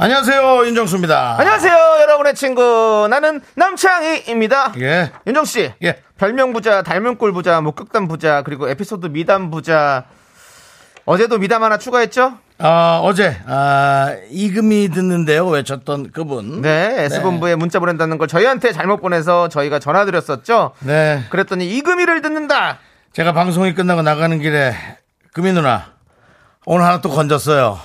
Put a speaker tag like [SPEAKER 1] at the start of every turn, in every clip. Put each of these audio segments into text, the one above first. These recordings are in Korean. [SPEAKER 1] 안녕하세요 윤정수입니다.
[SPEAKER 2] 안녕하세요, 여러분의 친구. 나는 남창희입니다.
[SPEAKER 1] 예.
[SPEAKER 2] 윤정씨.
[SPEAKER 1] 예.
[SPEAKER 2] 별명 부자, 닮은 꼴 부자, 목격담 부자, 그리고 에피소드 미담 부자. 어제도 미담 하나 추가했죠?
[SPEAKER 1] 아, 어제 아, 이금이 듣는데요 외쳤던 그분.
[SPEAKER 2] 네, S본부에 문자 보낸다는 걸 저희한테 잘못 보내서 저희가 전화드렸었죠?
[SPEAKER 1] 네.
[SPEAKER 2] 그랬더니 이금희를 듣는다!
[SPEAKER 1] 제가 방송이 끝나고 나가는 길에 금이 누나 오늘 하나 또 건졌어요.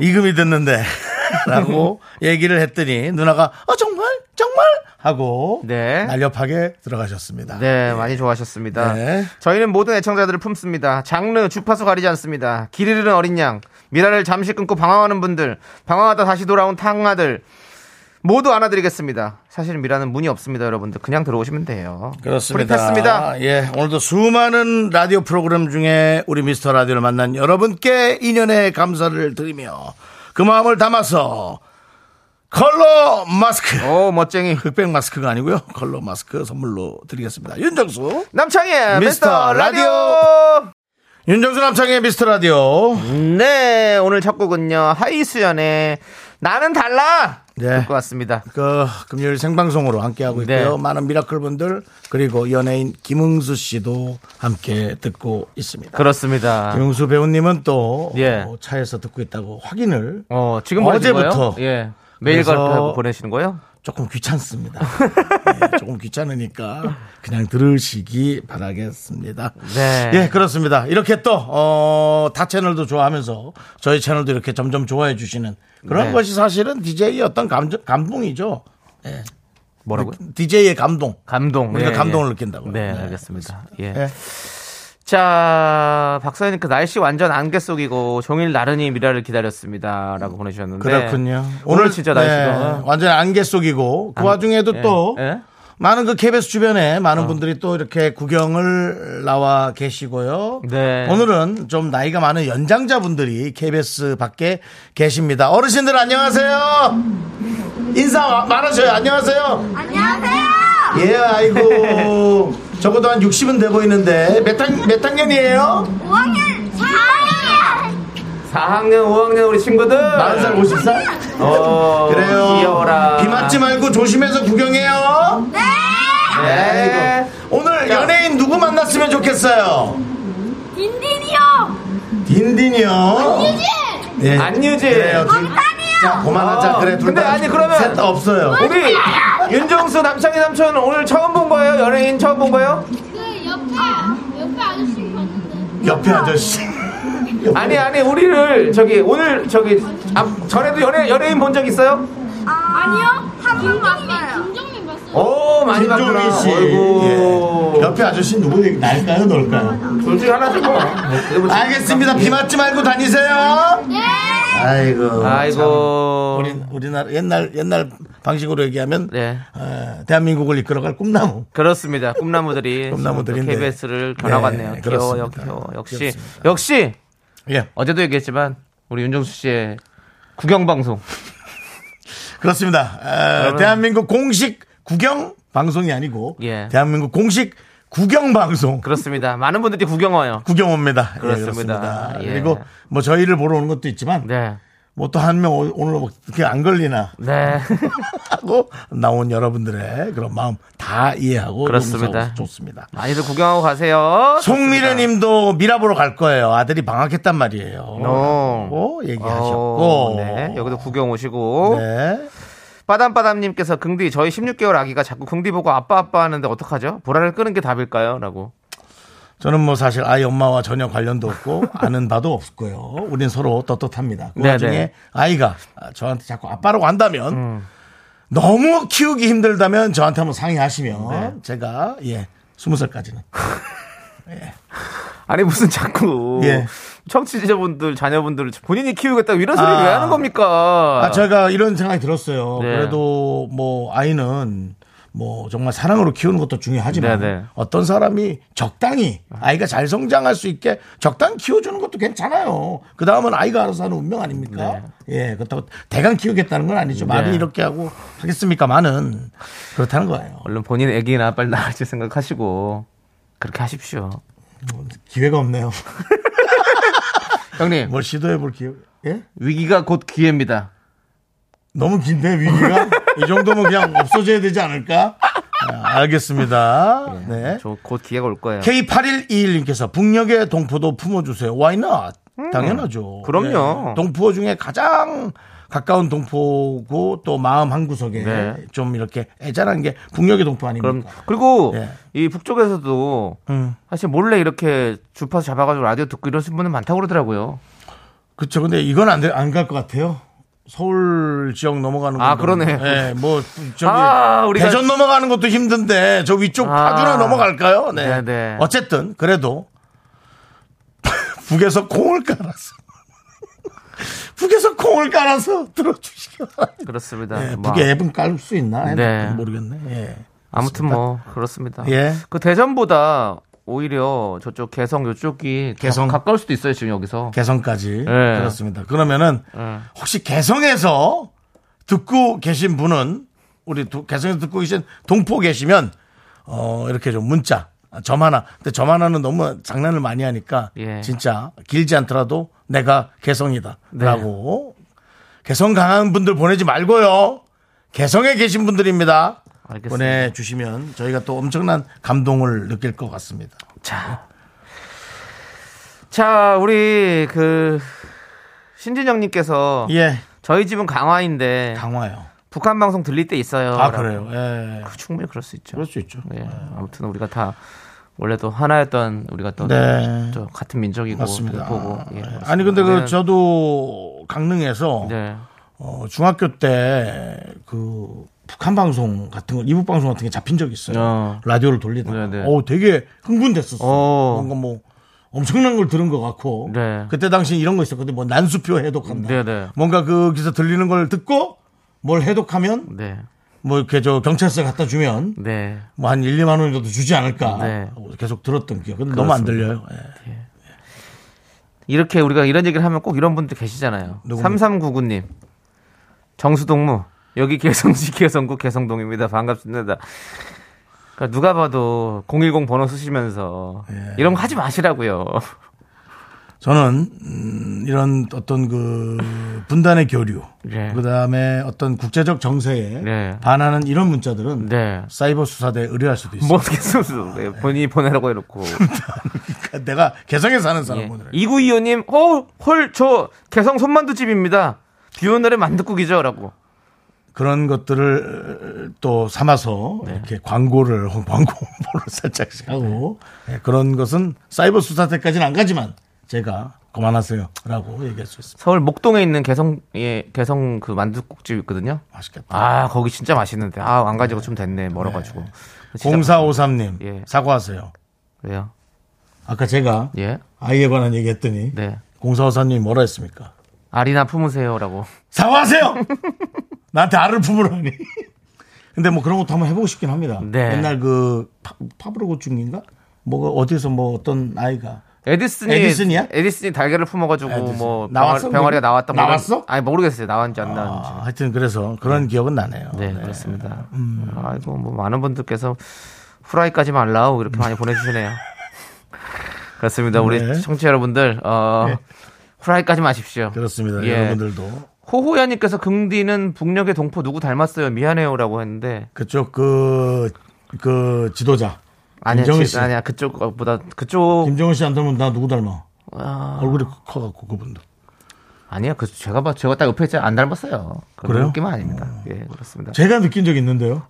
[SPEAKER 1] 이금이 듣는데 라고 얘기를 했더니 누나가 아 정말 정말 하고
[SPEAKER 2] 네.
[SPEAKER 1] 날렵하게 들어가셨습니다.
[SPEAKER 2] 네, 많이 좋아하셨습니다.
[SPEAKER 1] 네.
[SPEAKER 2] 저희는 모든 애청자들을 품습니다. 장르, 주파수 가리지 않습니다. 길 잃은 어린 양, 미라를 잠시 끊고 방황하는 분들, 방황하다 다시 돌아온 탕아들, 모두 안아드리겠습니다. 사실 미라는 문이 없습니다, 여러분들. 그냥 들어오시면 돼요.
[SPEAKER 1] 그렇습니다.
[SPEAKER 2] 프리패스입니다.
[SPEAKER 1] 예, 오늘도 수많은 라디오 프로그램 중에 우리 미스터 라디오를 만난 여러분께 인연의 감사를 드리며 그 마음을 담아서 컬러 마스크,
[SPEAKER 2] 오, 멋쟁이.
[SPEAKER 1] 흑백 마스크가 아니고요, 컬러 마스크 선물로 드리겠습니다. 윤정수,
[SPEAKER 2] 남창희의
[SPEAKER 1] 미스터
[SPEAKER 2] 미스터 라디오!
[SPEAKER 1] 윤정수 남창의 미스터 라디오.
[SPEAKER 2] 네, 오늘 첫 곡은요, 하이수연의 나는 달라!
[SPEAKER 1] 네.
[SPEAKER 2] 듣고 왔습니다.
[SPEAKER 1] 그 금요일 생방송으로 함께 하고 있고요.
[SPEAKER 2] 네.
[SPEAKER 1] 많은 미라클 분들 그리고 연예인 김응수 씨도 함께 듣고 있습니다.
[SPEAKER 2] 그렇습니다.
[SPEAKER 1] 김응수 배우님은 또
[SPEAKER 2] 아. 예.
[SPEAKER 1] 어, 차에서 듣고 있다고 확인을
[SPEAKER 2] 어, 지금
[SPEAKER 1] 어제부터.
[SPEAKER 2] 보내시는 거예요? 예. 메일
[SPEAKER 1] 그래서-
[SPEAKER 2] 가고 보내시는 거예요?
[SPEAKER 1] 조금 귀찮습니다. 예, 조금 귀찮으니까 그냥 들으시기 바라겠습니다.
[SPEAKER 2] 네.
[SPEAKER 1] 예, 그렇습니다. 이렇게 또, 어, 타 채널도 좋아하면서 저희 채널도 이렇게 점점 좋아해 주시는 그런
[SPEAKER 2] 네.
[SPEAKER 1] 것이 사실은 DJ의 어떤 감정, 감동이죠.
[SPEAKER 2] 뭐라고요?
[SPEAKER 1] DJ의 감동.
[SPEAKER 2] 감동.
[SPEAKER 1] 우리가 감동을 느낀다고요.
[SPEAKER 2] 네,
[SPEAKER 1] 네,
[SPEAKER 2] 알겠습니다. 예.
[SPEAKER 1] 예.
[SPEAKER 2] 자, 박사님께 날씨 완전 안개 속이고 종일 나른히 미라를 기다렸습니다라고 보내주셨는데
[SPEAKER 1] 음, 그렇군요.
[SPEAKER 2] 네. 오늘, 진짜
[SPEAKER 1] 네,
[SPEAKER 2] 날씨가
[SPEAKER 1] 완전 안개 속이고 그 와중에도
[SPEAKER 2] 예,
[SPEAKER 1] 또
[SPEAKER 2] 예. 어.
[SPEAKER 1] 많은 그 KBS 주변에 많은 분들이 또 이렇게 구경을 나와 계시고요.
[SPEAKER 2] 네.
[SPEAKER 1] 오늘은 좀 나이가 많은 연장자분들이 KBS 밖에 계십니다. 어르신들 안녕하세요. 인사 와- 많으셔요. 안녕하세요.
[SPEAKER 3] 안녕하세요.
[SPEAKER 1] 예, 아이고. 적어도 한 60은 돼 보이는데 몇, 학, 몇 학년이에요?
[SPEAKER 3] 5학년 4학년.
[SPEAKER 2] 4학년, 5학년 우리 친구들
[SPEAKER 1] 40살, 50살?
[SPEAKER 2] 어,
[SPEAKER 1] 그래요.
[SPEAKER 2] 귀여워라.
[SPEAKER 1] 비 맞지 말고 조심해서 구경해요.
[SPEAKER 3] 네.
[SPEAKER 2] 네.
[SPEAKER 1] 아이고. 오늘 연예인 누구 만났으면 좋겠어요?
[SPEAKER 3] 딘딘이요.
[SPEAKER 1] 딘딘이요.
[SPEAKER 3] 유진.
[SPEAKER 1] 예.
[SPEAKER 2] 안유진.
[SPEAKER 1] 그래요. 둘-
[SPEAKER 3] 빵이요.
[SPEAKER 1] 그만하자.
[SPEAKER 2] 어,
[SPEAKER 1] 그래. 둘
[SPEAKER 2] 근데
[SPEAKER 1] 다,
[SPEAKER 2] 아니, 그러면-
[SPEAKER 1] 셋다 없어요.
[SPEAKER 2] 우리 윤정수 남창희 남촌 오늘 처음 본 거예요? 연예인 처음 본 거예요?
[SPEAKER 3] 그 옆에 옆에 아저씨 봤는데.
[SPEAKER 1] 옆에 아저씨.
[SPEAKER 2] 아니 아니 우리를 저기 오늘 저기 앞- 전에도 연예 연예인 본 적 있어요?
[SPEAKER 3] 아, 니요 한번 봤어요. 김종민 봤어요.
[SPEAKER 2] 오 많이
[SPEAKER 1] 김종민
[SPEAKER 2] 봤구나.
[SPEAKER 1] 씨.
[SPEAKER 2] 아이고.
[SPEAKER 1] 예. 옆에 아저씨 누구 얘기 날까요? 놀까요?
[SPEAKER 2] 둘 중에 하나죠
[SPEAKER 1] 네.
[SPEAKER 2] 뭐.
[SPEAKER 1] 알겠습니다. 비 맞지 말고 다니세요.
[SPEAKER 3] 네.
[SPEAKER 1] 아이고.
[SPEAKER 2] 아이고.
[SPEAKER 1] 우리, 우리나라 옛날 옛날 방식으로 얘기하면
[SPEAKER 2] 네.
[SPEAKER 1] 어, 대한민국을 이끌어갈 꿈나무.
[SPEAKER 2] 그렇습니다. 꿈나무들이
[SPEAKER 1] 꿈나무들인데.
[SPEAKER 2] KBS를 겨나갔네요.
[SPEAKER 1] 네,
[SPEAKER 2] 귀여워요,
[SPEAKER 1] 그렇습니다.
[SPEAKER 2] 귀여워. 역시
[SPEAKER 1] 귀엽습니다.
[SPEAKER 2] 역시
[SPEAKER 1] 예.
[SPEAKER 2] 어제도 얘기했지만 우리 윤정수 씨의 구경 방송.
[SPEAKER 1] 그렇습니다. 에, 대한민국 공식 구경 방송이 아니고
[SPEAKER 2] 예.
[SPEAKER 1] 대한민국 공식 구경 방송
[SPEAKER 2] 그렇습니다. 많은 분들이 구경 와요.
[SPEAKER 1] 구경 옵니다. 예,
[SPEAKER 2] 그렇습니다.
[SPEAKER 1] 그렇습니다.
[SPEAKER 2] 예.
[SPEAKER 1] 그리고 뭐 저희를 보러 오는 것도 있지만
[SPEAKER 2] 네.
[SPEAKER 1] 뭐 또 한 명 오늘 뭐 어떻게 안 걸리나
[SPEAKER 2] 네.
[SPEAKER 1] 하고 나온 여러분들의 그런 마음 다 이해하고
[SPEAKER 2] 그렇습니다.
[SPEAKER 1] 용서하고 좋습니다.
[SPEAKER 2] 많이들 구경하고 가세요.
[SPEAKER 1] 송미래님도 미라보러 갈 거예요. 아들이 방학했단 말이에요.
[SPEAKER 2] 어.
[SPEAKER 1] 라고
[SPEAKER 2] 어,
[SPEAKER 1] 얘기하셨고
[SPEAKER 2] 네. 여기도 구경 오시고.
[SPEAKER 1] 네.
[SPEAKER 2] 빠담빠담님께서 긍디 저희 16개월 아기가 자꾸 긍디 보고 아빠 아빠 하는데 어떡하죠? 보라를 끄는 게 답일까요?라고.
[SPEAKER 1] 저는 뭐 사실 아이 엄마와 전혀 관련도 없고 아는 바도 없고요. 우린 서로 떳떳합니다. 그
[SPEAKER 2] 네네. 음.
[SPEAKER 1] 와중에 아이가 저한테 자꾸 아빠라고 한다면 너무 키우기 힘들다면 저한테 한번 상의하시면
[SPEAKER 2] 네.
[SPEAKER 1] 제가 예 스무 살까지는
[SPEAKER 2] 아니 무슨 자꾸
[SPEAKER 1] 예.
[SPEAKER 2] 청취자분들 자녀분들을 본인이 키우겠다고 이런 소리
[SPEAKER 1] 아.
[SPEAKER 2] 왜 하는 겁니까?
[SPEAKER 1] 아, 저희가 이런 생각이 들었어요.
[SPEAKER 2] 네.
[SPEAKER 1] 그래도 뭐 아이는 뭐 정말 사랑으로 키우는 것도 중요하지만
[SPEAKER 2] 네, 네.
[SPEAKER 1] 어떤 사람이 적당히 아이가 잘 성장할 수 있게 적당히 키워주는 것도 괜찮아요. 그 다음은 아이가 알아서 하는 운명 아닙니까? 예, 그렇다고 대강 키우겠다는 건 아니죠. 말은
[SPEAKER 2] 네.
[SPEAKER 1] 이렇게 하고 하겠습니까? 많은 그렇다는 거예요.
[SPEAKER 2] 얼른 본인 애기나 빨리 낳을지 생각하시고 그렇게 하십시오.
[SPEAKER 1] 기회가 없네요.
[SPEAKER 2] 형님
[SPEAKER 1] 뭘 시도해볼 기회? 예?
[SPEAKER 2] 위기가 곧 기회입니다.
[SPEAKER 1] 너무 긴데 위기가 이 정도면 그냥 없어져야 되지 않을까? 아, 알겠습니다. 네.
[SPEAKER 2] 저 곧 기회가 올 거예요.
[SPEAKER 1] K8121님께서 북녘의 동포도 품어주세요. Why not? 당연하죠.
[SPEAKER 2] 음. 그럼요.
[SPEAKER 1] 네. 동포 중에 가장 가까운 동포고 또 마음 한 구석에
[SPEAKER 2] 네.
[SPEAKER 1] 좀 이렇게 애잔한 게 북녘의 동포
[SPEAKER 2] 그럼
[SPEAKER 1] 아닙니까?
[SPEAKER 2] 그리고
[SPEAKER 1] 예.
[SPEAKER 2] 이 북쪽에서도
[SPEAKER 1] 음.
[SPEAKER 2] 사실 몰래 이렇게 주파수 잡아가지고 라디오 듣고 이러신 분은 많다고 그러더라고요.
[SPEAKER 1] 그렇죠. 근데 이건 안안갈 것 같아요. 서울 지역 넘어가는
[SPEAKER 2] 아,
[SPEAKER 1] 것도.
[SPEAKER 2] 그러네.
[SPEAKER 1] 예, 뭐 저기
[SPEAKER 2] 아, 우리가-
[SPEAKER 1] 대전 넘어가는 것도 힘든데 저 위쪽
[SPEAKER 2] 아.
[SPEAKER 1] 파주나 넘어갈까요? 네.
[SPEAKER 2] 네네.
[SPEAKER 1] 어쨌든 그래도 북에서 콩을 깔아서 북에서 콩을 깔아서 들어주시기 바랍니다.
[SPEAKER 2] 그렇습니다.
[SPEAKER 1] 예,
[SPEAKER 2] 뭐,
[SPEAKER 1] 북에 앱은 깔 수 있나? 해도
[SPEAKER 2] 네.
[SPEAKER 1] 모르겠네. 예.
[SPEAKER 2] 아무튼 뭐 그렇습니다.
[SPEAKER 1] 예.
[SPEAKER 2] 그 대전보다 오히려 저쪽 개성 요쪽이
[SPEAKER 1] 개성.
[SPEAKER 2] 개성 가까울 수도 있어요 지금 여기서.
[SPEAKER 1] 개성까지
[SPEAKER 2] 예.
[SPEAKER 1] 그렇습니다. 그러면은
[SPEAKER 2] 예.
[SPEAKER 1] 혹시 개성에서 듣고 계신 분은 우리 두- 개성에서 듣고 계신 동포 계시면 어 이렇게 좀 문자 아, 점 하나 근데 점 하나는 너무 장난을 많이 하니까
[SPEAKER 2] 예.
[SPEAKER 1] 진짜 길지 않더라도 내가
[SPEAKER 2] 네.
[SPEAKER 1] 개성이다라고 개성 강한 분들 보내지 말고요 개성에 계신 분들입니다
[SPEAKER 2] 알겠습니다.
[SPEAKER 1] 보내주시면 저희가 또 엄청난 감동을 느낄 것 같습니다
[SPEAKER 2] 자. 자, 우리 그 신진영님께서
[SPEAKER 1] 예
[SPEAKER 2] 저희 집은 강화인데
[SPEAKER 1] 강화요
[SPEAKER 2] 북한 방송 들릴 때 있어요.
[SPEAKER 1] 아
[SPEAKER 2] 라고.
[SPEAKER 1] 그래요 예
[SPEAKER 2] 충분히 그럴 수 있죠.
[SPEAKER 1] 그럴 수 있죠
[SPEAKER 2] 예. 아무튼 우리가 다 원래도 하나였던 우리가 또,
[SPEAKER 1] 네.
[SPEAKER 2] 또 같은 민족이고
[SPEAKER 1] 맞습니다.
[SPEAKER 2] 보고 예,
[SPEAKER 1] 아, 니 근데 그
[SPEAKER 2] 우리는-
[SPEAKER 1] 저도 강릉에서
[SPEAKER 2] 네.
[SPEAKER 1] 어, 중학교 때 그 북한 방송 같은 거 이북 방송 같은 게 잡힌 적이 있어요.
[SPEAKER 2] 어.
[SPEAKER 1] 라디오를 돌리다가
[SPEAKER 2] 네, 네.
[SPEAKER 1] 어 되게 흥분됐었어.
[SPEAKER 2] 어.
[SPEAKER 1] 뭔가 뭐 엄청난 걸 들은 것 같고
[SPEAKER 2] 네.
[SPEAKER 1] 그때 당시 이런 거 있었거든. 뭐 난수표 해독한다.
[SPEAKER 2] 네, 네.
[SPEAKER 1] 뭔가 그 거기서 들리는 걸 듣고 뭘 해독하면
[SPEAKER 2] 네.
[SPEAKER 1] 뭐 이렇게 저 경찰서 갖다 주면
[SPEAKER 2] 네.
[SPEAKER 1] 뭐 한 1, 2만 원 정도 주지 않을까
[SPEAKER 2] 네.
[SPEAKER 1] 하고 계속 들었던 기억. 근데 너무 안 들려요. 예.
[SPEAKER 2] 이렇게 우리가 이런 얘기를 하면 꼭 이런 분들 계시잖아요.
[SPEAKER 1] 누구?
[SPEAKER 2] 3399님. 정수동무. 여기 개성시 개성구 개성동입니다. 반갑습니다. 그러니까 누가 봐도 010 번호 쓰시면서 이런 거 하지 마시라고요.
[SPEAKER 1] 저는 음, 이런 어떤 그 분단의 교류,
[SPEAKER 2] 예.
[SPEAKER 1] 그다음에 어떤 국제적 정세에
[SPEAKER 2] 네.
[SPEAKER 1] 반하는 이런 문자들은
[SPEAKER 2] 네.
[SPEAKER 1] 사이버 수사대에 의뢰할 수도 있어요.
[SPEAKER 2] 뭐 계속 네, 본인이 보내라고 해놓고. 예.
[SPEAKER 1] 그러니까 내가 개성에 사는 사람은 예.
[SPEAKER 2] 이구이호님, 어, 헐, 저 개성 손만두집입니다. 비 오는 날에 만두국이죠라고.
[SPEAKER 1] 그런 것들을 또 삼아서
[SPEAKER 2] 네.
[SPEAKER 1] 이렇게 광고를 광고 홍보를 살짝씩 하고 예, 그런 것은 사이버 수사대까지는 안 가지만 제가 그만하세요라고 얘기할 수 있습니다.
[SPEAKER 2] 서울 목동에 있는 개성 예 개성 그 만두국집 있거든요.
[SPEAKER 1] 맛있겠다.
[SPEAKER 2] 아 거기 진짜 맛있는데 아 안 가지고 좀 됐네 멀어가지고 진짜
[SPEAKER 1] 0453님
[SPEAKER 2] 예.
[SPEAKER 1] 사과하세요.
[SPEAKER 2] 왜요
[SPEAKER 1] 아까 제가
[SPEAKER 2] 예 네
[SPEAKER 1] 아이에 관한 얘기했더니 0453님이 뭐라 했습니까?
[SPEAKER 2] 알이나 품으세요라고
[SPEAKER 1] 사과하세요! 나한테 알을 품으라니. 근데 뭐 그런 것도 한번 해보고 싶긴 합니다.
[SPEAKER 2] 네.
[SPEAKER 1] 옛날 그 파, 파브로 고충인가? 뭐 어디서 뭐 어떤 아이가
[SPEAKER 2] 에디슨이
[SPEAKER 1] 에디슨이야?
[SPEAKER 2] 에디슨이 달걀을 품어가지고
[SPEAKER 1] 에디슨.
[SPEAKER 2] 뭐
[SPEAKER 1] 나왔어?
[SPEAKER 2] 병아리, 병아리가 나왔다 뭐 이런-
[SPEAKER 1] 나왔어?
[SPEAKER 2] 아니 모르겠어요 나왔는지 안 나왔는지
[SPEAKER 1] 아, 하여튼 그래서 그런 기억은 나네요. 음.
[SPEAKER 2] 네, 그렇습니다 아이고 뭐 많은 분들께서 후라이까지 말라고 이렇게 많이 보내주시네요 그렇습니다 우리
[SPEAKER 1] 네.
[SPEAKER 2] 청취자 여러분들 어 후라이까지 마십시오
[SPEAKER 1] 그렇습니다.
[SPEAKER 2] 예.
[SPEAKER 1] 여러분들도
[SPEAKER 2] 호호야님께서 긍디는 북녘의 동포 누구 닮았어요 미안해요라고 했는데
[SPEAKER 1] 그쪽 그, 그 지도자.
[SPEAKER 2] 아니야,
[SPEAKER 1] 김정은
[SPEAKER 2] 지-
[SPEAKER 1] 씨.
[SPEAKER 2] 아니야 그쪽보다 그쪽
[SPEAKER 1] 김정은 씨 안 닮으면 나 누구 닮아?
[SPEAKER 2] 아,
[SPEAKER 1] 얼굴이 커갖고 그분도.
[SPEAKER 2] 아니야 그 제가 봐 제가 딱 옆에 있지 안 닮았어요. 그런
[SPEAKER 1] 그래요? 어.
[SPEAKER 2] 느낌은 아닙니다. 예 그렇습니다.
[SPEAKER 1] 제가 느낀 적 있는데요.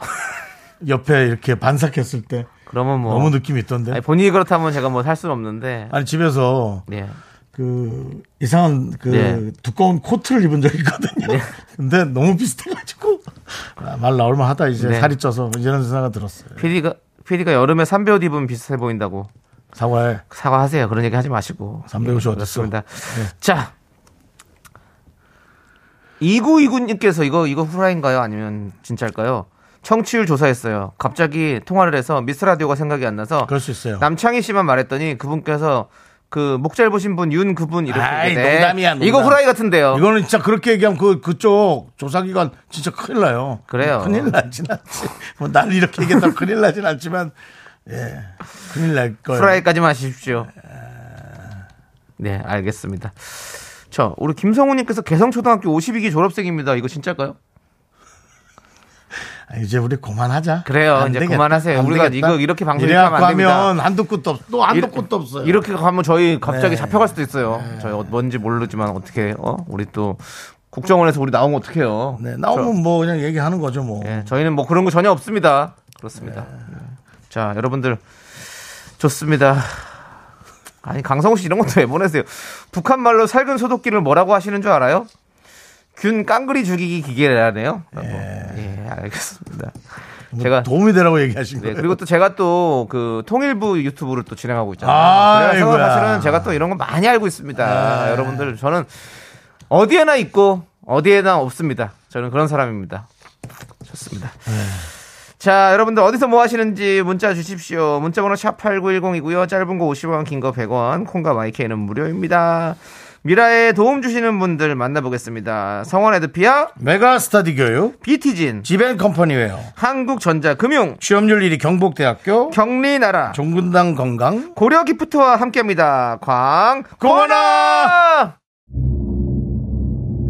[SPEAKER 1] 옆에 이렇게 반삭했을 때
[SPEAKER 2] 그러면 뭐
[SPEAKER 1] 너무 느낌이 있던데.
[SPEAKER 2] 아니, 본인이 그렇다면 제가 뭐 할 수는 없는데
[SPEAKER 1] 아니 네. 집에서
[SPEAKER 2] 예
[SPEAKER 1] 그 이상한 그
[SPEAKER 2] 네.
[SPEAKER 1] 두꺼운 코트를 입은 적이 있거든요. 근데 너무 비슷해가지고 아, 말 나올만 하다 이제
[SPEAKER 2] 네.
[SPEAKER 1] 살이 쪄서 이런 생각이 들었어요.
[SPEAKER 2] PD가 PD가 여름에 삼베옷 입으면 비슷해 보인다고
[SPEAKER 1] 사과할
[SPEAKER 2] 사과하세요. 그런 얘기 하지 마시고. 예,
[SPEAKER 1] 350 어딨어? 네.
[SPEAKER 2] 그렇습니다. 자. 2929님께서 이거, 이거 후라인가요? 아니면 진짜일까요? 청취율 조사했어요. 갑자기 통화를 해서 미스 라디오가 생각이 안 나서
[SPEAKER 1] 그럴 수 있어요.
[SPEAKER 2] 남창희 씨만 말했더니 그분께서 그 목 잘 보신 분 윤 그분 이렇게
[SPEAKER 1] 아이,
[SPEAKER 2] 네.
[SPEAKER 1] 농담이야, 농담.
[SPEAKER 2] 이거 후라이 같은데요.
[SPEAKER 1] 이거는 진짜 그렇게 얘기하면 그, 그쪽 조사기관 진짜 큰일 나요.
[SPEAKER 2] 그래요.
[SPEAKER 1] 큰일 나진 않지. 뭐 난 이렇게 얘기했다고 큰일 나진 않지만, 예. 큰일 날 거예요.
[SPEAKER 2] 후라이까지만 하십시오. 네, 알겠습니다. 자, 우리 김성우님께서 개성초등학교 52기 졸업생입니다. 이거 진짜일까요?
[SPEAKER 1] 아, 이제 우리 그만하자.
[SPEAKER 2] 그래요.
[SPEAKER 1] 안
[SPEAKER 2] 이제
[SPEAKER 1] 되겠다.
[SPEAKER 2] 그만하세요.
[SPEAKER 1] 안
[SPEAKER 2] 우리가
[SPEAKER 1] 되겠다.
[SPEAKER 2] 이거 이렇게 방송이
[SPEAKER 1] 이래갖고
[SPEAKER 2] 하면 안 됩니다.
[SPEAKER 1] 하면 한도 끝도 없, 또 한도
[SPEAKER 2] 이렇-
[SPEAKER 1] 끝도 없어요.
[SPEAKER 2] 이렇게 가면 저희 갑자기
[SPEAKER 1] 네.
[SPEAKER 2] 잡혀갈 수도 있어요. 저희 어- 뭔지 모르지만 어떻게 어? 우리 또 국정원에서 우리 나오면 어떡해요?
[SPEAKER 1] 네, 나오면
[SPEAKER 2] 그렇죠.
[SPEAKER 1] 뭐 그냥 얘기하는 거죠 뭐.
[SPEAKER 2] 예, 저희는 뭐 그런 거 전혀 없습니다. 그렇습니다. 예. 자, 여러분들 좋습니다. 아니 강성우 씨 이런 것도 왜 보내세요? 북한 말로 살균 소독기를 뭐라고 하시는 줄 알아요? 균 깡그리 죽이기 기계라네요. 라고. 예, 알겠습니다.
[SPEAKER 1] 뭐
[SPEAKER 2] 제가
[SPEAKER 1] 도움이 되라고 얘기하신
[SPEAKER 2] 네,
[SPEAKER 1] 거예요.
[SPEAKER 2] 그리고 또 제가 또 그 통일부 유튜브를 또 진행하고 있잖아요.
[SPEAKER 1] 아,
[SPEAKER 2] 그래서
[SPEAKER 1] 아이고야. 네.
[SPEAKER 2] 사실은 제가 또 이런 거 많이 알고 있습니다. 여러분들 저는 어디에나 있고 어디에나 없습니다. 저는 그런 사람입니다. 좋습니다.
[SPEAKER 1] 네.
[SPEAKER 2] 자, 여러분들 어디서 뭐 하시는지 문자 주십시오. 문자 번호 샵8910이고요. 짧은 거 50원, 긴 거 100원. 콩과 마이크는 무료입니다. 미라에 도움 주시는 분들 만나보겠습니다. 성원 에드피아,
[SPEAKER 1] 그 메가스터디 교육,
[SPEAKER 2] 비티진,
[SPEAKER 1] 지벤컴퍼니웨어,
[SPEAKER 2] 한국전자금융,
[SPEAKER 1] 취업률 1위 경북대학교,
[SPEAKER 2] 경리나라,
[SPEAKER 1] 종근당 건강,
[SPEAKER 2] 고려 기프트와 함께합니다. 광 고원아.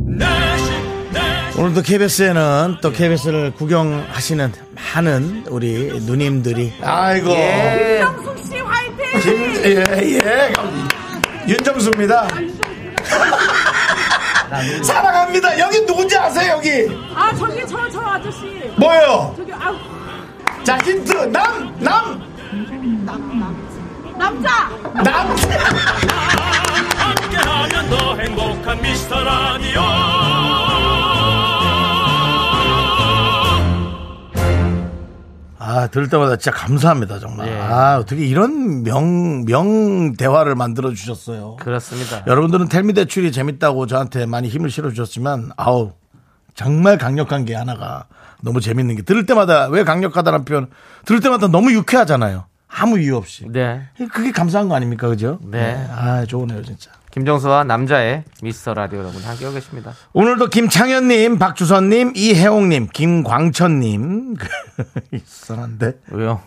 [SPEAKER 4] 내식 내식
[SPEAKER 1] 오늘도 KBS에는 또 KBS를 구경하시는 많은 우리 누님들이 아이고
[SPEAKER 2] 예.
[SPEAKER 1] 예, 예. 윤정수입니다 사랑합니다 여기 누군지 아세요 여기
[SPEAKER 5] 아 저기 저 저 아저씨
[SPEAKER 1] 뭐예요
[SPEAKER 5] 저기 아
[SPEAKER 1] 자 힌트 남남
[SPEAKER 5] 남자
[SPEAKER 1] 남.
[SPEAKER 4] 함께하면 더 행복한 미스터 라디오
[SPEAKER 1] 아, 들을 때마다 진짜 감사합니다, 정말.
[SPEAKER 2] 예.
[SPEAKER 1] 아, 어떻게 이런 명, 명 대화를 만들어 주셨어요.
[SPEAKER 2] 그렇습니다.
[SPEAKER 1] 여러분들은 텔미 대출이 재밌다고 저한테 많이 힘을 실어 주셨지만 아우 정말 강력한 게 하나가 너무 재밌는 게 들을 때마다 왜 강력하다는 표현 들을 때마다 너무 유쾌하잖아요 아무 이유 없이
[SPEAKER 2] 네.
[SPEAKER 1] 그게 감사한 거 아닙니까 그죠?
[SPEAKER 2] 네.
[SPEAKER 1] 아 좋으네요 진짜
[SPEAKER 2] 김정수와 남자의 미스터 라디오 여러분 함께하고 계십니다.
[SPEAKER 1] 오늘도 김창현님 박주선님 이혜홍님 김광천님 이상한데
[SPEAKER 2] 왜요?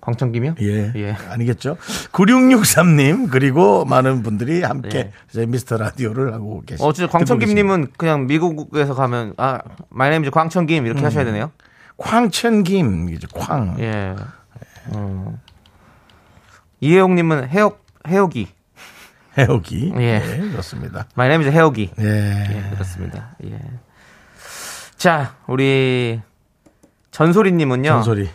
[SPEAKER 2] 광천김이요?
[SPEAKER 1] 예.
[SPEAKER 2] 예.
[SPEAKER 1] 아니겠죠. 9663님, 그리고 많은 분들이 함께
[SPEAKER 2] 예.
[SPEAKER 1] 이제 미스터 라디오를 하고 계시죠.
[SPEAKER 2] 어쨌든 광천김님은 그냥 미국에서 가면 아 마이네임즈 광천김 이렇게 하셔야 되네요.
[SPEAKER 1] 쾅천김, 이죠 쾅.
[SPEAKER 2] 예. 음. 이혜용님은 해옥 해옥이
[SPEAKER 1] 해오기.
[SPEAKER 2] 예.
[SPEAKER 1] 예. 그렇습니다.
[SPEAKER 2] 마이네임즈 해옥이
[SPEAKER 1] 예.
[SPEAKER 2] 예, 그렇습니다. 예. 자 우리 전소리님은요.
[SPEAKER 1] 전소리.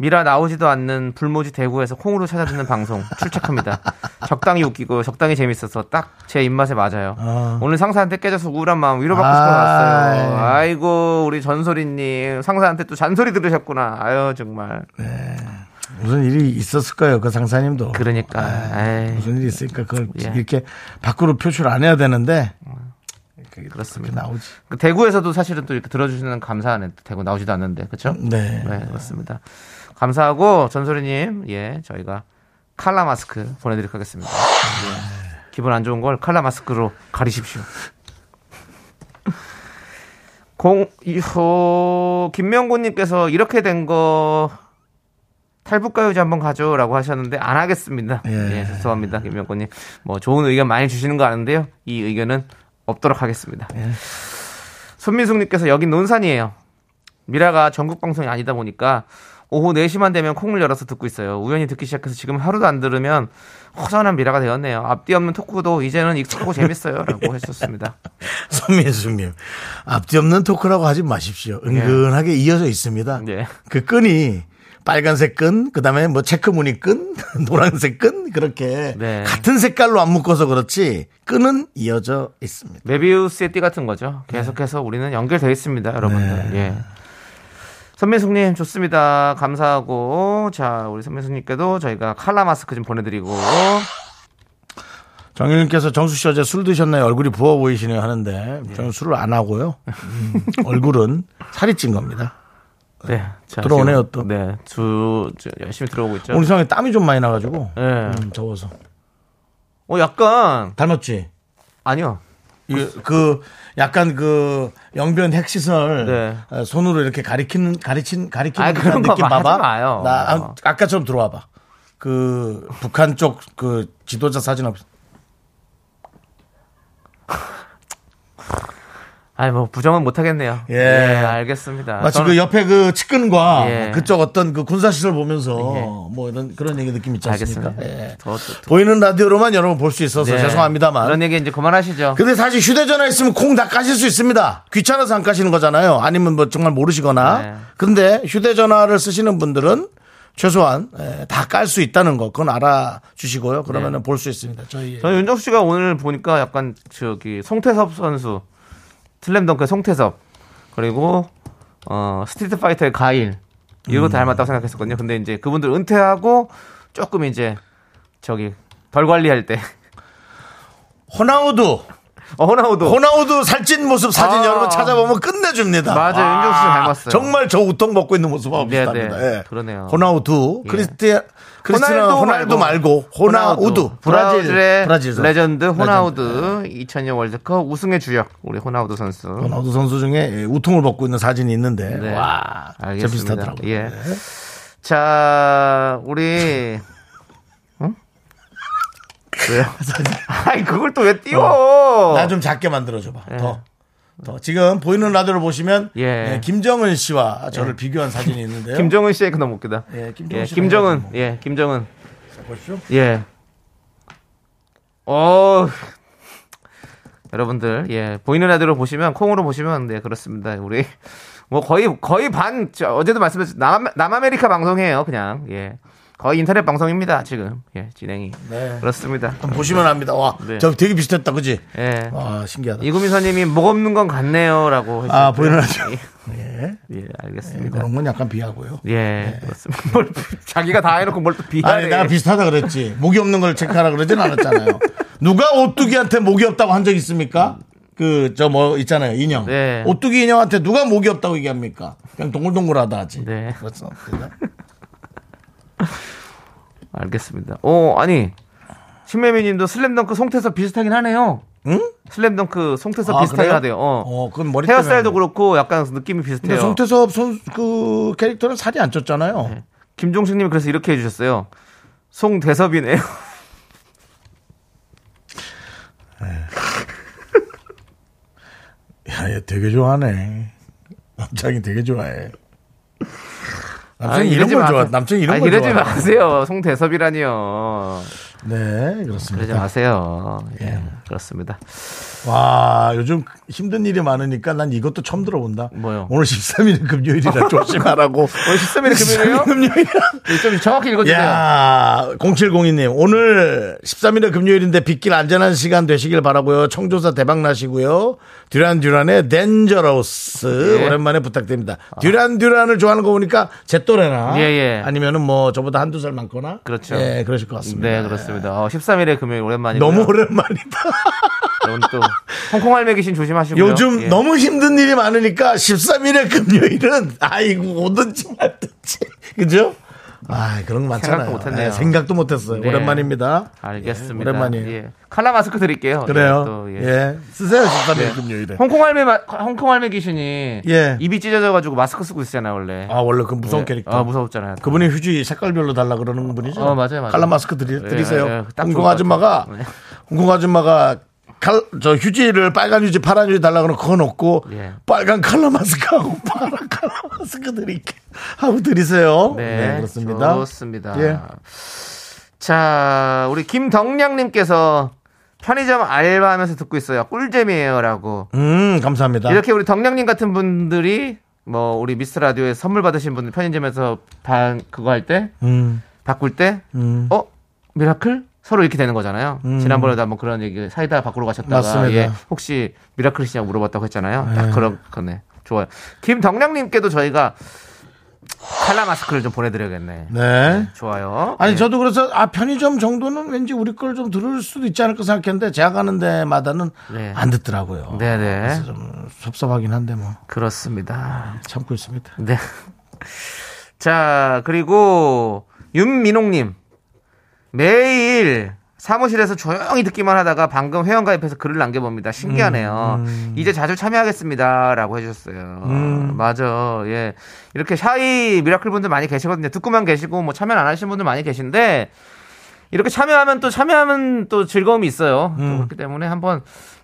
[SPEAKER 2] 미라 나오지도 않는 불모지 대구에서 콩으로 찾아듣는 방송 출첵합니다. 적당히 웃기고 적당히 재밌어서 딱 제 입맛에 맞아요.
[SPEAKER 1] 아.
[SPEAKER 2] 오늘 상사한테 깨져서 우울한 마음 위로받고
[SPEAKER 1] 아.
[SPEAKER 2] 싶어 왔어요. 아이고 우리 전소리님 상사한테 또 잔소리 들으셨구나. 아유 정말
[SPEAKER 1] 어, 무슨 일이 있었을까요? 그 상사님도. 아,
[SPEAKER 2] 그러니까 에이,
[SPEAKER 1] 무슨 일이 있으니까 그걸
[SPEAKER 2] 예. 음.
[SPEAKER 1] 이렇게 밖으로 표출 안 해야 되는데. 그게
[SPEAKER 2] 그렇습니다.
[SPEAKER 1] 그렇게 나오지.
[SPEAKER 2] 그 대구에서도 사실은 또 이렇게 들어주시는 감사하네. 대구 나오지도 않는데 그렇죠?
[SPEAKER 1] 네.
[SPEAKER 2] 네 그렇습니다. 감사하고 전소리님 예 저희가 칼라 마스크 보내드리도록 하겠습니다. 예. 기분 안 좋은 걸 칼라 마스크로 가리십시오. 공 이호 김명곤님께서 이렇게 된 거 탈북가요제 한번 가죠라고 하셨는데 안 하겠습니다.
[SPEAKER 1] 예.
[SPEAKER 2] 예, 죄송합니다 김명곤님. 뭐 좋은 의견 많이 주시는 거 아는데요. 이 의견은 없도록 하겠습니다. 손민숙님께서 여긴 논산이에요. 미라가 전국 방송이 아니다 보니까 오후 4시만 되면 콩을 열어서 듣고 있어요. 우연히 듣기 시작해서 지금 하루도 안 들으면 허전한 미라가 되었네요. 앞뒤 없는 토크도 이제는 익숙하고 재밌어요. 라고 했었습니다.
[SPEAKER 1] 손민수님. 앞뒤 없는 토크라고 하지 마십시오.
[SPEAKER 2] 예.
[SPEAKER 1] 은근하게 이어져 있습니다.
[SPEAKER 2] 네.
[SPEAKER 1] 그 끈이 빨간색 끈, 그 다음에 뭐 체크 무늬 끈, 노란색 끈, 그렇게
[SPEAKER 2] 네.
[SPEAKER 1] 같은 색깔로 안 묶어서 그렇지 끈은 이어져 있습니다. 네.
[SPEAKER 2] 메비우스의 띠 같은 거죠. 계속해서 우리는 연결되어 있습니다. 여러분들. 예. 선민숙님 좋습니다. 감사하고 자 우리 선민숙님께도 저희가 칼라 마스크 좀 보내드리고
[SPEAKER 1] 정유님께서 정수 씨 어제 술 드셨나요? 얼굴이 부어 보이시네요 하는데
[SPEAKER 2] 예.
[SPEAKER 1] 저는 술을 안 하고요. 음, 얼굴은 살이 찐 겁니다.
[SPEAKER 2] 네, 자,
[SPEAKER 1] 들어오네요,
[SPEAKER 2] 지금,
[SPEAKER 1] 또.
[SPEAKER 2] 네, 주, 저 열심히 들어오고 있죠.
[SPEAKER 1] 오늘 상에 땀이 좀 많이 나가지고
[SPEAKER 2] 예.
[SPEAKER 1] 음, 더워서
[SPEAKER 2] 어 약간
[SPEAKER 1] 닮았지.
[SPEAKER 2] 아니요.
[SPEAKER 1] 그, 그 약간 그 영변 핵시설
[SPEAKER 2] 네.
[SPEAKER 1] 어, 손으로 이렇게 가리키는 가리친 가리키는
[SPEAKER 2] 아이,
[SPEAKER 1] 듯한
[SPEAKER 2] 그런 거
[SPEAKER 1] 느낌
[SPEAKER 2] 하지
[SPEAKER 1] 봐봐.
[SPEAKER 2] 마요.
[SPEAKER 1] 나 아, 아까처럼 들어와봐. 그 북한 쪽 그 지도자 사진 없.
[SPEAKER 2] 아니 뭐 부정은 못 하겠네요.
[SPEAKER 1] 예.
[SPEAKER 2] 알겠습니다.
[SPEAKER 1] 마치
[SPEAKER 2] 아, 저는-
[SPEAKER 1] 그 옆에 그 측근과
[SPEAKER 2] 예.
[SPEAKER 1] 그쪽 어떤 그 군사 시설 보면서
[SPEAKER 2] 예.
[SPEAKER 1] 뭐 이런 그런 얘기 느낌 있지 않습니까?
[SPEAKER 2] 알겠습니다.
[SPEAKER 1] 예.
[SPEAKER 2] 더- 더- 더-
[SPEAKER 1] 보이는 라디오로만 여러분 볼 수 있어서
[SPEAKER 2] 네.
[SPEAKER 1] 죄송합니다만.
[SPEAKER 2] 그런 얘기 이제 그만하시죠.
[SPEAKER 1] 근데 사실 휴대전화 있으면 콩 다 까실 수 있습니다. 귀찮아서 안 까시는 거잖아요. 아니면 뭐 정말 모르시거나.
[SPEAKER 2] 네.
[SPEAKER 1] 근데 휴대전화를 쓰시는 분들은 최소한 예, 다 깔 수 있다는 거 그건 알아주시고요. 그러면
[SPEAKER 2] 네.
[SPEAKER 1] 은 볼 수 있습니다. 저희
[SPEAKER 2] 저는 윤정수 씨가 오늘 보니까 약간 저기 송태섭 선수 슬램덩크 송태섭 그리고 어 스트리트 파이터의 가일 이거
[SPEAKER 1] 음.
[SPEAKER 2] 닮았다고 생각했었거든요. 근데 이제 그분들 은퇴하고 조금 이제 저기 덜 관리할 때
[SPEAKER 1] 호나우두
[SPEAKER 2] 어나우도
[SPEAKER 1] 호나우두 살찐 모습 사진
[SPEAKER 2] 아.
[SPEAKER 1] 여러분 찾아보면 끝내줍니다.
[SPEAKER 2] 맞아요.
[SPEAKER 1] 와.
[SPEAKER 2] 윤정수 씨 닮았어요.
[SPEAKER 1] 정말 저 우통 먹고 있는 모습하고
[SPEAKER 2] 네,
[SPEAKER 1] 비슷합니다.
[SPEAKER 2] 네.
[SPEAKER 1] 예.
[SPEAKER 2] 그러네요. 예.
[SPEAKER 1] 호나우두, 크리스티, 크리스티나 호날두 말고, 호나우두,
[SPEAKER 2] 브라질의
[SPEAKER 1] 브라질 선수. 레전드.
[SPEAKER 2] 레전드
[SPEAKER 1] 네.
[SPEAKER 2] 호나우드 2000년 월드컵 우승의 주역 우리 호나우두 선수
[SPEAKER 1] 어, 호나우두 선수 중에 예, 우통을 벗고 있는 사진이 있는데
[SPEAKER 2] 네.
[SPEAKER 1] 와, 진짜
[SPEAKER 2] 알겠습니다.
[SPEAKER 1] 비슷하더라고요.
[SPEAKER 2] 예. 자, 우리 응? 왜요? 아니 그걸 또 왜 띄워?
[SPEAKER 1] 네. 어. 나 좀 작게 만들어 줘봐.
[SPEAKER 2] 예.
[SPEAKER 1] 더. 더. 지금 보이는 라디오를 보시면
[SPEAKER 2] 예.
[SPEAKER 1] 예, 김정은 씨와 저를 비교한 사진이 있는데요.
[SPEAKER 2] 김정은 씨의 그 너무 웃기다.
[SPEAKER 1] 예, 김정은
[SPEAKER 2] 예,
[SPEAKER 1] 씨가
[SPEAKER 2] 김정은,
[SPEAKER 1] 해가지고.
[SPEAKER 2] 예, 김정은,
[SPEAKER 1] 보십시오.
[SPEAKER 2] 예. 어, 여러분들, 예, 보이는 라디오로 보시면 콩으로 보시면 네 그렇습니다. 우리 뭐 거의 거의 반 저, 어제도 말씀드렸죠 남 남아메리카 방송이에요, 그냥 예. 거의 인터넷 방송입니다 지금 예 진행이
[SPEAKER 1] 네.
[SPEAKER 2] 그렇습니다.
[SPEAKER 1] 한번 보시면 압니다. 와,
[SPEAKER 2] 네.
[SPEAKER 1] 저 되게 비슷했다, 그지?
[SPEAKER 2] 예.
[SPEAKER 1] 와, 신기하다.
[SPEAKER 2] 이구민 선님이 목 없는 건 같네요라고 해주셨고요.
[SPEAKER 1] 아, 보이는 라디오. 예. 뭐.
[SPEAKER 2] 예, 알겠습니다.
[SPEAKER 1] 그런 건 약간 비하고요.
[SPEAKER 2] 예, 그렇습니다. 뭘 비- 자기가 다 해놓고 뭘 또
[SPEAKER 1] 아니,
[SPEAKER 2] 비하해?
[SPEAKER 1] 내가 비슷하다 그랬지. 목이 없는 걸 체크하라 그러진 않았잖아요. 누가 오뚜기한테 목이 없다고 한 적 있습니까? 그 저 뭐 있잖아요 인형
[SPEAKER 2] 네.
[SPEAKER 1] 오뚜기 인형한테 누가 목이 없다고 얘기합니까? 그냥 동글동글하다 하지.
[SPEAKER 2] 네.
[SPEAKER 1] 그렇죠. 그죠?
[SPEAKER 2] 알겠습니다. 어, 아니 신매미님도 슬램덩크 송태섭 비슷하긴 하네요.
[SPEAKER 1] 응?
[SPEAKER 2] 슬램덩크 송태섭
[SPEAKER 1] 아,
[SPEAKER 2] 비슷하긴
[SPEAKER 1] 그래요?
[SPEAKER 2] 하대요. 어.
[SPEAKER 1] 어, 그건 머리
[SPEAKER 2] 헤어스타일도
[SPEAKER 1] 때문에.
[SPEAKER 2] 그렇고 약간 느낌이 비슷해요.
[SPEAKER 1] 근데 송태섭 선 그 캐릭터는 살이 안 쪘잖아요.
[SPEAKER 2] 네. 예. 김종식님이 그래서 이렇게 해주셨어요. 송대섭이네요.
[SPEAKER 1] 야, 얘 되게 좋아하네. 남창이 되게 좋아해. 남창이
[SPEAKER 2] 아니,
[SPEAKER 1] 이런
[SPEAKER 2] 이러지
[SPEAKER 1] 걸
[SPEAKER 2] 마세요.
[SPEAKER 1] 좋아. 남창이 이런
[SPEAKER 2] 아니,
[SPEAKER 1] 걸
[SPEAKER 2] 이러지
[SPEAKER 1] 좋아.
[SPEAKER 2] 마세요. 송대섭이라니요.
[SPEAKER 1] 네,
[SPEAKER 2] 그러지
[SPEAKER 1] 그렇습니다.
[SPEAKER 2] 마세요. 예, 그렇습니다.
[SPEAKER 1] 와, 요즘 힘든 일이 많으니까 난 이것도 처음 들어본다.
[SPEAKER 2] 뭐요?
[SPEAKER 1] 오늘 13일 금요일이라 조심하라고.
[SPEAKER 2] 오늘 13일 금요일이에요?
[SPEAKER 1] 금요일이라.
[SPEAKER 2] 좀 정확히 읽어주세요.
[SPEAKER 1] 야, 0702님 오늘 13일에 금요일인데 빗길 안전한 시간 되시길 바라고요. 청조사 대박 나시고요. 듀란 듀란의 덴저러스
[SPEAKER 2] 예.
[SPEAKER 1] 오랜만에 부탁드립니다. 듀란 듀란을 좋아하는 거 보니까 제 또래나
[SPEAKER 2] 예, 예.
[SPEAKER 1] 아니면은 뭐 저보다 한두 살 많거나
[SPEAKER 2] 그렇죠.
[SPEAKER 1] 예, 그러실 것 같습니다.
[SPEAKER 2] 네, 그렇습니다. 어, 13일에 금요일 오랜만이고
[SPEAKER 1] 너무 오랜만이다.
[SPEAKER 2] 여러분 또 홍콩 할매 귀신 조심하시고요.
[SPEAKER 1] 요즘
[SPEAKER 2] 예.
[SPEAKER 1] 너무 힘든 일이 많으니까 13일에 금요일은 아이고 오든지 말든지 그죠? 아 그런 거 많잖아요.
[SPEAKER 2] 생각도 못했네요.
[SPEAKER 1] 예, 생각도 못했어요.
[SPEAKER 2] 네.
[SPEAKER 1] 오랜만입니다.
[SPEAKER 2] 알겠습니다.
[SPEAKER 1] 예, 오랜만이에요.
[SPEAKER 2] 예. 칼라 마스크 드릴게요. 예,
[SPEAKER 1] 그래요.
[SPEAKER 2] 또,
[SPEAKER 1] 예.
[SPEAKER 2] 예.
[SPEAKER 1] 쓰세요 13일 금요일에.
[SPEAKER 2] 홍콩 할매 마- 홍콩 할매 귀신이
[SPEAKER 1] 예.
[SPEAKER 2] 입이 찢어져가지고 마스크 쓰고 있잖아요 원래.
[SPEAKER 1] 아 원래 그 무서운
[SPEAKER 2] 예.
[SPEAKER 1] 캐릭터.
[SPEAKER 2] 아 무서웠잖아요.
[SPEAKER 1] 그분이 휴지 색깔별로 달라 그러는 분이죠.
[SPEAKER 2] 어, 맞아요, 맞아요.
[SPEAKER 1] 칼라 마스크 드리,
[SPEAKER 2] 예,
[SPEAKER 1] 드리세요.
[SPEAKER 2] 예, 딱 좋을
[SPEAKER 1] 홍콩
[SPEAKER 2] 것
[SPEAKER 1] 아줌마가
[SPEAKER 2] 같아요. 네.
[SPEAKER 1] 홍콩 아줌마가 칼, 저 휴지를 빨간 휴지 파란 휴지 달라 그러면 그건 없고
[SPEAKER 2] 예.
[SPEAKER 1] 빨간 칼라 마스크하고 파란 칼라 마스크 드릴게 하고 드리세요.
[SPEAKER 2] 네,
[SPEAKER 1] 그렇습니다.
[SPEAKER 2] 좋습니다.
[SPEAKER 1] 예.
[SPEAKER 2] 자, 우리 김덕량님께서 편의점 알바하면서 듣고 있어요. 꿀잼이에요라고.
[SPEAKER 1] 음 감사합니다.
[SPEAKER 2] 이렇게 우리 덕량님 같은 분들이 뭐 우리 미스 라디오에 선물 받으신 분들 편의점에서 반 그거 할 때
[SPEAKER 1] 음,
[SPEAKER 2] 바꿀 때
[SPEAKER 1] 음.
[SPEAKER 2] 어? 미라클? 서로 이렇게 되는 거잖아요. 지난번에도 한번 그런 얘기 사이다 바꾸러 가셨다가
[SPEAKER 1] 맞습니다. 네.
[SPEAKER 2] 예, 혹시 미라클이시냐고 물어봤다고 했잖아요. 딱 그런 거네. 좋아요. 김덕량님께도 저희가 칼라 마스크를 좀 보내드려야겠네.
[SPEAKER 1] 네.
[SPEAKER 2] 좋아요.
[SPEAKER 1] 아니
[SPEAKER 2] 네.
[SPEAKER 1] 저도 그래서 아 편의점 정도는 왠지 우리 걸 좀 들을 수도 있지 않을까 생각했는데 제가 가는 데마다는
[SPEAKER 2] 네.
[SPEAKER 1] 안 듣더라고요.
[SPEAKER 2] 네네.
[SPEAKER 1] 그래서 좀 섭섭하긴 한데 뭐
[SPEAKER 2] 그렇습니다.
[SPEAKER 1] 참고 있습니다.
[SPEAKER 2] 네. 자, 그리고 윤민홍님. 매일 사무실에서 조용히 듣기만 하다가 방금 회원가입해서 글을 남겨봅니다. 신기하네요. 이제 자주 참여하겠습니다. 라고 해주셨어요. 맞아. 예. 이렇게 샤이 미라클 분들 많이 계시거든요. 듣고만 계시고, 뭐 참여 안 하시는 분들 많이 계신데, 이렇게 참여하면 또 참여하면 또 즐거움이 있어요. 또 그렇기 때문에 한번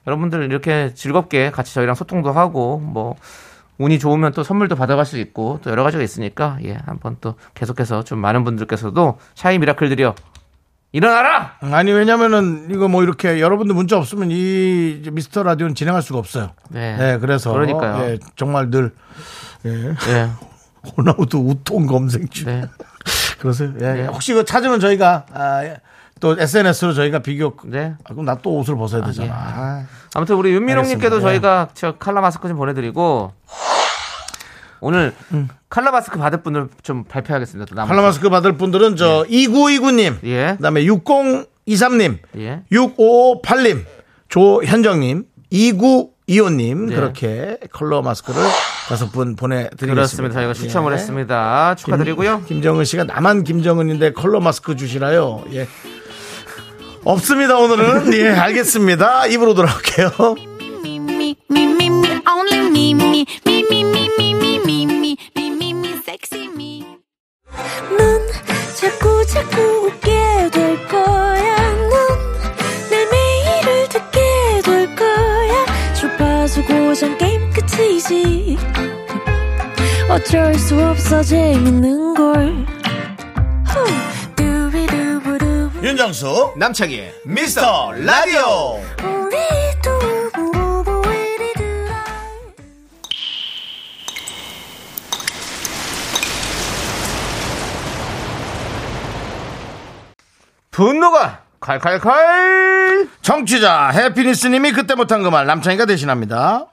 [SPEAKER 2] 여러분들 이렇게 즐겁게 같이 저희랑 소통도 하고 뭐 운이 좋으면 또 선물도 받아갈 수 있고 또 여러 가지가 있으니까 예 한번 또 계속해서 좀 많은 분들께서도 샤이 미라클들이여 일어나라
[SPEAKER 1] 아니 왜냐면은 이거 뭐 이렇게 여러분들 문자 없으면 이 미스터 라디오는 진행할 수가 없어요.
[SPEAKER 2] 네.
[SPEAKER 1] 네, 그래서
[SPEAKER 2] 그러니까요.
[SPEAKER 1] 예, 정말 늘 예,
[SPEAKER 2] 예
[SPEAKER 1] 호나우두 우통 검색 중.
[SPEAKER 2] 네.
[SPEAKER 1] 그러세요? 예, 예. 혹시 이거 찾으면 저희가 아, 예. 또 SNS로 저희가 비교.
[SPEAKER 2] 네.
[SPEAKER 1] 아, 그럼 나 또 옷을 벗어야 되잖아. 아,
[SPEAKER 2] 아무튼 우리 윤민홍님께도
[SPEAKER 1] 알겠습니다. 예.
[SPEAKER 2] 저희가 저 칼라 마스크 좀 보내드리고 오늘 칼라 마스크 받을 분을 좀 발표하겠습니다 또 남은
[SPEAKER 1] 음. 칼라 마스크 받을 분들은 저 2929님,
[SPEAKER 2] 네. 예.
[SPEAKER 1] 그다음에 6023님,
[SPEAKER 2] 예.
[SPEAKER 1] 6558님, 조현정님, 2925님
[SPEAKER 2] 예.
[SPEAKER 1] 그렇게 컬러 마스크를 다섯 분 보내드리겠습니다.
[SPEAKER 2] 그렇습니다 저희가 추첨을
[SPEAKER 1] 예.
[SPEAKER 2] 했습니다 축하드리고요
[SPEAKER 1] 김, 정은 씨가 나만 김정은인데 컬러 마스크 주시나요? 예. 없습니다 오늘은 예 알겠습니다 입으로 돌아올게요
[SPEAKER 6] Me, me, me, me, me, only me, me, me, me, me, me, me, me, me, me, me, me, sexy me. 넌 자꾸, 자꾸 웃게 될 거야. 넌내 매일을 듣게 될 거야. 주파수 고정 게임 끝이지. 어쩔 수 없어, 재밌는 걸. 후. 두비두부두.
[SPEAKER 1] 윤정수
[SPEAKER 2] 남창희의
[SPEAKER 1] 미스터 라디오
[SPEAKER 6] 우리 두부부부 우리 두라.
[SPEAKER 2] 분노가 칼칼칼
[SPEAKER 1] 정취자 해피니스님이 그때 못한 그 말 남창이가 대신합니다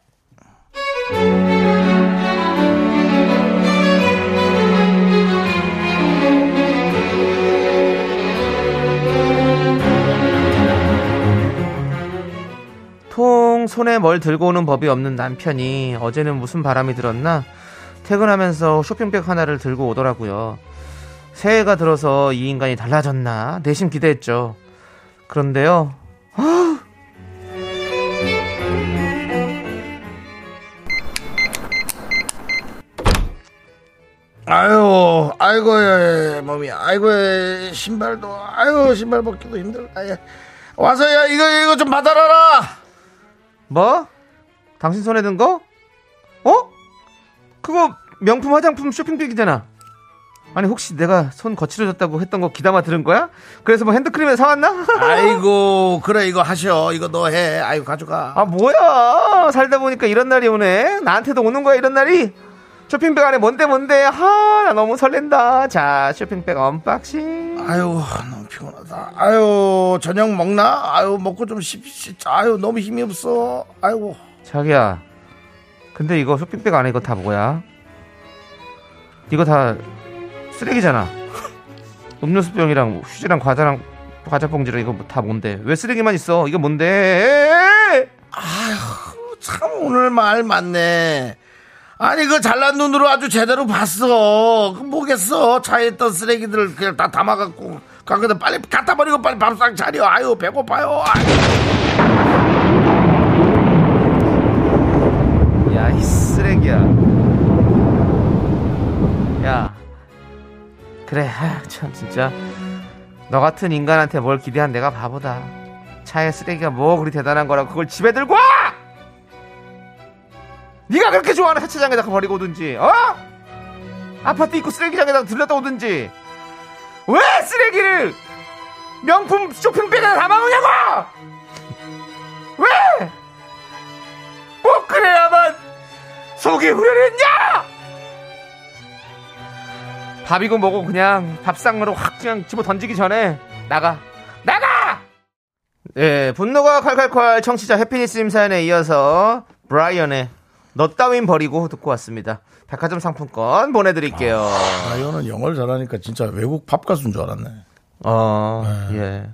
[SPEAKER 2] 통 손에 뭘 들고 오는 법이 없는 남편이 어제는 무슨 바람이 들었나 퇴근하면서 쇼핑백 하나를 들고 오더라고요. 새해가 들어서 이 인간이 달라졌나 내심 기대했죠. 그런데요.
[SPEAKER 1] 아유, 아이고, 예, 몸이, 아이고, 예, 신발도, 아유, 신발 벗기도 힘들다. 예. 와서, 야, 이거, 이거 좀 받아라!
[SPEAKER 2] 뭐? 당신 손에 든 거? 어? 그거 명품 화장품 쇼핑백이잖아. 아니 혹시 내가 손 거칠어졌다고 했던 거 기담아 들은 거야? 그래서 뭐 핸드크림에 사왔나?
[SPEAKER 1] 아이고, 그래, 이거 하셔. 이거 너 해. 아이고, 가져가.
[SPEAKER 2] 아 뭐야 살다 보니까 이런 날이 오네 나한테도 오는 거야 이런 날이 쇼핑백 안에 뭔데 뭔데 하나 너무 설렌다 자 쇼핑백 언박싱
[SPEAKER 1] 아유, 너무 피곤하다. 아유, 저녁 먹나? 아유, 먹고 좀 십, 십, 아유, 너무 힘이 없어. 아이고.
[SPEAKER 2] 자기야 근데 이거 쇼핑백 안에 이거 다 뭐야 이거 다 쓰레기잖아 음료수병이랑 휴지랑 과자랑 과자 봉지랑 이거 뭐 다 뭔데 왜 쓰레기만 있어 이거 뭔데
[SPEAKER 1] 참, 오늘 말 맞네. 아니, 그 잘난 눈으로 아주 제대로 봤어. 그 뭐겠어. 차에 있던 쓰레기들을 그냥 다 담아갖고. 가거든 빨리 갖다 버리고 빨리 밥상 차려. 아유, 배고파요. 아유.
[SPEAKER 2] 야 이 쓰레기야 야 그래 아, 참 진짜 너 같은 인간한테 뭘 기대한 내가 바보다 차에 쓰레기가 뭐 그리 대단한 거라고 그걸 집에 들고 와 네가 그렇게 좋아하는 세차장에다가 버리고 오든지 어 아파트 입구 쓰레기장에다가 들렸다 오든지 왜 쓰레기를 명품 쇼핑백에 담아오냐고 왜 꼭 그래야만 속이 후련했냐? 밥이고 뭐고 그냥 밥상으로 확 그냥 집어 던지기 전에 나가 나가! 네, 예, 분노가 칼칼칼 청취자 해피니스님 사연에 이어서 브라이언의 너 따윈 버리고 듣고 왔습니다. 백화점 상품권 보내드릴게요.
[SPEAKER 1] 아, 이거는 영어를 잘하니까 진짜 외국 팝 가수인 줄 알았네.
[SPEAKER 2] 어, 예.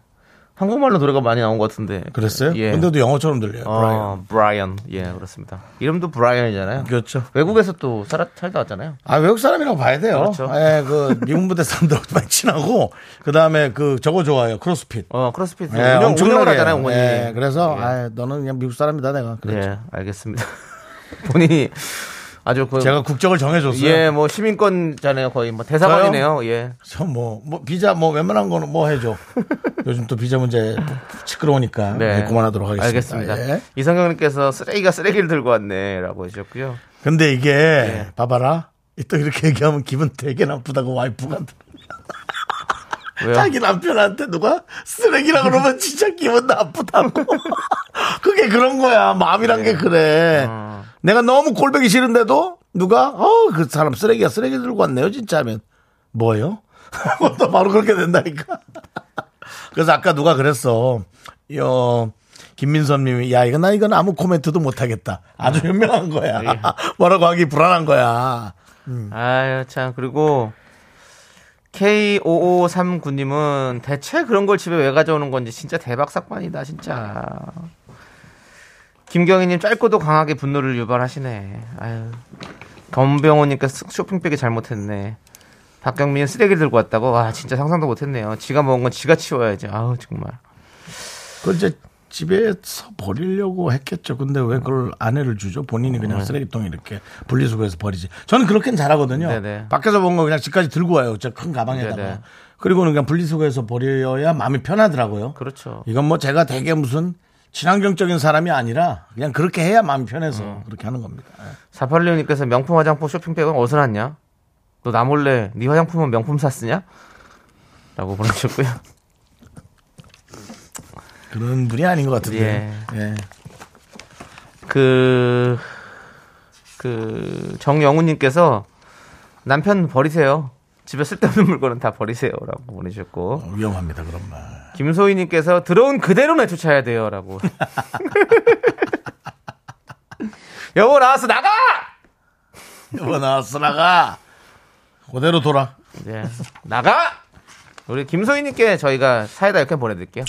[SPEAKER 2] 한국말로 노래가 많이 나온 것 같은데.
[SPEAKER 1] 네. 그랬어요?
[SPEAKER 2] 예.
[SPEAKER 1] 근데도 영어처럼 들려요. 브라이언.
[SPEAKER 2] 어, 브라이언. 예, 그렇습니다. 이름도 브라이언이잖아요.
[SPEAKER 1] 그렇죠.
[SPEAKER 2] 외국에서 또 살아, 살다 왔잖아요.
[SPEAKER 1] 아, 외국 사람이라고 봐야 돼요.
[SPEAKER 2] 그렇죠.
[SPEAKER 1] 예, 그, 미국 무대 사람들하고 많이 친하고, 그 다음에 그, 저거 좋아해요. 크로스핏.
[SPEAKER 2] 어, 크로스핏.
[SPEAKER 1] 예,
[SPEAKER 2] 운영, 운영을
[SPEAKER 1] 엄청나게.
[SPEAKER 2] 하잖아요, 어머니.
[SPEAKER 1] 예, 그래서,
[SPEAKER 2] 예.
[SPEAKER 1] 아, 너는 그냥 미국 사람이다, 내가. 그렇죠. 그랬죠.
[SPEAKER 2] 예, 알겠습니다. 본인이 아주 그.
[SPEAKER 1] 제가 국적을 정해줬어요.
[SPEAKER 2] 예, 뭐 시민권자네요, 거의. 뭐 대사관이네요, 예.
[SPEAKER 1] 저 뭐, 뭐, 비자, 뭐, 웬만한 거는 뭐 해줘. 요즘 또 비자 문제 시끄러우니까. 네. 그만하도록 하겠습니다.
[SPEAKER 2] 알겠습니다.
[SPEAKER 1] 예.
[SPEAKER 2] 이성경님께서 쓰레기가 쓰레기를 들고 왔네라고 해주셨고요.
[SPEAKER 1] 근데 이게,
[SPEAKER 2] 예.
[SPEAKER 1] 봐봐라. 또 이렇게 얘기하면 기분 되게 나쁘다고 와이프가.
[SPEAKER 2] 왜요?
[SPEAKER 1] 자기 남편한테 누가 쓰레기라 그러면 진짜 기분 나쁘다고. 그게 그런 거야. 마음이란 게 그래. 내가 너무 꼴보기 싫은데도 누가, 어, 그 사람 쓰레기야, 쓰레기 들고 왔네요, 진짜 하면. 뭐요? 또 바로 그렇게 된다니까. 그래서 아까 누가 그랬어. 여, 김민섭 님이, 야, 이건 나 이건 아무 코멘트도 못하겠다. 아주 현명한 거야. 뭐라고 하기 불안한 거야.
[SPEAKER 2] 아유 참 그리고 K5539님은 대체 그런 걸 집에 왜 가져오는 건지 진짜 대박 사건이다 진짜. 김경희님 짧고도 강하게 분노를 유발하시네. 아유 검병호님께서 쇼핑백이 잘못했네. 박경민 쓰레기 들고 왔다고 와 진짜 상상도 못했네요. 지가 먹은 건 지가 치워야지. 아우 정말.
[SPEAKER 1] 그걸 이제 집에서 버리려고 했겠죠. 근데 왜 그걸 아내를 주죠? 본인이
[SPEAKER 2] 음.
[SPEAKER 1] 그냥 쓰레기통 이렇게 분리수거해서 버리지. 저는 그렇게는 잘하거든요.
[SPEAKER 2] 네네.
[SPEAKER 1] 밖에서 본 거 그냥 집까지 들고 와요. 저 큰 가방에다가.
[SPEAKER 2] 네네.
[SPEAKER 1] 그리고는 그냥 분리수거해서 버려야 마음이 편하더라고요.
[SPEAKER 2] 그렇죠.
[SPEAKER 1] 이건 뭐 제가 되게 무슨 친환경적인 사람이 아니라 그냥 그렇게 해야 마음이 편해서 그렇게 하는 겁니다. 예.
[SPEAKER 2] 4816님께서 명품 화장품 쇼핑백은 어디서 났냐? 너 나 몰래 네 화장품은 명품 샀으냐? 라고 보내주셨고요.
[SPEAKER 1] 그런 분이 아닌 것 같은데. 예.
[SPEAKER 2] 그, 그, 정영우님께서 남편 버리세요. 집에 쓸데없는 물건은 다 버리세요. 라고 보내주셨고.
[SPEAKER 1] 위험합니다. 그런 말.
[SPEAKER 2] 김소희님께서 들어온 그대로 내쫓아야 돼요. 라고. 여보, 나와서 나가!
[SPEAKER 1] 여보 나왔어 나가. 그대로 돌아.
[SPEAKER 2] 네. 나가! 우리 김소희님께 저희가 사이다 이렇게 보내드릴게요.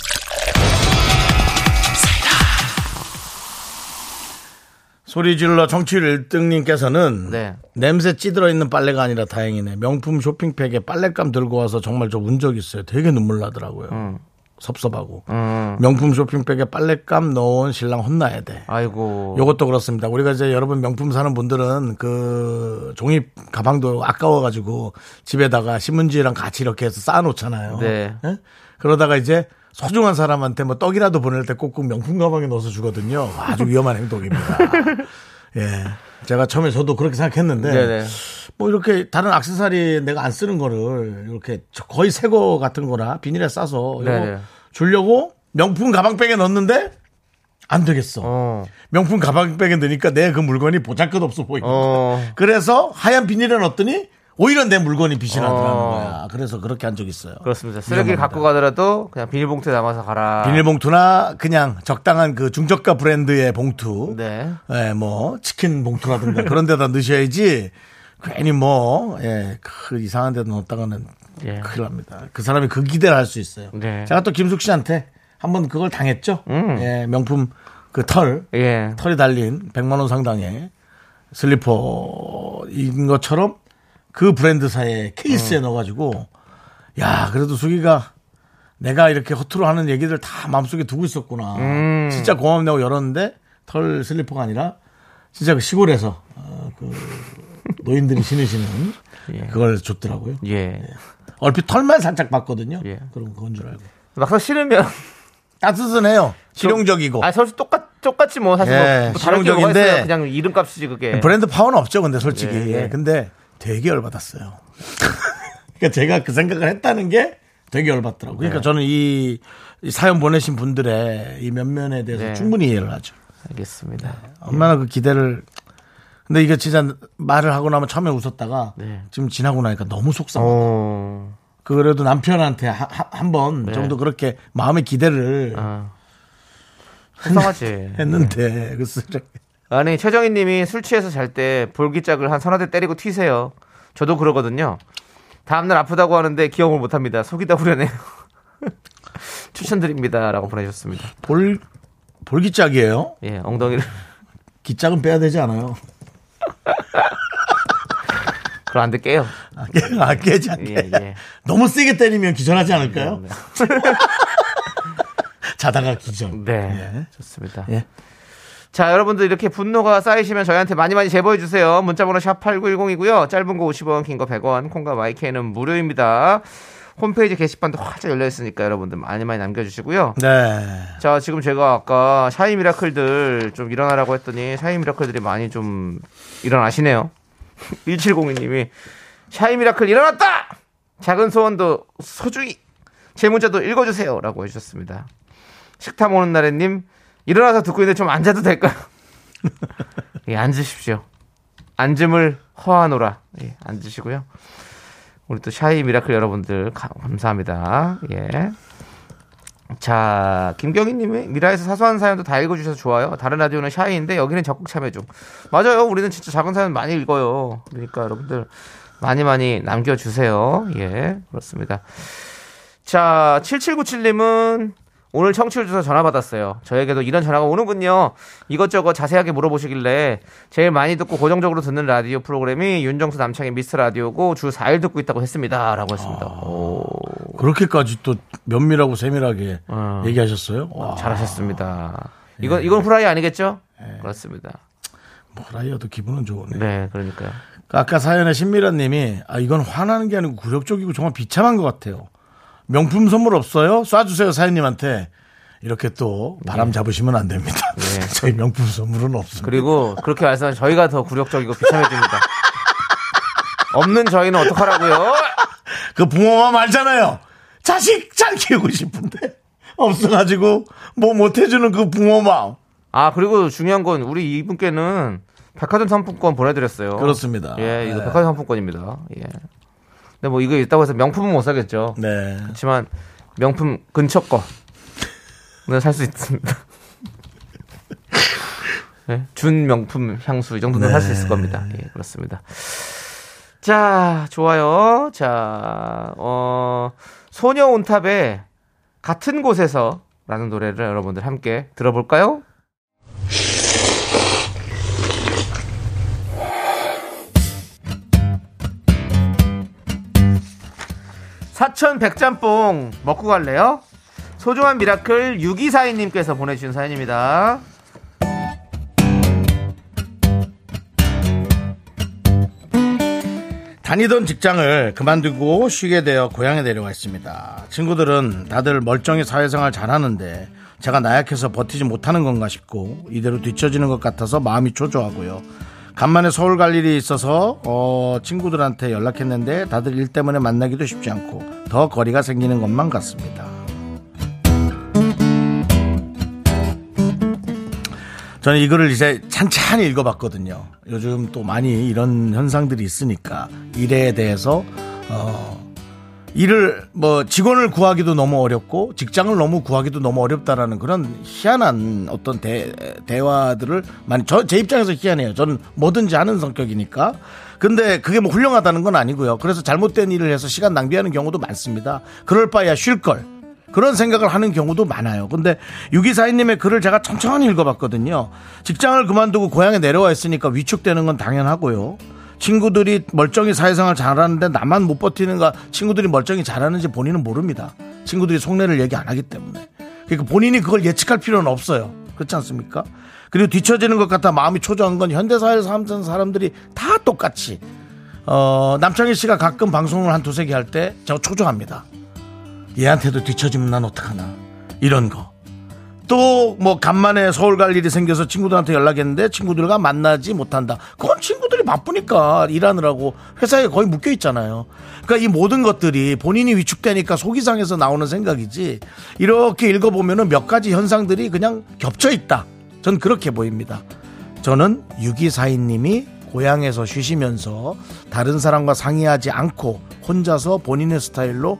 [SPEAKER 1] 소리 질러 정치율 1등님께서는
[SPEAKER 2] 네.
[SPEAKER 1] 냄새 찌들어 있는 빨래가 아니라 다행이네. 명품 쇼핑백에 빨랫감 들고 와서 정말 저 운 적 있어요. 되게 눈물 나더라고요. 섭섭하고.
[SPEAKER 2] 음.
[SPEAKER 1] 명품 쇼핑백에 빨랫감 넣은 신랑 혼나야 돼.
[SPEAKER 2] 아이고.
[SPEAKER 1] 요것도 그렇습니다. 우리가 이제 여러분 명품 사는 분들은 그 종이 가방도 아까워가지고 집에다가 신문지랑 같이 이렇게 해서 쌓아놓잖아요.
[SPEAKER 2] 네.
[SPEAKER 1] 예? 그러다가 이제 소중한 사람한테 뭐 떡이라도 보낼 때 꼭꼭 명품 가방에 넣어서 주거든요. 아주 위험한 행동입니다. 예. 제가 처음에 저도 그렇게 생각했는데
[SPEAKER 2] 네네.
[SPEAKER 1] 뭐 이렇게 다른 악세사리 내가 안 쓰는 거를 이렇게 저- 거의 새 거 같은 거나 비닐에 싸서 이거
[SPEAKER 2] 네네.
[SPEAKER 1] 주려고 명품 가방백에 넣었는데 안 되겠어.
[SPEAKER 2] 어.
[SPEAKER 1] 명품 가방백에 넣으니까 내 그 물건이 보잘것 없어 보이는 거야.
[SPEAKER 2] 어.
[SPEAKER 1] 그래서 하얀 비닐에 넣었더니 오히려 내 물건이 빛이 나더라는
[SPEAKER 2] 어.
[SPEAKER 1] 거야. 그래서 그렇게 한 적 있어요.
[SPEAKER 2] 그렇습니다. 쓰레기
[SPEAKER 1] 위험합니다.
[SPEAKER 2] 갖고 가더라도 그냥 비닐봉투에 담아서 가라.
[SPEAKER 1] 비닐봉투나 그냥 적당한 그 중저가 브랜드의 봉투.
[SPEAKER 2] 네.
[SPEAKER 1] 예, 뭐 치킨 봉투라든가 그런 데다 넣으셔야지 괜히 뭐 예, 그 이상한 데다 넣었다가는
[SPEAKER 2] 예.
[SPEAKER 1] 큰일 납니다. 그 사람이 그 기대를 할 수 있어요.
[SPEAKER 2] 네. 음.
[SPEAKER 1] 제가 또 김숙 씨한테 한번 그걸 당했죠. 예, 명품 그 털
[SPEAKER 2] 예.
[SPEAKER 1] 털이 달린 100만 원 상당의 슬리퍼인 것처럼 그 브랜드사의 케이스에
[SPEAKER 2] 음.
[SPEAKER 1] 넣어가지고 야 그래도 수기가 내가 이렇게 허투루 하는 얘기들 다 마음속에 두고 있었구나. 진짜 고맙네고 열었는데 털 슬리퍼가 아니라 진짜 그 시골에서 어, 그 노인들이 신으시는 그걸 줬더라고요.
[SPEAKER 2] 예.
[SPEAKER 1] 얼핏 털만 살짝 봤거든요.
[SPEAKER 2] 예.
[SPEAKER 1] 그런 그건 줄 알고
[SPEAKER 2] 막상 싫으면.
[SPEAKER 1] 따뜻해요. 실용적이고
[SPEAKER 2] 아, 사실 똑같, 똑같지 뭐. 사실
[SPEAKER 1] 예,
[SPEAKER 2] 뭐. 뭐 다른 게 뭐가
[SPEAKER 1] 실용적인데.
[SPEAKER 2] 있어요. 그냥 이름값이지 그게.
[SPEAKER 1] 브랜드 파워는 없죠, 근데 솔직히.
[SPEAKER 2] 예, 예.
[SPEAKER 1] 예, 근데 되게 열받았어요. 그러니까 제가 그 생각을 했다는 게 되게 열받더라고요. 그러니까 저는 이, 이 사연 보내신 분들의 이 면면에 대해서
[SPEAKER 2] 네.
[SPEAKER 1] 충분히 이해를 하죠.
[SPEAKER 2] 알겠습니다.
[SPEAKER 1] 얼마나 그 기대를. 근데 이게 진짜 말을 하고 나면 처음에 웃었다가
[SPEAKER 2] 네.
[SPEAKER 1] 지금 지나고 나니까 너무 속상해. 요
[SPEAKER 2] 어.
[SPEAKER 1] 그래도 남편한테 한 번
[SPEAKER 2] 네.
[SPEAKER 1] 정도 그렇게 마음의 기대를
[SPEAKER 2] 아. 속상하지.
[SPEAKER 1] 했는데, 그 쓰레기.
[SPEAKER 2] 아니 최정희 님이 술 취해서 잘 때 볼기짝을 한 서너 대 때리고 튀세요. 저도 그러거든요. 다음날 아프다고 하는데 기억을 못합니다. 속이 다 후련해요. 추천드립니다. 라고 보내주셨습니다.
[SPEAKER 1] 볼 볼기짝이에요?
[SPEAKER 2] 예, 엉덩이를.
[SPEAKER 1] 기짝은 빼야 되지 않아요?
[SPEAKER 2] 그럼 안 돼, 깨요.
[SPEAKER 1] 아, 깨, 아 깨지 않게.
[SPEAKER 2] 예, 네. 예.
[SPEAKER 1] 너무 세게 때리면 기절하지 않을까요? 자다가 기절.
[SPEAKER 2] 네. 좋습니다.
[SPEAKER 1] 예.
[SPEAKER 2] 자, 여러분들 이렇게 분노가 쌓이시면 저희한테 많이 많이 제보해 주세요. 문자 번호 샵 8910이고요. 짧은 거 50원, 긴 거 100원. 콩과 마이크는 무료입니다. 홈페이지 게시판도 활짝 열려 있으니까 여러분들 많이 많이 남겨 주시고요.
[SPEAKER 1] 네.
[SPEAKER 2] 자, 지금 제가 아까 샤이 미라클들 좀 일어나라고 했더니 샤이 미라클들이 많이 좀 일어나시네요. 1702님이 샤이 미라클 일어났다! 작은 소원도 소중히 제 문자도 읽어주세요. 라고 해주셨습니다. 식탐 오는 날에님, 일어나서 듣고 있는데 좀 앉아도 될까요? 예, 앉으십시오. 앉음을 허하노라. 예, 앉으시고요. 우리 또 샤이 미라클 여러분들 가- 감사합니다. 예. 자, 김경희님이 미라에서 사소한 사연도 다 읽어주셔서 좋아요. 다른 라디오는 샤이인데 여기는 적극 참여 중. 맞아요. 우리는 진짜 작은 사연 많이 읽어요. 그러니까 여러분들 많이 많이 남겨주세요. 예, 그렇습니다. 자, 7797님은 오늘 청취율 조사 전화 받았어요. 저에게도 이런 전화가 오는군요. 이것저것 자세하게 물어보시길래 제일 많이 듣고 고정적으로 듣는 라디오 프로그램이 윤정수 남창의 미스터 라디오고 주 4일 듣고 있다고 했습니다. 라고 했습니다. 오.
[SPEAKER 1] 그렇게까지 또 면밀하고 세밀하게
[SPEAKER 2] 어.
[SPEAKER 1] 얘기하셨어요? 와,
[SPEAKER 2] 잘하셨습니다.
[SPEAKER 1] 네.
[SPEAKER 2] 이건 이건 후라이 아니겠죠? 그렇습니다.
[SPEAKER 1] 뭐라이어도 기분은 네. 좋네.
[SPEAKER 2] 네, 그러니까요.
[SPEAKER 1] 아까 사연의 신미라님이 아 이건 화나는 게 아니고 굴욕적이고 정말 비참한 것 같아요. 명품 선물 없어요? 쏴주세요 사연님한테 이렇게 또
[SPEAKER 2] 네.
[SPEAKER 1] 바람 잡으시면 안 됩니다. 저희 명품 선물은 없습니다.
[SPEAKER 2] 그리고 그렇게 말씀하시면 저희가 더 굴욕적이고 비참해집니다. 없는 저희는 어떡하라고요?
[SPEAKER 1] 그 부모만 알잖아요. 자식 잘 키우고 싶은데 없어가지고 뭐 못 해주는 그 부모 마음.
[SPEAKER 2] 아 그리고 중요한 건 우리 이분께는 백화점 상품권 보내드렸어요.
[SPEAKER 1] 그렇습니다.
[SPEAKER 2] 예, 이거
[SPEAKER 1] 네.
[SPEAKER 2] 백화점 상품권입니다. 예. 근데 뭐 이거 있다고 해서 명품은 못 사겠죠.
[SPEAKER 1] 네.
[SPEAKER 2] 그렇지만 명품 근처 거는 살 수 있습니다. 예, 준 명품 향수 이 정도는 살 수 있을 겁니다. 예, 그렇습니다. 자, 좋아요. 자, 어, 소녀 온탑의 같은 곳에서 라는 노래를 여러분들 함께 들어볼까요? 사천 백짬뽕 먹고 갈래요? 소중한 미라클 6242님께서 보내주신 사연입니다.
[SPEAKER 1] 다니던 직장을 그만두고 쉬게 되어 고향에 내려왔습니다. 친구들은 다들 멀쩡히 사회생활 잘하는데 제가 나약해서 버티지 못하는 건가 싶고 이대로 뒤처지는 것 같아서 마음이 초조하고요. 간만에 서울 갈 일이 있어서 어, 친구들한테 연락했는데 다들 일 때문에 만나기도 쉽지 않고 더 거리가 생기는 것만 같습니다. 저는 이 글을 이제 찬찬히 읽어봤거든요. 요즘 또 많이 이런 현상들이 있으니까 일에 대해서 어, 일을 뭐 직원을 구하기도 너무 어렵고 직장을 너무 구하기도 너무 어렵다라는 그런 희한한 어떤 대, 대화들을 많이 저 제 입장에서 희한해요. 저는 뭐든지 하는 성격이니까. 근데 그게 뭐 훌륭하다는 건 아니고요. 그래서 잘못된 일을 해서 시간 낭비하는 경우도 많습니다. 그럴 바에야 쉴 걸. 그런 생각을 하는 경우도 많아요. 근데 6242님의 글을 제가 천천히 읽어봤거든요. 직장을 그만두고 고향에 내려와 있으니까 위축되는 건 당연하고요. 친구들이 멀쩡히 사회생활 잘하는데 나만 못 버티는가 친구들이 멀쩡히 잘하는지 본인은 모릅니다. 친구들이 속내를 얘기 안 하기 때문에. 그러니까 본인이 그걸 예측할 필요는 없어요. 그렇지 않습니까? 그리고 뒤처지는 것 같아 마음이 초조한 건 현대사회에서 사는 사람들이 다 똑같이 어, 남창희 씨가 가끔 방송을 한 두세 개 할 때 제가 초조합니다. 얘한테도 뒤처지면 난 어떡하나 이런 거. 또 뭐 간만에 서울 갈 일이 생겨서 친구들한테 연락했는데 친구들과 만나지 못한다. 그건 친구들이 바쁘니까 일하느라고 회사에 거의 묶여 있잖아요. 그러니까 이 모든 것들이 본인이 위축되니까 속이 상해서 나오는 생각이지. 이렇게 읽어보면은 몇 가지 현상들이 그냥 겹쳐 있다. 전 그렇게 보입니다. 저는 6242님이 고향에서 쉬시면서 다른 사람과 상의하지 않고 혼자서 본인의 스타일로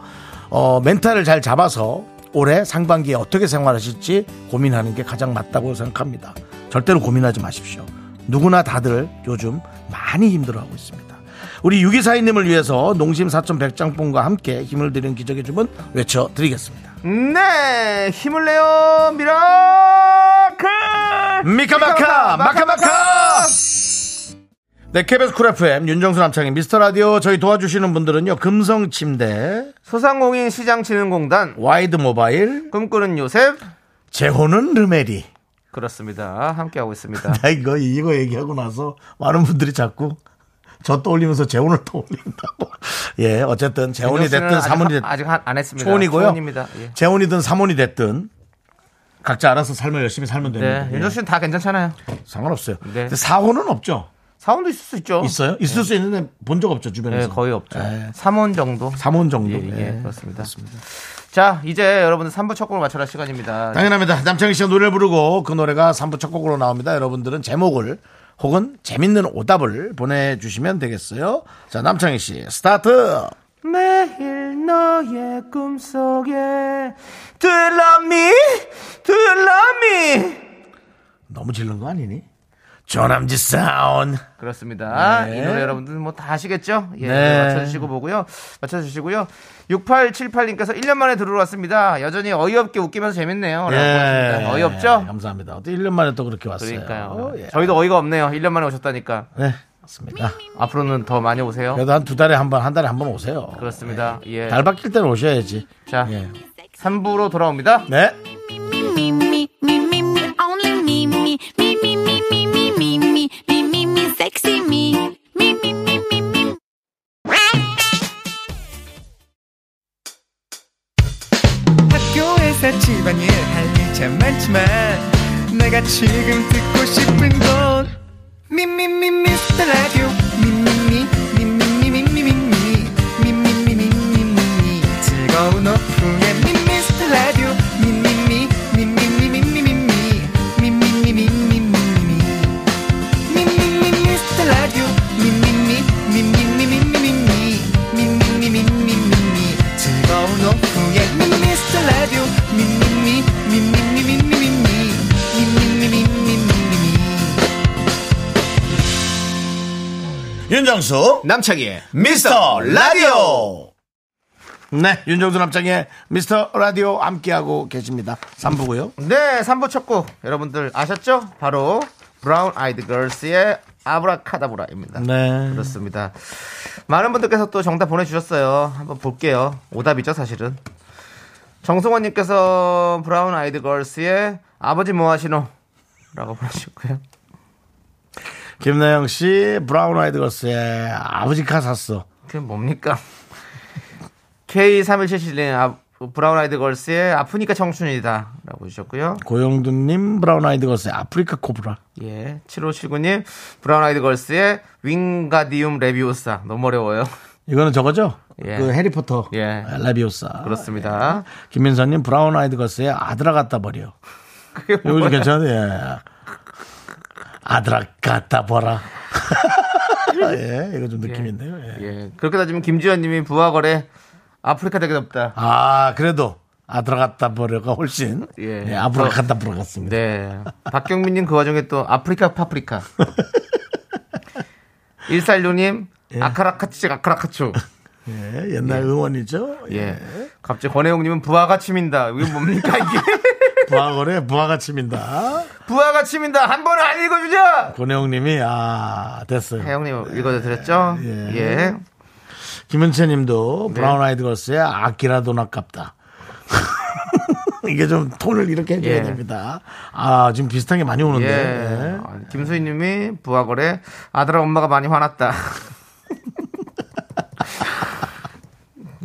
[SPEAKER 1] 어, 멘탈을 잘 잡아서 올해 상반기에 어떻게 생활하실지 고민하는 게 가장 맞다고 생각합니다. 절대로 고민하지 마십시오. 누구나 다들 요즘 많이 힘들어하고 있습니다. 우리 6242님을 위해서 농심 4100장봉과 함께 힘을 드리는 기적의 주문 외쳐드리겠습니다.
[SPEAKER 2] 네, 힘을 내요, 미라클!
[SPEAKER 1] 미카마카! 마카마카! 네, KBS 쿨 FM 윤정수 남창희 미스터 라디오 저희 도와주시는 분들은요. 금성 침대,
[SPEAKER 2] 소상공인 시장진흥공단,
[SPEAKER 1] 와이드 모바일,
[SPEAKER 2] 꿈꾸는 요셉.
[SPEAKER 1] 재혼은 르메리.
[SPEAKER 2] 그렇습니다. 함께하고 있습니다.
[SPEAKER 1] 나 아, 이거 이거 얘기하고 나서 많은 분들이 자꾸 저 떠올리면서 재혼을 떠올린다고. 예, 어쨌든 재혼이
[SPEAKER 2] 민정 씨는
[SPEAKER 1] 됐든
[SPEAKER 2] 아직
[SPEAKER 1] 사혼이
[SPEAKER 2] 하-
[SPEAKER 1] 됐든
[SPEAKER 2] 아직 하- 안 했습니다.
[SPEAKER 1] 초혼이고요.
[SPEAKER 2] 초혼입니다. 예.
[SPEAKER 1] 재혼이든 사혼이 됐든 각자 알아서 삶을 열심히 살면 됩니다.
[SPEAKER 2] 네,
[SPEAKER 1] 예,
[SPEAKER 2] 윤정 씨는 다 괜찮잖아요.
[SPEAKER 1] 상관없어요.
[SPEAKER 2] 네.
[SPEAKER 1] 근데 사혼은 없죠.
[SPEAKER 2] 사원도 있을 수 있죠.
[SPEAKER 1] 있어요? 있을 수 있는데 본 적 없죠
[SPEAKER 2] 네,
[SPEAKER 1] 주변에서.
[SPEAKER 2] 거의 없죠.
[SPEAKER 1] 예.
[SPEAKER 2] 삼원 정도.
[SPEAKER 1] 사혼 정도.
[SPEAKER 2] 예, 예, 그렇습니다.
[SPEAKER 1] 그렇습니다.
[SPEAKER 2] 자, 이제 여러분들 3부 첫 곡을 맞춰라 시간입니다.
[SPEAKER 1] 당연합니다. 남창희 씨가 노래를 부르고 그 노래가 3부 첫 곡으로 나옵니다. 여러분들은 제목을 혹은 재밌는 오답을 보내주시면 되겠어요. 자, 남창희 씨, 스타트!
[SPEAKER 2] 매일 너의 꿈속에 들러미 들러미
[SPEAKER 1] 너무 질른 거 아니니? 조남지 사운.
[SPEAKER 2] 그렇습니다.
[SPEAKER 1] 네.
[SPEAKER 2] 이 노래 여러분들 뭐 다 아시겠죠? 예,
[SPEAKER 1] 네.
[SPEAKER 2] 맞춰주시고 보고요. 맞춰주시고요. 6878님께서 1년 만에 들어왔습니다. 여전히 어이없게 웃기면서 재밌네요. 라고 하셨습니다. 예. 어이없죠?
[SPEAKER 1] 예, 감사합니다. 어떻게 1년 만에 또 그렇게 왔어요.
[SPEAKER 2] 그러니까요.
[SPEAKER 1] 예. 예.
[SPEAKER 2] 저희도 어이가 없네요. 1년 만에 오셨다니까.
[SPEAKER 1] 네, 맞습니다.
[SPEAKER 2] 앞으로는 더 많이 오세요.
[SPEAKER 1] 그래도 한 두 달에 한 번, 한 달에 한 번 오세요.
[SPEAKER 2] 그렇습니다. 예.
[SPEAKER 1] 달 바뀔 때는 오셔야지.
[SPEAKER 2] 자,
[SPEAKER 1] 예.
[SPEAKER 2] 3부로 돌아옵니다.
[SPEAKER 1] 네.
[SPEAKER 6] me, me, me, me, me, only me, me, me, me, me, me, me, me, me, me, me, me, sexy me, me, me, me, me, me.
[SPEAKER 7] 학교에서 집안일 할 일 참 많지만 내가 지금 듣고 싶은 건 미미미 미스터 라디오 미미미 미미미 미미미 미미미 미미미 즐거운 오후에 미스터 라디오 미미미 미미미 미미미 미미미 미미미
[SPEAKER 1] 윤정수.
[SPEAKER 2] 남창희의
[SPEAKER 1] 미스터 라디오. 네. 윤정수 남창의 미스터 라디오 함께하고 계십니다. 3부고요.
[SPEAKER 2] 네, 3부 첫 곡 여러분들 아셨죠? 바로 브라운 아이드 걸스의 아브라카다브라입니다.
[SPEAKER 1] 네.
[SPEAKER 2] 그렇습니다. 많은 분들께서 또 정답 보내주셨어요. 한번 볼게요. 오답이죠, 사실은. 정성원님께서 브라운 아이드 걸스의 아버지 뭐하시노? 라고 보내주셨고요.
[SPEAKER 1] 김나영 씨, 브라운 아이드 걸스의 아버지 카 샀어.
[SPEAKER 2] 그게 뭡니까? K3177님, 브라운 아이드 걸스의 아프니까 청춘이다. 라고 주셨고요.
[SPEAKER 1] 고영두님, 브라운 아이드 걸스의 아프리카 코브라.
[SPEAKER 2] 예. 7579님, 브라운 아이드 걸스의 윙가디움 레비오사. 너무 어려워요.
[SPEAKER 1] 이거는 저거죠?
[SPEAKER 2] 예.
[SPEAKER 1] 그 해리포터
[SPEAKER 2] 예.
[SPEAKER 1] 라비오사.
[SPEAKER 2] 그렇습니다.
[SPEAKER 1] 김민선님 브라운 아이드 걸스의 아들아 갖다 버려.
[SPEAKER 2] 그게
[SPEAKER 1] 이거 괜찮네. 예. 아들아 갖다 버라. 예, 이거 좀 느낌 있네요. 예.
[SPEAKER 2] 예. 그렇게 따지면 김지현님이 부하거래 아프리카 되게 덥다.
[SPEAKER 1] 아 그래도 아들아 갖다 버려가 훨씬
[SPEAKER 2] 예.
[SPEAKER 1] 예, 아브라
[SPEAKER 2] 어.
[SPEAKER 1] 갖다 버려 같습니다.
[SPEAKER 2] 네. 박경민님 그 와중에 또 아프리카 파프리카. 146님 아카라카치 아카라카초.
[SPEAKER 1] 예, 옛날 응원이죠.
[SPEAKER 2] 예. 갑자기 권혜웅님은 부하가 치민다. 이게 뭡니까 이게?
[SPEAKER 1] 부하거래 부하가 칩니다.
[SPEAKER 2] 부하가 치민다. 한 번은 안 읽어주냐?
[SPEAKER 1] 권혜영님이 아 됐어요.
[SPEAKER 2] 혜웅님 읽어드렸죠?
[SPEAKER 1] 예.
[SPEAKER 2] 예. 네.
[SPEAKER 1] 김은채님도 브라운 아이드 걸스의 아끼라도 아깝다. 이게 좀 톤을 이렇게 해줘야
[SPEAKER 2] 예.
[SPEAKER 1] 됩니다. 아 지금 비슷한 게 많이 오는데.
[SPEAKER 2] 예.
[SPEAKER 1] 예.
[SPEAKER 2] 아, 김수희님이 부하거래 아들아 엄마가 많이 화났다.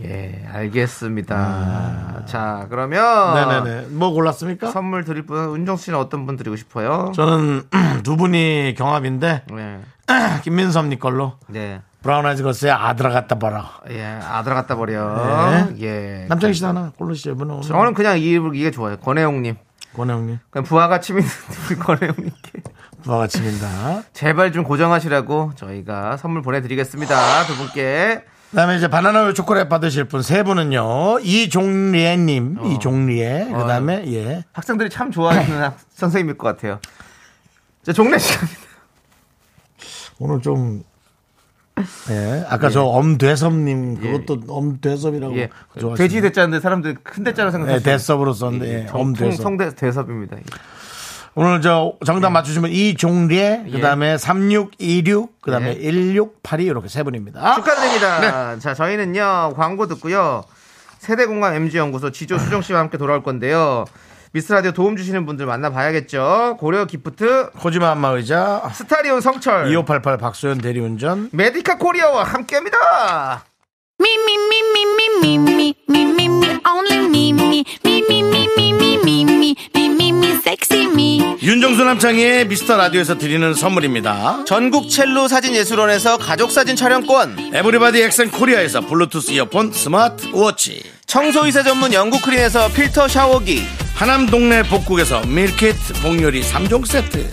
[SPEAKER 2] 예, 알겠습니다. 자, 그러면
[SPEAKER 1] 아. 네네네. 뭐 골랐습니까?
[SPEAKER 2] 아. 어? 선물 드릴 분 은정 씨는 어떤 분 드리고 싶어요?
[SPEAKER 1] 저는 두 분이 경합인데
[SPEAKER 2] 네,
[SPEAKER 1] 김민섭님 걸로
[SPEAKER 2] 네,
[SPEAKER 1] 브라운 아이즈 걸스의 아들아 갖다 봐라.
[SPEAKER 2] 예, 아들 갖다 버려.
[SPEAKER 1] 네.
[SPEAKER 2] 예.
[SPEAKER 1] 남창희 씨도 하나 골르시죠. 이분은 오늘
[SPEAKER 2] 저는 그냥 이 이게 좋아요. 권혜영님,
[SPEAKER 1] 권혜영님
[SPEAKER 2] 그냥 부하가 치민 우리 권혜영님께
[SPEAKER 1] 부하가 칩니다.
[SPEAKER 2] 제발 좀 고정하시라고 저희가 선물 보내드리겠습니다. 두 분께
[SPEAKER 1] 그다음에 이제 바나나 우유 초콜릿 받으실 분 세 분은요 이종리애님
[SPEAKER 2] 어.
[SPEAKER 1] 이종리애 그다음에 예 어,
[SPEAKER 2] 학생들이 참 좋아하는 학- 선생님일 것 같아요. 저 종래 시간입니다.
[SPEAKER 1] 오늘 좀 예, 아까 저 엄대섭님 그것도 엄대섭이라고
[SPEAKER 2] 예.
[SPEAKER 1] 좋아하시는
[SPEAKER 2] 돼지 대자인데 사람들이 큰 대자로
[SPEAKER 1] 예,
[SPEAKER 2] 생각하시죠.
[SPEAKER 1] 대섭으로 썼는데 예,
[SPEAKER 2] 통 예.
[SPEAKER 1] 엄대섭.
[SPEAKER 2] 성대 대섭입니다. 예.
[SPEAKER 1] 오늘 저 정답 맞추시면 이종래 그다음에 3626 그다음에
[SPEAKER 2] 예.
[SPEAKER 1] 1682 이렇게 세 분입니다.
[SPEAKER 2] 축하드립니다. 자, 저희는요, 광고 듣고요. 세대공감 MG연구소 지조 수정 씨와 함께 돌아올 건데요. 미스라디오 도움 주시는 분들 만나봐야겠죠. 고려 기프트,
[SPEAKER 1] 코지마 안마 의자
[SPEAKER 2] 스타리온 성철,
[SPEAKER 1] 2588 박소연 대리운전
[SPEAKER 2] 메디카 코리아와 함께 합니다.
[SPEAKER 6] Me, me, me, me, me, me, me, me, me, me, only me, me, me, me, me, me, me, me, me, me, me, me, sexy me.
[SPEAKER 1] 윤정수 남창희의 미스터 라디오에서 드리는 선물입니다.
[SPEAKER 2] 전국 첼로 사진 예술원에서 가족사진 촬영권,
[SPEAKER 1] 에브리바디 엑센 코리아에서 블루투스 이어폰 스마트 워치
[SPEAKER 2] 청소이사 전문 영국 크린에서 필터 샤워기,
[SPEAKER 1] 하남 동네 복국에서 밀키트 복요리 3종 세트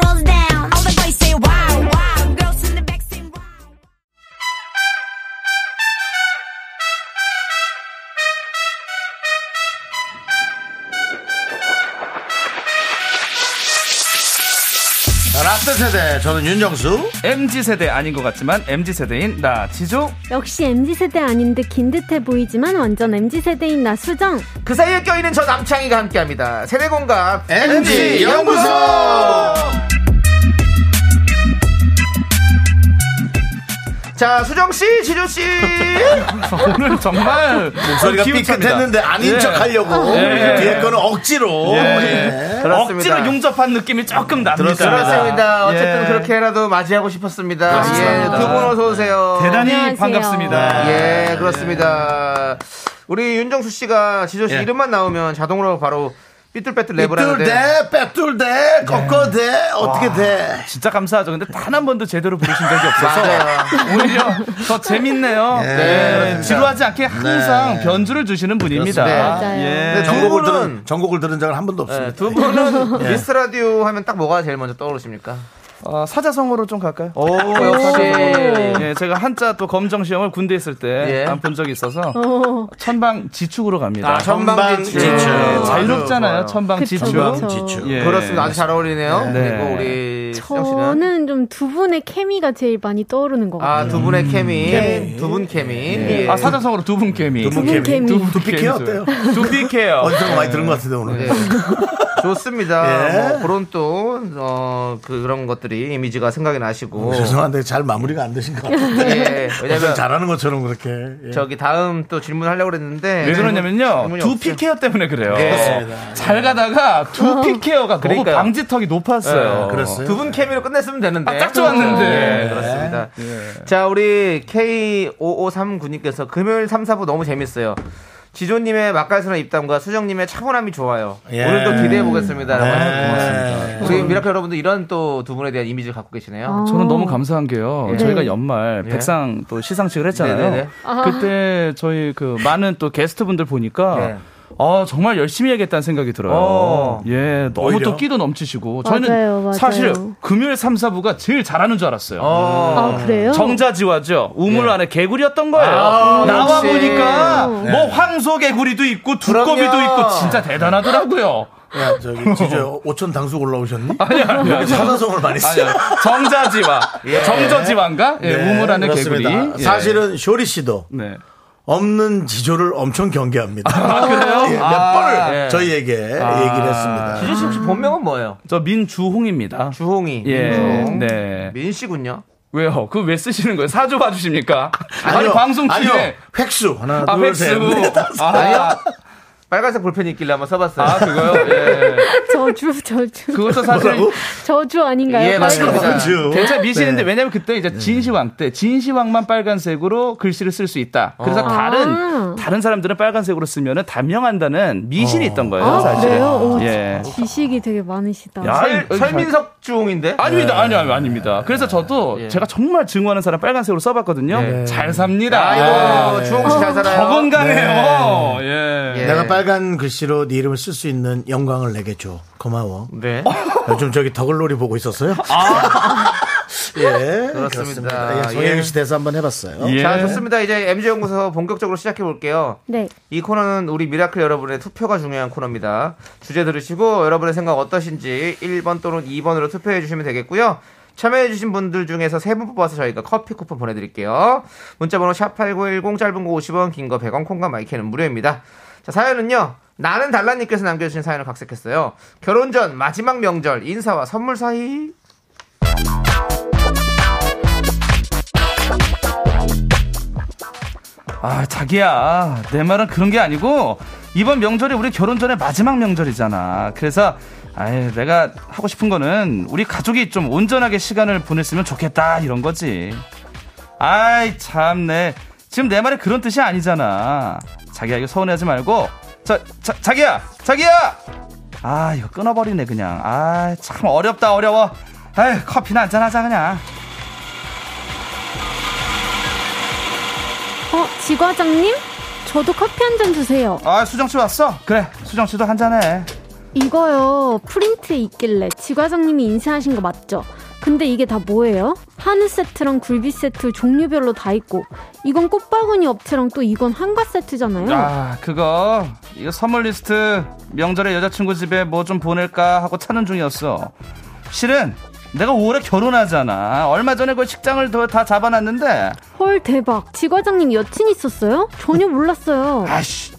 [SPEAKER 6] rolls down. All the boys say wow, wow. Girls in the back say wow.
[SPEAKER 1] 라떼 세대 저는 윤정수
[SPEAKER 8] MZ 세대 아닌 것 같지만 MZ 세대인 나 지조.
[SPEAKER 9] 역시 MZ세대 아닌 듯 긴 듯해 보이지만 완전 MZ세대인 나 수정.
[SPEAKER 2] 그 사이에 껴있는 저 남창희가 함께합니다. 세대공감
[SPEAKER 1] MG 연구소.
[SPEAKER 2] 자 수정씨 지조씨
[SPEAKER 8] 오늘 정말
[SPEAKER 1] 소리가
[SPEAKER 8] 기운찹니다.
[SPEAKER 1] 삐끗했는데 아닌
[SPEAKER 8] 예.
[SPEAKER 1] 척 하려고
[SPEAKER 8] 예.
[SPEAKER 1] 뒤에 거는 억지로 예.
[SPEAKER 2] 그렇습니다.
[SPEAKER 8] 억지로 용접한 느낌이 조금 납니다.
[SPEAKER 1] 들었습니다.
[SPEAKER 2] 그렇습니다. 어쨌든
[SPEAKER 8] 예.
[SPEAKER 2] 그렇게라도 맞이하고 싶었습니다.
[SPEAKER 8] 그렇습니다.
[SPEAKER 2] 예, 두분 어서 오세요.
[SPEAKER 8] 대단히
[SPEAKER 9] 안녕하세요.
[SPEAKER 8] 반갑습니다.
[SPEAKER 2] 예 그렇습니다. 우리 윤정수 씨가 지조 씨
[SPEAKER 1] 예.
[SPEAKER 2] 이름만 나오면 자동으로 바로 삐뚤빼뚤 랩을 하는데
[SPEAKER 1] 삐뚤대 빼뚤대 꺾어대 어떻게 돼
[SPEAKER 8] 진짜 감사하죠. 근데 단 한 번도 제대로 부르신 적이 없어서
[SPEAKER 2] 맞아요.
[SPEAKER 8] 오히려 더 재밌네요. 예, 지루하지 않게 항상
[SPEAKER 1] 네.
[SPEAKER 8] 변주를 주시는 분입니다.
[SPEAKER 2] 그렇습니다.
[SPEAKER 8] 예.
[SPEAKER 2] 두
[SPEAKER 1] 아, 전곡을
[SPEAKER 2] 분은-
[SPEAKER 1] 들은 전곡을 들은 적은 한 번도 없습니다.
[SPEAKER 2] 네, 두 분은 미스 라디오 하면 딱 뭐가 제일 먼저 떠오르십니까?
[SPEAKER 8] 어, 사자성어로 좀 갈까요?
[SPEAKER 2] 오 역시
[SPEAKER 8] 예, 제가 한자 또 검정 시험을 군대 있을
[SPEAKER 2] 예.
[SPEAKER 8] 때안 본 적이 있어서 천방 지축으로 갑니다.
[SPEAKER 2] 아, 전방지축.
[SPEAKER 8] 예,
[SPEAKER 1] 지축.
[SPEAKER 8] 자유롭잖아요.
[SPEAKER 2] 아주
[SPEAKER 8] 천방
[SPEAKER 9] 그쵸,
[SPEAKER 8] 지축.
[SPEAKER 9] 그쵸.
[SPEAKER 1] 지축.
[SPEAKER 8] 예.
[SPEAKER 2] 그렇습니다. 아주 잘 예. 어울리네요.
[SPEAKER 8] 네.
[SPEAKER 2] 그리고 우리 수정 씨는
[SPEAKER 9] 저는 좀 두 분의 케미가 제일 많이 떠오르는 것 같아요.
[SPEAKER 2] 아두 분의 음, 케미, 두 분 케미. 예.
[SPEAKER 8] 아, 사자성어로 두 분 케미.
[SPEAKER 1] 두분
[SPEAKER 9] 분 케미.
[SPEAKER 8] 두분
[SPEAKER 1] 두피 케어 어때요?
[SPEAKER 8] 두피 케어.
[SPEAKER 1] 어디서 네. 많이 들은 것 같은데 오늘.
[SPEAKER 2] 예.
[SPEAKER 1] 예.
[SPEAKER 2] 좋습니다. 뭐 그런 또 어, 그, 그런 것들이 이미지가 생각이 나시고.
[SPEAKER 1] 죄송한데 잘 마무리가 안 되신 것 같은데.
[SPEAKER 2] 예.
[SPEAKER 1] 무슨
[SPEAKER 2] 어. 왜냐면
[SPEAKER 1] 잘하는 것처럼 그렇게. 예.
[SPEAKER 2] 저기 다음 또 질문하려고 그랬는데
[SPEAKER 8] 왜 그러냐면요.
[SPEAKER 2] 질문이
[SPEAKER 8] 두피
[SPEAKER 2] 없어요.
[SPEAKER 8] 케어 때문에 그래요.
[SPEAKER 2] 예.
[SPEAKER 8] 잘 가다가 두피 케어가 너무
[SPEAKER 2] 그러니까요.
[SPEAKER 8] 방지턱이 높았어요.
[SPEAKER 2] 예,
[SPEAKER 1] 그랬어요?
[SPEAKER 2] 두 분 케미로 끝냈으면 되는데.
[SPEAKER 8] 네, 아, 딱 좋았는데.
[SPEAKER 2] 예, 그렇습니다. 자, 우리 K5539님께서 금요일 3, 4부 너무 재밌어요. 지조님의 맛깔스러운 입담과 수정님의 차분함이 좋아요.
[SPEAKER 1] 예.
[SPEAKER 2] 오늘도 기대해 보겠습니다.
[SPEAKER 8] 네.
[SPEAKER 2] 라고 하셨고.
[SPEAKER 1] 고맙습니다.
[SPEAKER 2] 우리 미라클 여러분들 이런 또 두 분에 대한 이미지를 갖고 계시네요.
[SPEAKER 8] 저는 너무 감사한 게요.
[SPEAKER 2] 예.
[SPEAKER 8] 저희가 연말
[SPEAKER 2] 예.
[SPEAKER 8] 백상 또 시상식을
[SPEAKER 2] 네네네.
[SPEAKER 8] 했잖아요. 그때 저희 그 많은 또 게스트분들 보니까
[SPEAKER 2] 예.
[SPEAKER 8] 아 정말 열심히 해야겠다는 생각이 들어요.
[SPEAKER 2] 어.
[SPEAKER 8] 예, 너무
[SPEAKER 1] 오히려?
[SPEAKER 8] 또 끼도 넘치시고 저희는
[SPEAKER 9] 맞아요, 맞아요.
[SPEAKER 8] 사실 금요일 3, 4부가 제일 잘하는 줄 알았어요.
[SPEAKER 2] 어.
[SPEAKER 9] 아, 그래요?
[SPEAKER 8] 정자지화죠. 우물
[SPEAKER 2] 예.
[SPEAKER 8] 안에 개구리였던 거예요. 음.
[SPEAKER 2] 아,
[SPEAKER 8] 나와
[SPEAKER 2] 역시.
[SPEAKER 8] 보니까 뭐 황소 개구리도 있고 두꺼비도
[SPEAKER 2] 그럼요.
[SPEAKER 8] 있고 진짜 대단하더라고요.
[SPEAKER 1] 야, 저기 지저 5천 당수 올라오셨니? 여기 사자성을 많이
[SPEAKER 8] 아니,
[SPEAKER 1] 쓰요
[SPEAKER 8] 정자지화, 정저지화인가? 예, 우물 안에
[SPEAKER 1] 네, 그렇습니다.
[SPEAKER 8] 개구리. 예.
[SPEAKER 1] 사실은 쇼리 씨도
[SPEAKER 8] 네.
[SPEAKER 1] 없는 지조를 엄청 경계합니다. 아,
[SPEAKER 8] 그래요?
[SPEAKER 1] 몇
[SPEAKER 8] 아,
[SPEAKER 1] 번을
[SPEAKER 2] 예.
[SPEAKER 1] 저희에게 얘기를 했습니다.
[SPEAKER 2] 지조 씨 혹시 본명은 뭐예요?
[SPEAKER 8] 저 민주홍입니다.
[SPEAKER 2] 주홍이.
[SPEAKER 8] 예,
[SPEAKER 2] 민주홍.
[SPEAKER 8] 네.
[SPEAKER 2] 민 씨군요.
[SPEAKER 8] 왜요? 그거 왜 쓰시는 거예요? 사주 봐주십니까? 아니,
[SPEAKER 1] 아니요,
[SPEAKER 8] 방송
[SPEAKER 1] 아니요.
[SPEAKER 8] 중에
[SPEAKER 1] 획수 하나
[SPEAKER 8] 아,
[SPEAKER 1] 둘 네,
[SPEAKER 8] 획수.
[SPEAKER 1] 셋. 넷, 다섯.
[SPEAKER 8] 아,
[SPEAKER 2] 빨간색 볼펜이 있길래 한번 써봤어요.
[SPEAKER 8] 아, 그거요? 예.
[SPEAKER 9] 저주 저주.
[SPEAKER 8] 그것도 사실 뭐라고?
[SPEAKER 9] 저주 아닌가요?
[SPEAKER 8] 예, 맞습니다.
[SPEAKER 9] 빨간색.
[SPEAKER 8] 대차 미신인데
[SPEAKER 9] 네.
[SPEAKER 8] 왜냐면 그때 이제 진시황 때 진시황만 빨간색으로 글씨를 쓸 수 있다. 그래서
[SPEAKER 9] 어.
[SPEAKER 8] 다른
[SPEAKER 9] 아.
[SPEAKER 8] 다른 사람들은 빨간색으로 쓰면은 단명한다는 미신이 있던 거예요,
[SPEAKER 9] 아,
[SPEAKER 8] 사실.
[SPEAKER 9] 그래요? 오,
[SPEAKER 8] 예.
[SPEAKER 9] 지식이 되게 많으시다.
[SPEAKER 2] 설민석 주홍인데?
[SPEAKER 8] 아닙니다,
[SPEAKER 9] 네.
[SPEAKER 8] 아니요, 아니요, 아닙니다. 그래서 저도
[SPEAKER 9] 예.
[SPEAKER 8] 제가 정말 증오하는 사람 빨간색으로 써봤거든요.
[SPEAKER 9] 네.
[SPEAKER 8] 잘 삽니다.
[SPEAKER 2] 아이고, 주홍 씨잘 살아요.
[SPEAKER 8] 더 건강해요.
[SPEAKER 9] 네.
[SPEAKER 8] 예.
[SPEAKER 1] 내가 빨간 글씨로 네 이름을 쓸 수 있는 영광을 내게 줘. 고마워.
[SPEAKER 2] 네.
[SPEAKER 8] 아,
[SPEAKER 1] 요즘 저기 더글놀이 보고 있었어요. 예. 그렇습니다. 예,
[SPEAKER 2] 예.
[SPEAKER 1] 정혜윤 씨 대사 한번 해봤어요.
[SPEAKER 8] 예.
[SPEAKER 2] 자, 좋습니다. 이제 MG연구소 본격적으로 시작해볼게요.
[SPEAKER 9] 네.
[SPEAKER 2] 이 코너는 우리 미라클 여러분의 투표가 중요한 코너입니다. 주제 들으시고 여러분의 생각 어떠신지 1번 또는 2번으로 투표해 주시면 되겠고요. 참여해주신 분들 중에서 세 분 뽑아서 저희가 커피 쿠폰 보내드릴게요. 문자번호 샵8910 짧은 거 50원, 긴 거 100원, 콩과 마이크는 무료입니다. 자, 사연은요. 나는 달라님께서 남겨주신 사연을 각색했어요. 결혼 전 마지막 명절 인사와 선물 사이
[SPEAKER 8] 아, 자기야. 내 말은 그런 게 아니고 이번 명절이 우리 결혼 전에 마지막 명절이잖아. 그래서 아유, 내가 하고 싶은 거는 우리 가족이 좀 온전하게 시간을 보냈으면 좋겠다 이런 거지. 아이, 참내. 지금 내 말이 그런 뜻이 아니잖아. 자기야, 이거 서운해하지 말고. 자, 자 자기야. 자기야. 아, 이거 끊어 버리네 그냥. 아, 참 어렵다, 어려워. 아유, 커피나 한잔 하자 그냥.
[SPEAKER 9] 어, 지과장님? 저도 커피 한 잔 주세요.
[SPEAKER 8] 아, 수정 씨 왔어? 그래. 수정 씨도 한 잔 해.
[SPEAKER 9] 이거요. 프린트 있길래 지과장님이 인쇄하신 거 맞죠? 근데 이게 다 뭐예요? 한우 세트랑 굴비 세트 종류별로 다 있고 이건 꽃바구니 업체랑 또 이건 한과 세트잖아요.
[SPEAKER 8] 아 그거 이거 선물 리스트 명절에 여자친구 집에 뭐 좀 보낼까 하고 찾는 중이었어 실은 내가 5월에 결혼하잖아 얼마 전에 그 식장을 더- 다 잡아놨는데
[SPEAKER 9] 헐 대박. 지과장님 여친 있었어요? 전혀 몰랐어요.
[SPEAKER 8] 아씨. 이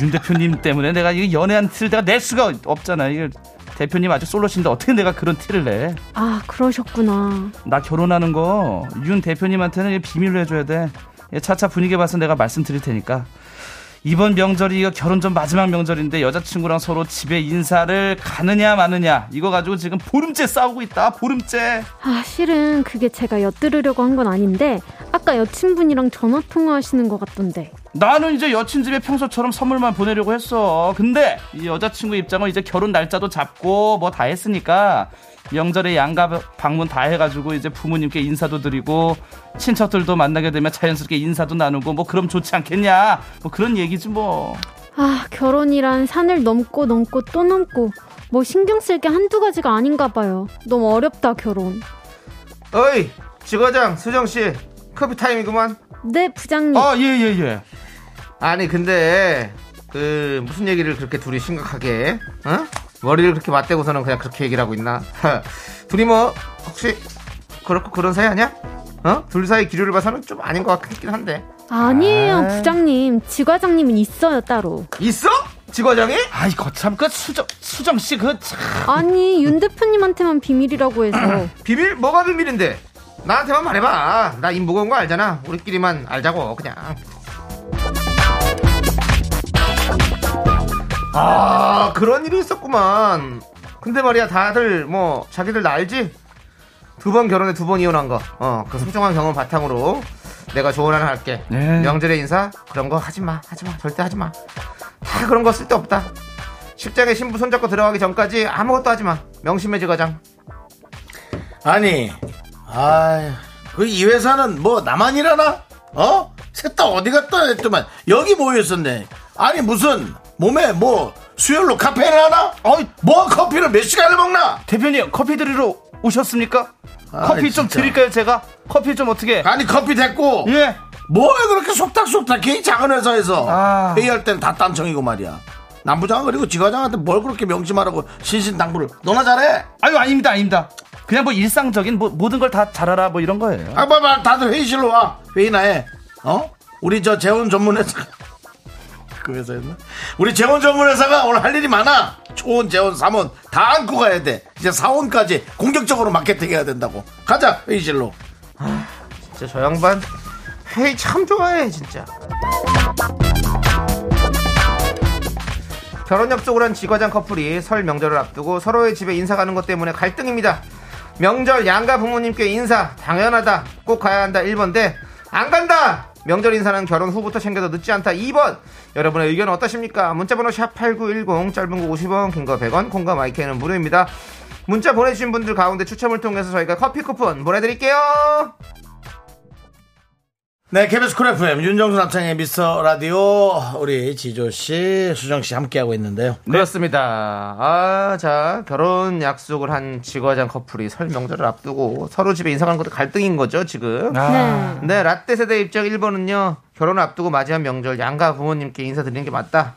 [SPEAKER 8] 윤 대표님 때문에 내가 이 연애한 티를 내가 낼 수가 없잖아 이게 대표님 아주 솔로신데 어떻게 내가 그런 티를 내?
[SPEAKER 9] 아, 그러셨구나.
[SPEAKER 8] 나 결혼하는 거 윤 대표님한테는 비밀로 해줘야 돼. 예, 차차 분위기 봐서 내가 말씀드릴 테니까. 이번 명절이 이거 결혼 전 마지막 명절인데 여자친구랑 서로 집에 인사를 가느냐 마느냐 이거 가지고 지금 보름째 싸우고 있다 보름째
[SPEAKER 9] 아, 실은 그게 제가 엿들으려고 한 건 아닌데 아까 여친분이랑 전화 통화하시는 것 같던데.
[SPEAKER 8] 나는 이제 여친 집에 평소처럼 선물만 보내려고 했어 근데 이 여자친구 입장은 이제 결혼 날짜도 잡고 뭐 다 했으니까 명절에 양가 방문 다 해가지고 이제 부모님께 인사도 드리고 친척들도 만나게 되면 자연스럽게 인사도 나누고 뭐 그럼 좋지 않겠냐 뭐 그런 얘기지 뭐
[SPEAKER 9] 아, 결혼이란 산을 넘고 넘고 또 넘고 뭐 신경 쓸 게 한두 가지가 아닌가 봐요. 너무 어렵다, 결혼.
[SPEAKER 2] 어이 지과장 수정씨 커피 타임이구만
[SPEAKER 9] 네, 부장님.
[SPEAKER 8] 어, 아예예예
[SPEAKER 2] 아니 근데 그 무슨 얘기를 그렇게 둘이 심각하게 어? 머리를 그렇게 맞대고서는 그냥 그렇게 얘기를 하고 있나 둘이 뭐 혹시 그렇고 그런 사이 아니야? 어? 둘 사이 기류를 봐서는 좀 아닌 것 같긴 한데
[SPEAKER 9] 아니에요,
[SPEAKER 2] 아.
[SPEAKER 9] 부장님. 지과장님은 있어요, 따로.
[SPEAKER 2] 있어? 지과장이?
[SPEAKER 8] 아이 거참 그 수정 수정 씨그
[SPEAKER 9] 아니, 윤 대표님한테만 비밀이라고 해서.
[SPEAKER 2] 비밀? 뭐가 비밀인데? 나한테만 말해봐 나 입 무거운 거 알잖아 우리끼리만 알자고 그냥 아 그런 일이 있었구만 근데 말이야 다들 뭐 자기들 나 알지? 두 번 결혼해 두 번 이혼한 거어그 소중한 경험 바탕으로 내가 조언 하나 할게
[SPEAKER 8] 네.
[SPEAKER 2] 명절에 인사 그런 거 하지마 하지마 절대 하지마 다 그런 거 쓸데없다 식장에 신부 손잡고 들어가기 전까지 아무것도 하지마 명심해 지과장
[SPEAKER 1] 아니, 아, 그 이 회사는 뭐 나만 일하나? 어? 셋다 어디 갔다 했더만 여기 모여 있었네. 아니 무슨 몸에 뭐 수혈로 카페인을 하나? 어이, 뭐 커피를 몇 시간을 먹나?
[SPEAKER 8] 대표님 커피 드리러 오셨습니까?
[SPEAKER 1] 아이,
[SPEAKER 8] 커피 좀
[SPEAKER 1] 진짜.
[SPEAKER 8] 드릴까요 제가? 커피 좀 어떻게?
[SPEAKER 1] 아니 커피 됐고
[SPEAKER 8] 예.
[SPEAKER 1] 뭐에 그렇게 속닥속닥 개인 작은 회사에서
[SPEAKER 8] 아.
[SPEAKER 1] 회의할 땐 다 딴청이고 말이야. 남부장 그리고 지과장한테 뭘 그렇게 명심하라고 신신당부를 너나 잘해.
[SPEAKER 8] 아유 아닙니다 아닙니다. 그냥 뭐 일상적인 뭐 모든 걸 다 잘하라 뭐 이런 거예요.
[SPEAKER 1] 아, 봐봐, 다들 회의실로 와. 회의나 해. 어? 우리 저 재혼 전문 회사. 그 회사였나? 우리 재혼 전문 회사가 오늘 할 일이 많아. 초혼, 재혼, 삼혼 다 안고 가야 돼. 이제 사혼까지 공격적으로 마케팅해야 된다고. 가자, 회의실로.
[SPEAKER 2] 진짜 저 양반 회의 참 좋아해 진짜 결혼 약속을 한 지과장 커플이 설 명절을 앞두고 서로의 집에 인사 가는 것 때문에 갈등입니다. 명절 양가 부모님께 인사 당연하다 꼭 가야 한다 1번데 안 간다 명절 인사는 결혼 후부터 챙겨도 늦지 않다 2번 여러분의 의견은 어떠십니까 문자번호 샵8910 짧은 거 50원 긴 거 100원 콩과 마이크는 무료입니다 문자 보내주신 분들 가운데 추첨을 통해서 저희가 커피 쿠폰 보내드릴게요
[SPEAKER 1] 네, KBS 쿨 FM 윤정수 남창의 미스터 라디오 우리 지조 씨, 수정 씨 함께 하고 있는데요.
[SPEAKER 2] 네. 그렇습니다. 아, 자, 결혼 약속을 한 지과장 커플이 설 명절을 앞두고 서로 집에 인사 가는 것도 갈등인 거죠, 지금.
[SPEAKER 8] 아.
[SPEAKER 2] 네, 라떼 세대 입장 1번은요, 결혼 앞두고 맞이한 명절 양가 부모님께 인사드리는 게 맞다.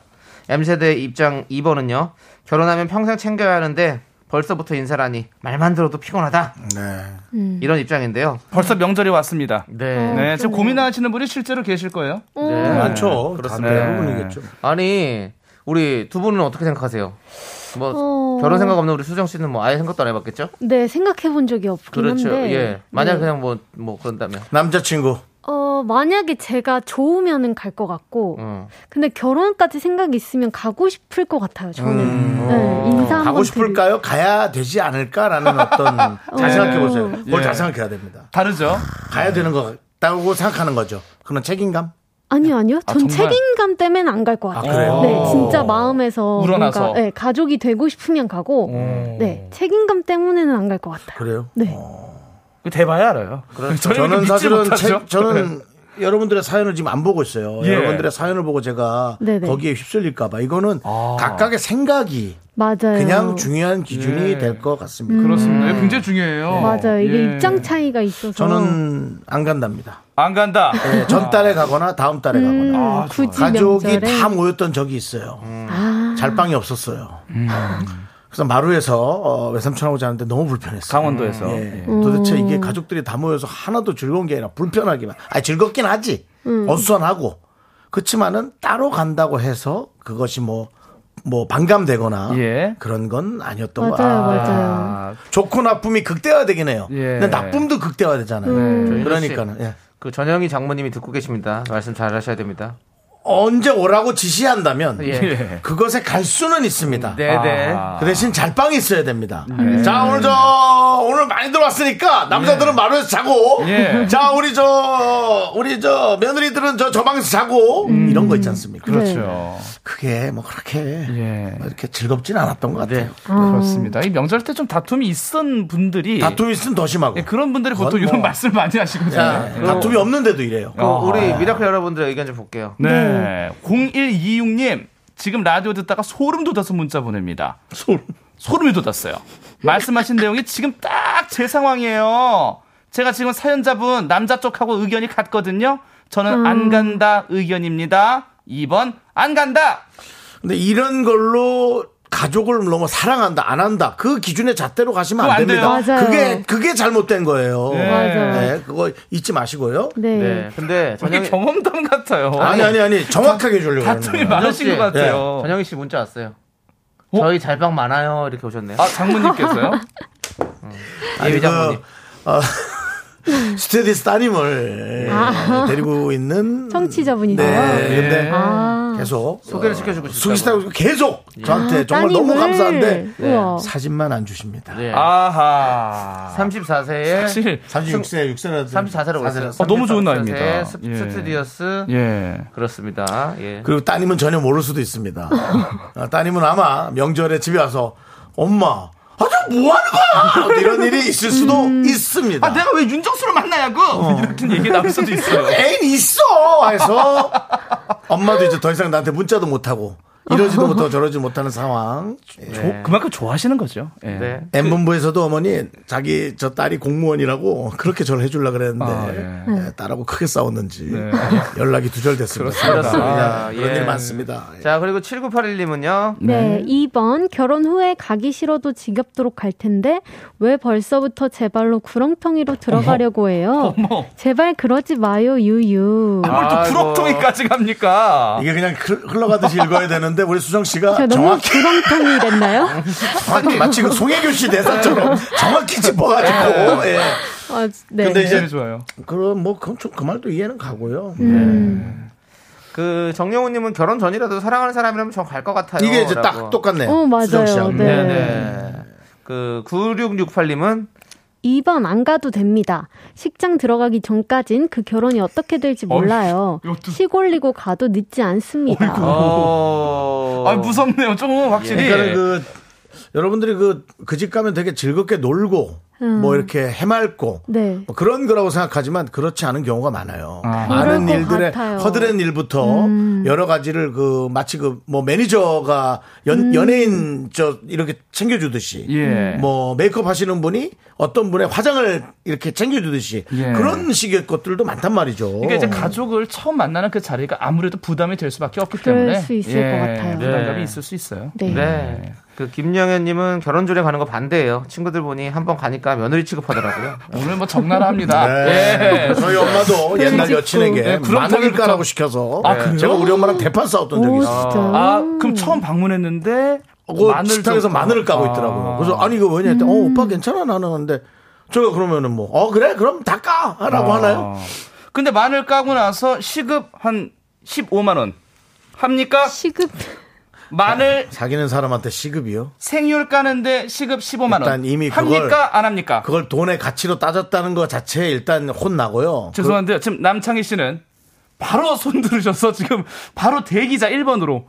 [SPEAKER 2] M세대 입장 2번은요, 결혼하면 평생 챙겨야 하는데 벌써부터 인사라니 말만 들어도 피곤하다.
[SPEAKER 1] 네.
[SPEAKER 2] 이런 입장인데요.
[SPEAKER 8] 벌써 명절이 왔습니다.
[SPEAKER 2] 네.
[SPEAKER 8] 네, 지금 고민하시는 분이 실제로 계실 거예요.
[SPEAKER 2] 네.
[SPEAKER 1] 많죠. 그렇습니다.
[SPEAKER 8] 네.
[SPEAKER 1] 대부분이겠죠.
[SPEAKER 2] 아니, 우리 두 분은 어떻게 생각하세요? 뭐
[SPEAKER 9] 어.
[SPEAKER 2] 결혼 생각 없는 우리 수정 씨는 뭐 아예 생각도 안 해봤겠죠?
[SPEAKER 9] 네, 생각해 본 적이 없긴
[SPEAKER 2] 그렇죠.
[SPEAKER 9] 한데.
[SPEAKER 2] 예. 만약
[SPEAKER 9] 네.
[SPEAKER 2] 그냥 뭐, 뭐 그런다면.
[SPEAKER 1] 남자친구.
[SPEAKER 9] 어, 만약에 제가 좋으면은 갈 것 같고.
[SPEAKER 2] 어.
[SPEAKER 9] 근데 결혼까지 생각이 있으면 가고 싶을 것 같아요, 저는. 네, 인사 한번
[SPEAKER 1] 가고 싶을까요? 가야 되지 않을까라는 어떤 잘 생각해 보세요.
[SPEAKER 9] 네.
[SPEAKER 1] 그걸
[SPEAKER 8] 예.
[SPEAKER 1] 잘 생각해야 됩니다.
[SPEAKER 8] 다르죠?
[SPEAKER 1] 가야 되는 것 같다고 생각하는 거죠. 그런 책임감?
[SPEAKER 9] 아니요, 아니요. 전
[SPEAKER 8] 정말?
[SPEAKER 9] 책임감 때문에 안 갈 것 같아요.
[SPEAKER 1] 그래요? 어.
[SPEAKER 9] 네, 진짜 마음에서
[SPEAKER 8] 우러나서.
[SPEAKER 9] 뭔가 네, 가족이 되고 싶으면 가고,
[SPEAKER 1] 어.
[SPEAKER 9] 네, 책임감 때문에는 안 갈 것 같아요.
[SPEAKER 1] 그래요?
[SPEAKER 9] 네.
[SPEAKER 8] 그 대봐야 알아요.
[SPEAKER 1] 저는 네. 사실은
[SPEAKER 8] 죠
[SPEAKER 1] 책, 저는 여러분들의 사연을 지금 안 보고 있어요.
[SPEAKER 8] 예.
[SPEAKER 1] 여러분들의 사연을 보고 제가
[SPEAKER 9] 네네.
[SPEAKER 1] 거기에 휩쓸릴까 봐. 이거는 각각의 생각이
[SPEAKER 9] 맞아요.
[SPEAKER 1] 그냥 중요한 기준이
[SPEAKER 8] 예.
[SPEAKER 1] 될 것
[SPEAKER 9] 음.
[SPEAKER 1] 같습니다.
[SPEAKER 8] 그렇습니다. 이거 굉장히 중요해요.
[SPEAKER 9] 네. 맞아요. 이게
[SPEAKER 8] 예.
[SPEAKER 9] 입장 차이가 있어서.
[SPEAKER 1] 저는 안 간답니다.
[SPEAKER 8] 안 간다.
[SPEAKER 1] 예, 전달에 가거나 다음 달에
[SPEAKER 9] 음,
[SPEAKER 1] 가거나.
[SPEAKER 9] 굳이
[SPEAKER 1] 아, 가족이
[SPEAKER 9] 명절에.
[SPEAKER 1] 다 모였던 적이 있어요.
[SPEAKER 9] 아,
[SPEAKER 1] 잘방이 없었어요. 그래서 마루에서 어, 외삼촌하고 자는데 너무 불편했어요.
[SPEAKER 8] 강원도에서. 음.
[SPEAKER 1] 예. 도대체 이게 가족들이 다 모여서 하나도 즐거운 게 아니라 불편하기만. 아 즐겁긴 하지.
[SPEAKER 9] 음.
[SPEAKER 1] 어수선하고. 그렇지만은 따로 간다고 해서 그것이 뭐, 뭐 반감되거나
[SPEAKER 8] 예.
[SPEAKER 1] 그런 건 아니었던
[SPEAKER 9] 맞아요,
[SPEAKER 1] 거 뭐. 같아요.
[SPEAKER 9] 맞아요.
[SPEAKER 8] 아,
[SPEAKER 1] 좋고 나쁨이 극대화되긴 해요.
[SPEAKER 8] 예.
[SPEAKER 1] 근데 나쁨도 극대화되잖아요.
[SPEAKER 9] 음.
[SPEAKER 1] 그러니까는. 예.
[SPEAKER 2] 그 전영희 장모님이 듣고 계십니다. 말씀 잘 하셔야 됩니다.
[SPEAKER 1] 언제 오라고 지시한다면
[SPEAKER 2] 예.
[SPEAKER 1] 그것에 갈 수는 있습니다.
[SPEAKER 2] 네네.
[SPEAKER 8] 아.
[SPEAKER 1] 그 대신 잘방이 있어야 됩니다.
[SPEAKER 8] 음. 네.
[SPEAKER 1] 자, 오늘 저, 오늘 많이 들어왔으니까 남자들은 마루에서 자고,
[SPEAKER 8] 예.
[SPEAKER 1] 자, 우리 저, 우리 저 며느리들은 저, 저 방에서 자고, 이런 거 있지 않습니까?
[SPEAKER 8] 그렇죠.
[SPEAKER 1] 그게 뭐 그렇게
[SPEAKER 8] 음. 예.
[SPEAKER 1] 뭐 이렇게 즐겁진 않았던 것 같아요.
[SPEAKER 8] 그렇습니다. 이 명절 때 좀 다툼이 있은 분들이
[SPEAKER 1] 다툼이 있으면 더 심하고.
[SPEAKER 8] 네. 예, 그런 분들이
[SPEAKER 1] 그건
[SPEAKER 8] 보통
[SPEAKER 1] 뭐.
[SPEAKER 8] 이런 말씀 많이
[SPEAKER 1] 야,
[SPEAKER 8] 하시거든요.
[SPEAKER 1] 다툼이 없는데도 이래요.
[SPEAKER 2] 그
[SPEAKER 8] 아.
[SPEAKER 2] 우리 미라클 여러분들의 의견 좀 볼게요.
[SPEAKER 8] 네. 0126님, 지금 라디오 듣다가 소름 돋아서 문자 보냅니다.
[SPEAKER 1] 소름.
[SPEAKER 8] 소름이 돋았어요. 말씀하신 내용이 지금 딱 제 상황이에요. 제가 지금 사연자분 남자 쪽하고 의견이 같거든요. 저는 안 간다 의견입니다. 2번 안 간다.
[SPEAKER 1] 근데 이런 걸로 가족을 너무 사랑한다, 안 한다. 그 기준의 잣대로 가시면
[SPEAKER 8] 그거
[SPEAKER 1] 안
[SPEAKER 8] 안 돼요.
[SPEAKER 1] 됩니다.
[SPEAKER 9] 맞아요.
[SPEAKER 1] 그게, 그게 잘못된 거예요.
[SPEAKER 9] 맞아요.
[SPEAKER 1] 네, 그거 잊지 마시고요.
[SPEAKER 9] 네.
[SPEAKER 2] 네. 근데
[SPEAKER 8] 되게
[SPEAKER 2] 전영희
[SPEAKER 8] 경험담 같아요.
[SPEAKER 2] 어,
[SPEAKER 1] 아니, 예. 아니, 아니. 정확하게 해주려고.
[SPEAKER 8] 다툼이
[SPEAKER 1] 그러는 거야.
[SPEAKER 8] 많으신 것 같아요.
[SPEAKER 2] 전영희 씨 문자 왔어요. 저희 잘방 많아요. 이렇게 오셨네요.
[SPEAKER 8] 아 장모님께서요?
[SPEAKER 2] 예비
[SPEAKER 1] 아니,
[SPEAKER 2] 장모님.
[SPEAKER 1] 그, 어, 스테디스 따님을 예, 데리고 있는
[SPEAKER 9] 아. 청취자분이세요? 예.
[SPEAKER 1] 네, 근데
[SPEAKER 9] 아.
[SPEAKER 1] 계속
[SPEAKER 2] 소개를
[SPEAKER 1] 어,
[SPEAKER 2] 시켜주고 예. 싶다고.
[SPEAKER 1] 소개시켜주고 계속 저한테 정말
[SPEAKER 9] 따님을.
[SPEAKER 1] 너무 감사한데
[SPEAKER 9] 우와.
[SPEAKER 1] 사진만 안 주십니다.
[SPEAKER 2] 네.
[SPEAKER 8] 아하.
[SPEAKER 2] 34세에
[SPEAKER 8] 아. 사실
[SPEAKER 1] 36세, 6세나
[SPEAKER 2] 34세로 오셨어요.
[SPEAKER 8] 어, 너무 좋은 나이입니다. 예.
[SPEAKER 2] 스튜디오스
[SPEAKER 8] 예.
[SPEAKER 2] 그렇습니다. 예.
[SPEAKER 1] 그리고 따님은 전혀 모를 수도 있습니다. 아, 따님은 아마 명절에 집에 와서 엄마 아저 뭐 하는 거야 이런 일이 있을 수도
[SPEAKER 9] 음.
[SPEAKER 1] 있습니다.
[SPEAKER 2] 네,
[SPEAKER 8] 아 내가 왜 윤정수를 만나냐고
[SPEAKER 2] 어.
[SPEAKER 8] 이렇게 얘기 나올 수도 있어요.
[SPEAKER 1] 애인 있어 해서 엄마도 이제 더 이상 나한테 문자도 못 하고 이러지도 못하고 저러지 못하는 상황. 예.
[SPEAKER 8] 조- 그만큼 좋아하시는 거죠. 예.
[SPEAKER 2] 네.
[SPEAKER 1] M 본부에서도 어머니 자기 저 딸이 공무원이라고 그렇게 저를 해주려 그랬는데
[SPEAKER 8] 아,
[SPEAKER 1] 예, 딸하고 크게 싸웠는지 연락이 두절됐습니다. 아, 그렇습니다.
[SPEAKER 2] 그렇습니다.
[SPEAKER 1] 그런
[SPEAKER 2] 예.
[SPEAKER 1] 일 많습니다. 예.
[SPEAKER 2] 자, 그리고 7981님은요.
[SPEAKER 9] 네. 2번 결혼 후에 가기 싫어도 지겹도록 갈 텐데 왜 벌써부터 제 발로 구렁텅이로 들어가려고 해요?
[SPEAKER 1] 뭐.
[SPEAKER 8] 어머.
[SPEAKER 9] 제발 그러지 마요 유유.
[SPEAKER 8] 뭘또
[SPEAKER 2] 아이고.
[SPEAKER 8] 구렁텅이까지 갑니까?
[SPEAKER 1] 이게 그냥 흘- 흘러가듯이 읽어야 되는데 우리 수정
[SPEAKER 9] 제가
[SPEAKER 1] 씨가
[SPEAKER 9] 너무
[SPEAKER 1] 정확히
[SPEAKER 9] 구렁텅이랬나요?
[SPEAKER 1] 정확히 마치 그 송혜교 씨 대사처럼 정확히 짚어가지고. 예.
[SPEAKER 9] 아, 네.
[SPEAKER 1] 근데 이제
[SPEAKER 8] 좋아요.
[SPEAKER 1] 그
[SPEAKER 9] 음.
[SPEAKER 1] 그럼 뭐 그건 좀그 말도 이해는 가고요.
[SPEAKER 2] 그 정영훈님은 결혼 전이라도 사랑하는 사람이라면 전 갈 것 같아요.
[SPEAKER 1] 이게 이제 딱
[SPEAKER 2] 라고.
[SPEAKER 1] 똑같네요.
[SPEAKER 9] 어, 맞아요.
[SPEAKER 1] 수정 씨하고.
[SPEAKER 9] 네.
[SPEAKER 2] 네. 네. 그 9668님은
[SPEAKER 9] 2번 안 가도 됩니다. 식장 들어가기 전까진 그 결혼이 어떻게 될지 몰라요. 시골리고 가도 늦지 않습니다.
[SPEAKER 8] 어... 아 무섭네요. 좀 확실히.
[SPEAKER 1] 그러니까 그 여러분들이 그 그 집 가면 되게 즐겁게 놀고
[SPEAKER 9] 음.
[SPEAKER 1] 뭐 이렇게 해맑고
[SPEAKER 9] 네.
[SPEAKER 1] 뭐 그런 거라고 생각하지만 그렇지 않은 경우가 많아요.
[SPEAKER 9] 그럴
[SPEAKER 1] 많은
[SPEAKER 9] 것
[SPEAKER 1] 일들의
[SPEAKER 9] 같아요. 음.
[SPEAKER 1] 허드렛 일부터 여러 가지를 그 마치 그 뭐 매니저가
[SPEAKER 9] 음.
[SPEAKER 1] 연, 연예인 저 이렇게 챙겨주듯이
[SPEAKER 8] 예.
[SPEAKER 1] 뭐 메이크업 하시는 분이 어떤 분의 화장을 이렇게 챙겨주듯이
[SPEAKER 8] 예.
[SPEAKER 1] 그런 식의 것들도 많단 말이죠.
[SPEAKER 8] 그러니까 이제 가족을 처음 만나는 그 자리가 아무래도 부담이 될 수밖에 없기
[SPEAKER 9] 그럴
[SPEAKER 8] 때문에 예,
[SPEAKER 9] 수 있을 것 같아요.
[SPEAKER 8] 부담감이 있을 수 있어요.
[SPEAKER 9] 네.
[SPEAKER 2] 네. 그 김영현님은 결혼 전에 가는 거 반대예요. 친구들 보니 한 번 가니까 며느리 취급하더라고요.
[SPEAKER 8] 오늘 뭐 적나라합니다.
[SPEAKER 1] 네.
[SPEAKER 8] 예.
[SPEAKER 1] 저희 엄마도 옛날 여친에게
[SPEAKER 8] 네, 그런
[SPEAKER 1] 마늘가라고
[SPEAKER 8] 타입부터.
[SPEAKER 1] 시켜서 네.
[SPEAKER 8] 아, 그래요?
[SPEAKER 1] 제가 우리 엄마랑 대판 싸웠던 적이
[SPEAKER 9] 오,
[SPEAKER 1] 있어요.
[SPEAKER 9] 진짜요?
[SPEAKER 8] 아 그럼 처음 방문했는데
[SPEAKER 1] 그
[SPEAKER 8] 아, 마늘
[SPEAKER 1] 식탁에서
[SPEAKER 8] 좀-
[SPEAKER 1] 마늘을 까고
[SPEAKER 8] 아. 음.
[SPEAKER 1] 있더라고요. 그래서 아니 이거 왜냐 했더니 어 오빠 괜찮아 나는 근데 제가 그러면은 뭐 어 그래 그럼 다 까라고
[SPEAKER 8] 아.
[SPEAKER 1] 하나요?
[SPEAKER 8] 근데 마늘 까고 나서 시급 한 15만 원 합니까?
[SPEAKER 9] 시급
[SPEAKER 8] 마늘
[SPEAKER 1] 사귀는 사람한테 시급이요.
[SPEAKER 8] 생율 까는데 시급 15만 원
[SPEAKER 1] 일단 이미
[SPEAKER 8] 합니까?
[SPEAKER 1] 그걸-
[SPEAKER 8] 안 합니까?
[SPEAKER 1] 그걸 돈의 가치로 따졌다는 것 자체에 일단 혼나고요. 그-
[SPEAKER 8] 죄송한데요. 지금 남창희 씨는 바로 손 들으셔서 지금 바로 대기자 1번으로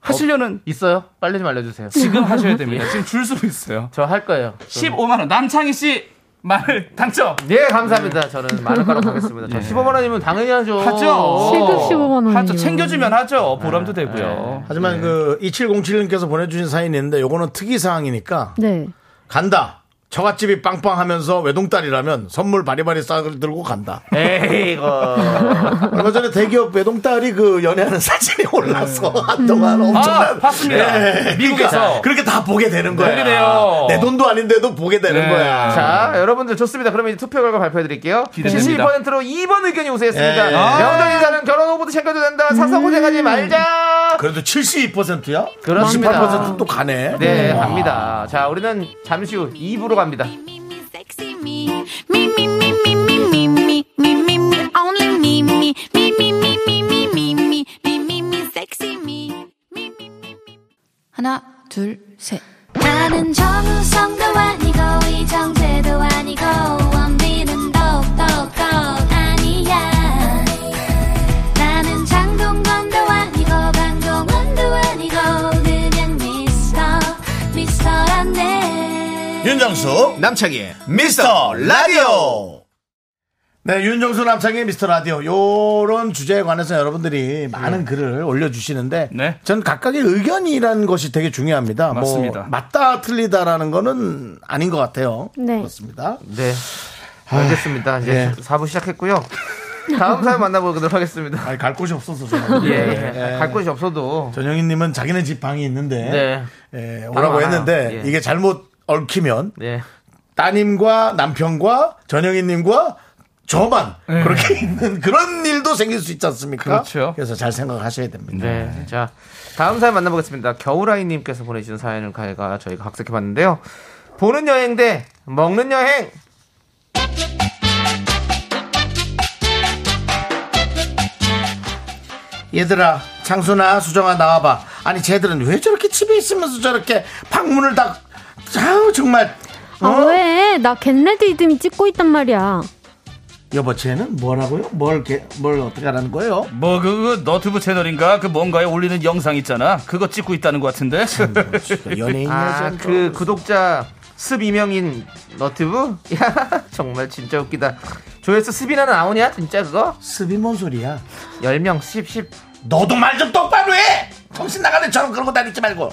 [SPEAKER 8] 하시려는
[SPEAKER 2] 있어요? 빨리 좀 알려주세요.
[SPEAKER 8] 지금 하셔야 됩니다. 지금 줄 서고 있어요.
[SPEAKER 2] 저 할 거예요.
[SPEAKER 8] 15만 원 남창희 씨 마늘 당첨.
[SPEAKER 2] 예, 감사합니다. 저는 마늘 가러 가겠습니다. 저 15만 원이면 당연히 하죠.
[SPEAKER 8] 하죠. 어.
[SPEAKER 9] 시급 15만 원이요.
[SPEAKER 8] 하죠. 챙겨주면 하죠. 보람도 되고요.
[SPEAKER 1] 하지만 그 2707님께서 보내주신 사연이 있는데 요거는 특이 사항이니까
[SPEAKER 9] 네.
[SPEAKER 1] 간다. 처갓집이 빵빵하면서 외동딸이라면 선물 바리바리 싹을 들고 간다.
[SPEAKER 2] 에이, 이거.
[SPEAKER 1] 얼마 전에 대기업 외동딸이 그 연애하는 사진이 올라서 한동안 엄청난
[SPEAKER 8] 음.
[SPEAKER 1] 네. 그러니까
[SPEAKER 8] 아, 봤습니다. 미국에서.
[SPEAKER 1] 그렇게 다 보게 되는 거야.
[SPEAKER 8] 보게 돼요.
[SPEAKER 1] 내 돈도 아닌데도 보게 되는
[SPEAKER 8] 네.
[SPEAKER 1] 거야.
[SPEAKER 2] 자, 여러분들 좋습니다. 그러면 이제 투표 결과 발표해 드릴게요.
[SPEAKER 8] 기대됩니다.
[SPEAKER 2] 72%로 2번 의견이 우세했습니다.
[SPEAKER 1] 예.
[SPEAKER 2] 명절 인사는 결혼 후보도 챙겨도 된다. 사서 고생하지 말자.
[SPEAKER 1] 그래도 72%야?
[SPEAKER 2] 그렇습니다.
[SPEAKER 1] 18%또 가네.
[SPEAKER 2] 네,
[SPEAKER 1] 와.
[SPEAKER 2] 갑니다. 자, 우리는 잠시 후 2부로 갑니다.
[SPEAKER 6] 하나 둘 셋. 나는 정우성도 아니고 이정재도 아니고 원빈은 더욱더 아니야 나는 장동건도 아니고 강동원도 아니고 그냥 미스터 미스터란데
[SPEAKER 1] 윤정수, 남창희, 미스터 라디오! 네, 윤정수 남창희 미스터 라디오. 요런 주제에 관해서 여러분들이 많은 글을 올려주시는데,
[SPEAKER 8] 네.
[SPEAKER 1] 전 각각의 의견이라는 것이 되게 중요합니다. 뭐
[SPEAKER 8] 맞습니다.
[SPEAKER 1] 맞다, 틀리다라는 거는 아닌 것 같아요.
[SPEAKER 9] 네.
[SPEAKER 1] 그렇습니다.
[SPEAKER 2] 네. 알겠습니다. 이제
[SPEAKER 1] 예.
[SPEAKER 2] 4부 시작했고요. 다음 사연 만나보도록 하겠습니다.
[SPEAKER 1] 아니, 갈 곳이 없어서 저는. 네.
[SPEAKER 2] 예, 예. 갈 곳이 없어도.
[SPEAKER 1] 전영희님은 자기네 집 방이 있는데, 예,
[SPEAKER 2] 네. 바로
[SPEAKER 1] 오라고
[SPEAKER 2] 와요.
[SPEAKER 1] 했는데
[SPEAKER 2] 예.
[SPEAKER 1] 이게 잘못 얽히면
[SPEAKER 2] 예.
[SPEAKER 1] 따님과 남편과 전영희님과 저만 그렇게 있는 그런 일도 생길 수 있지 않습니까?
[SPEAKER 8] 그렇죠.
[SPEAKER 1] 래서잘 생각하셔야 됩니다.
[SPEAKER 2] 네. 자, 다음 사연 만나보겠습니다. 겨울아이님께서 보내주신 사연을 가해가 저희가 각색해봤는데요. 보는 여행 대 먹는 여행!
[SPEAKER 1] 얘들아, 창수나 수정아 나와봐. 아니 쟤들은 왜 저렇게 집에 있으면서 저렇게 방문을 다 아우 정말 어?
[SPEAKER 9] 아 왜? 나 겟레드 이듬이 찍고 있단 말이야.
[SPEAKER 1] 여보 쟤는 뭐라고요? 뭘, 개- 뭘 어떻게 하라는 거예요?
[SPEAKER 8] 뭐, 그, 그 너튜브 채널인가? 그 뭔가에 올리는 영상 있잖아. 그거 찍고 있다는 것 같은데?
[SPEAKER 1] 연예인
[SPEAKER 2] 아,
[SPEAKER 1] 여자는
[SPEAKER 2] 그 구독자 습 이명인 너튜브? 야, 정말 진짜 웃기다. 조회수 습이나 나오냐? 진짜 그거?
[SPEAKER 1] 습이 뭔 소리야?
[SPEAKER 2] 10명, 10, 10.
[SPEAKER 1] 너도 말 좀 똑바로 해! 정신 나가는 저런 그러고 다니지 말고.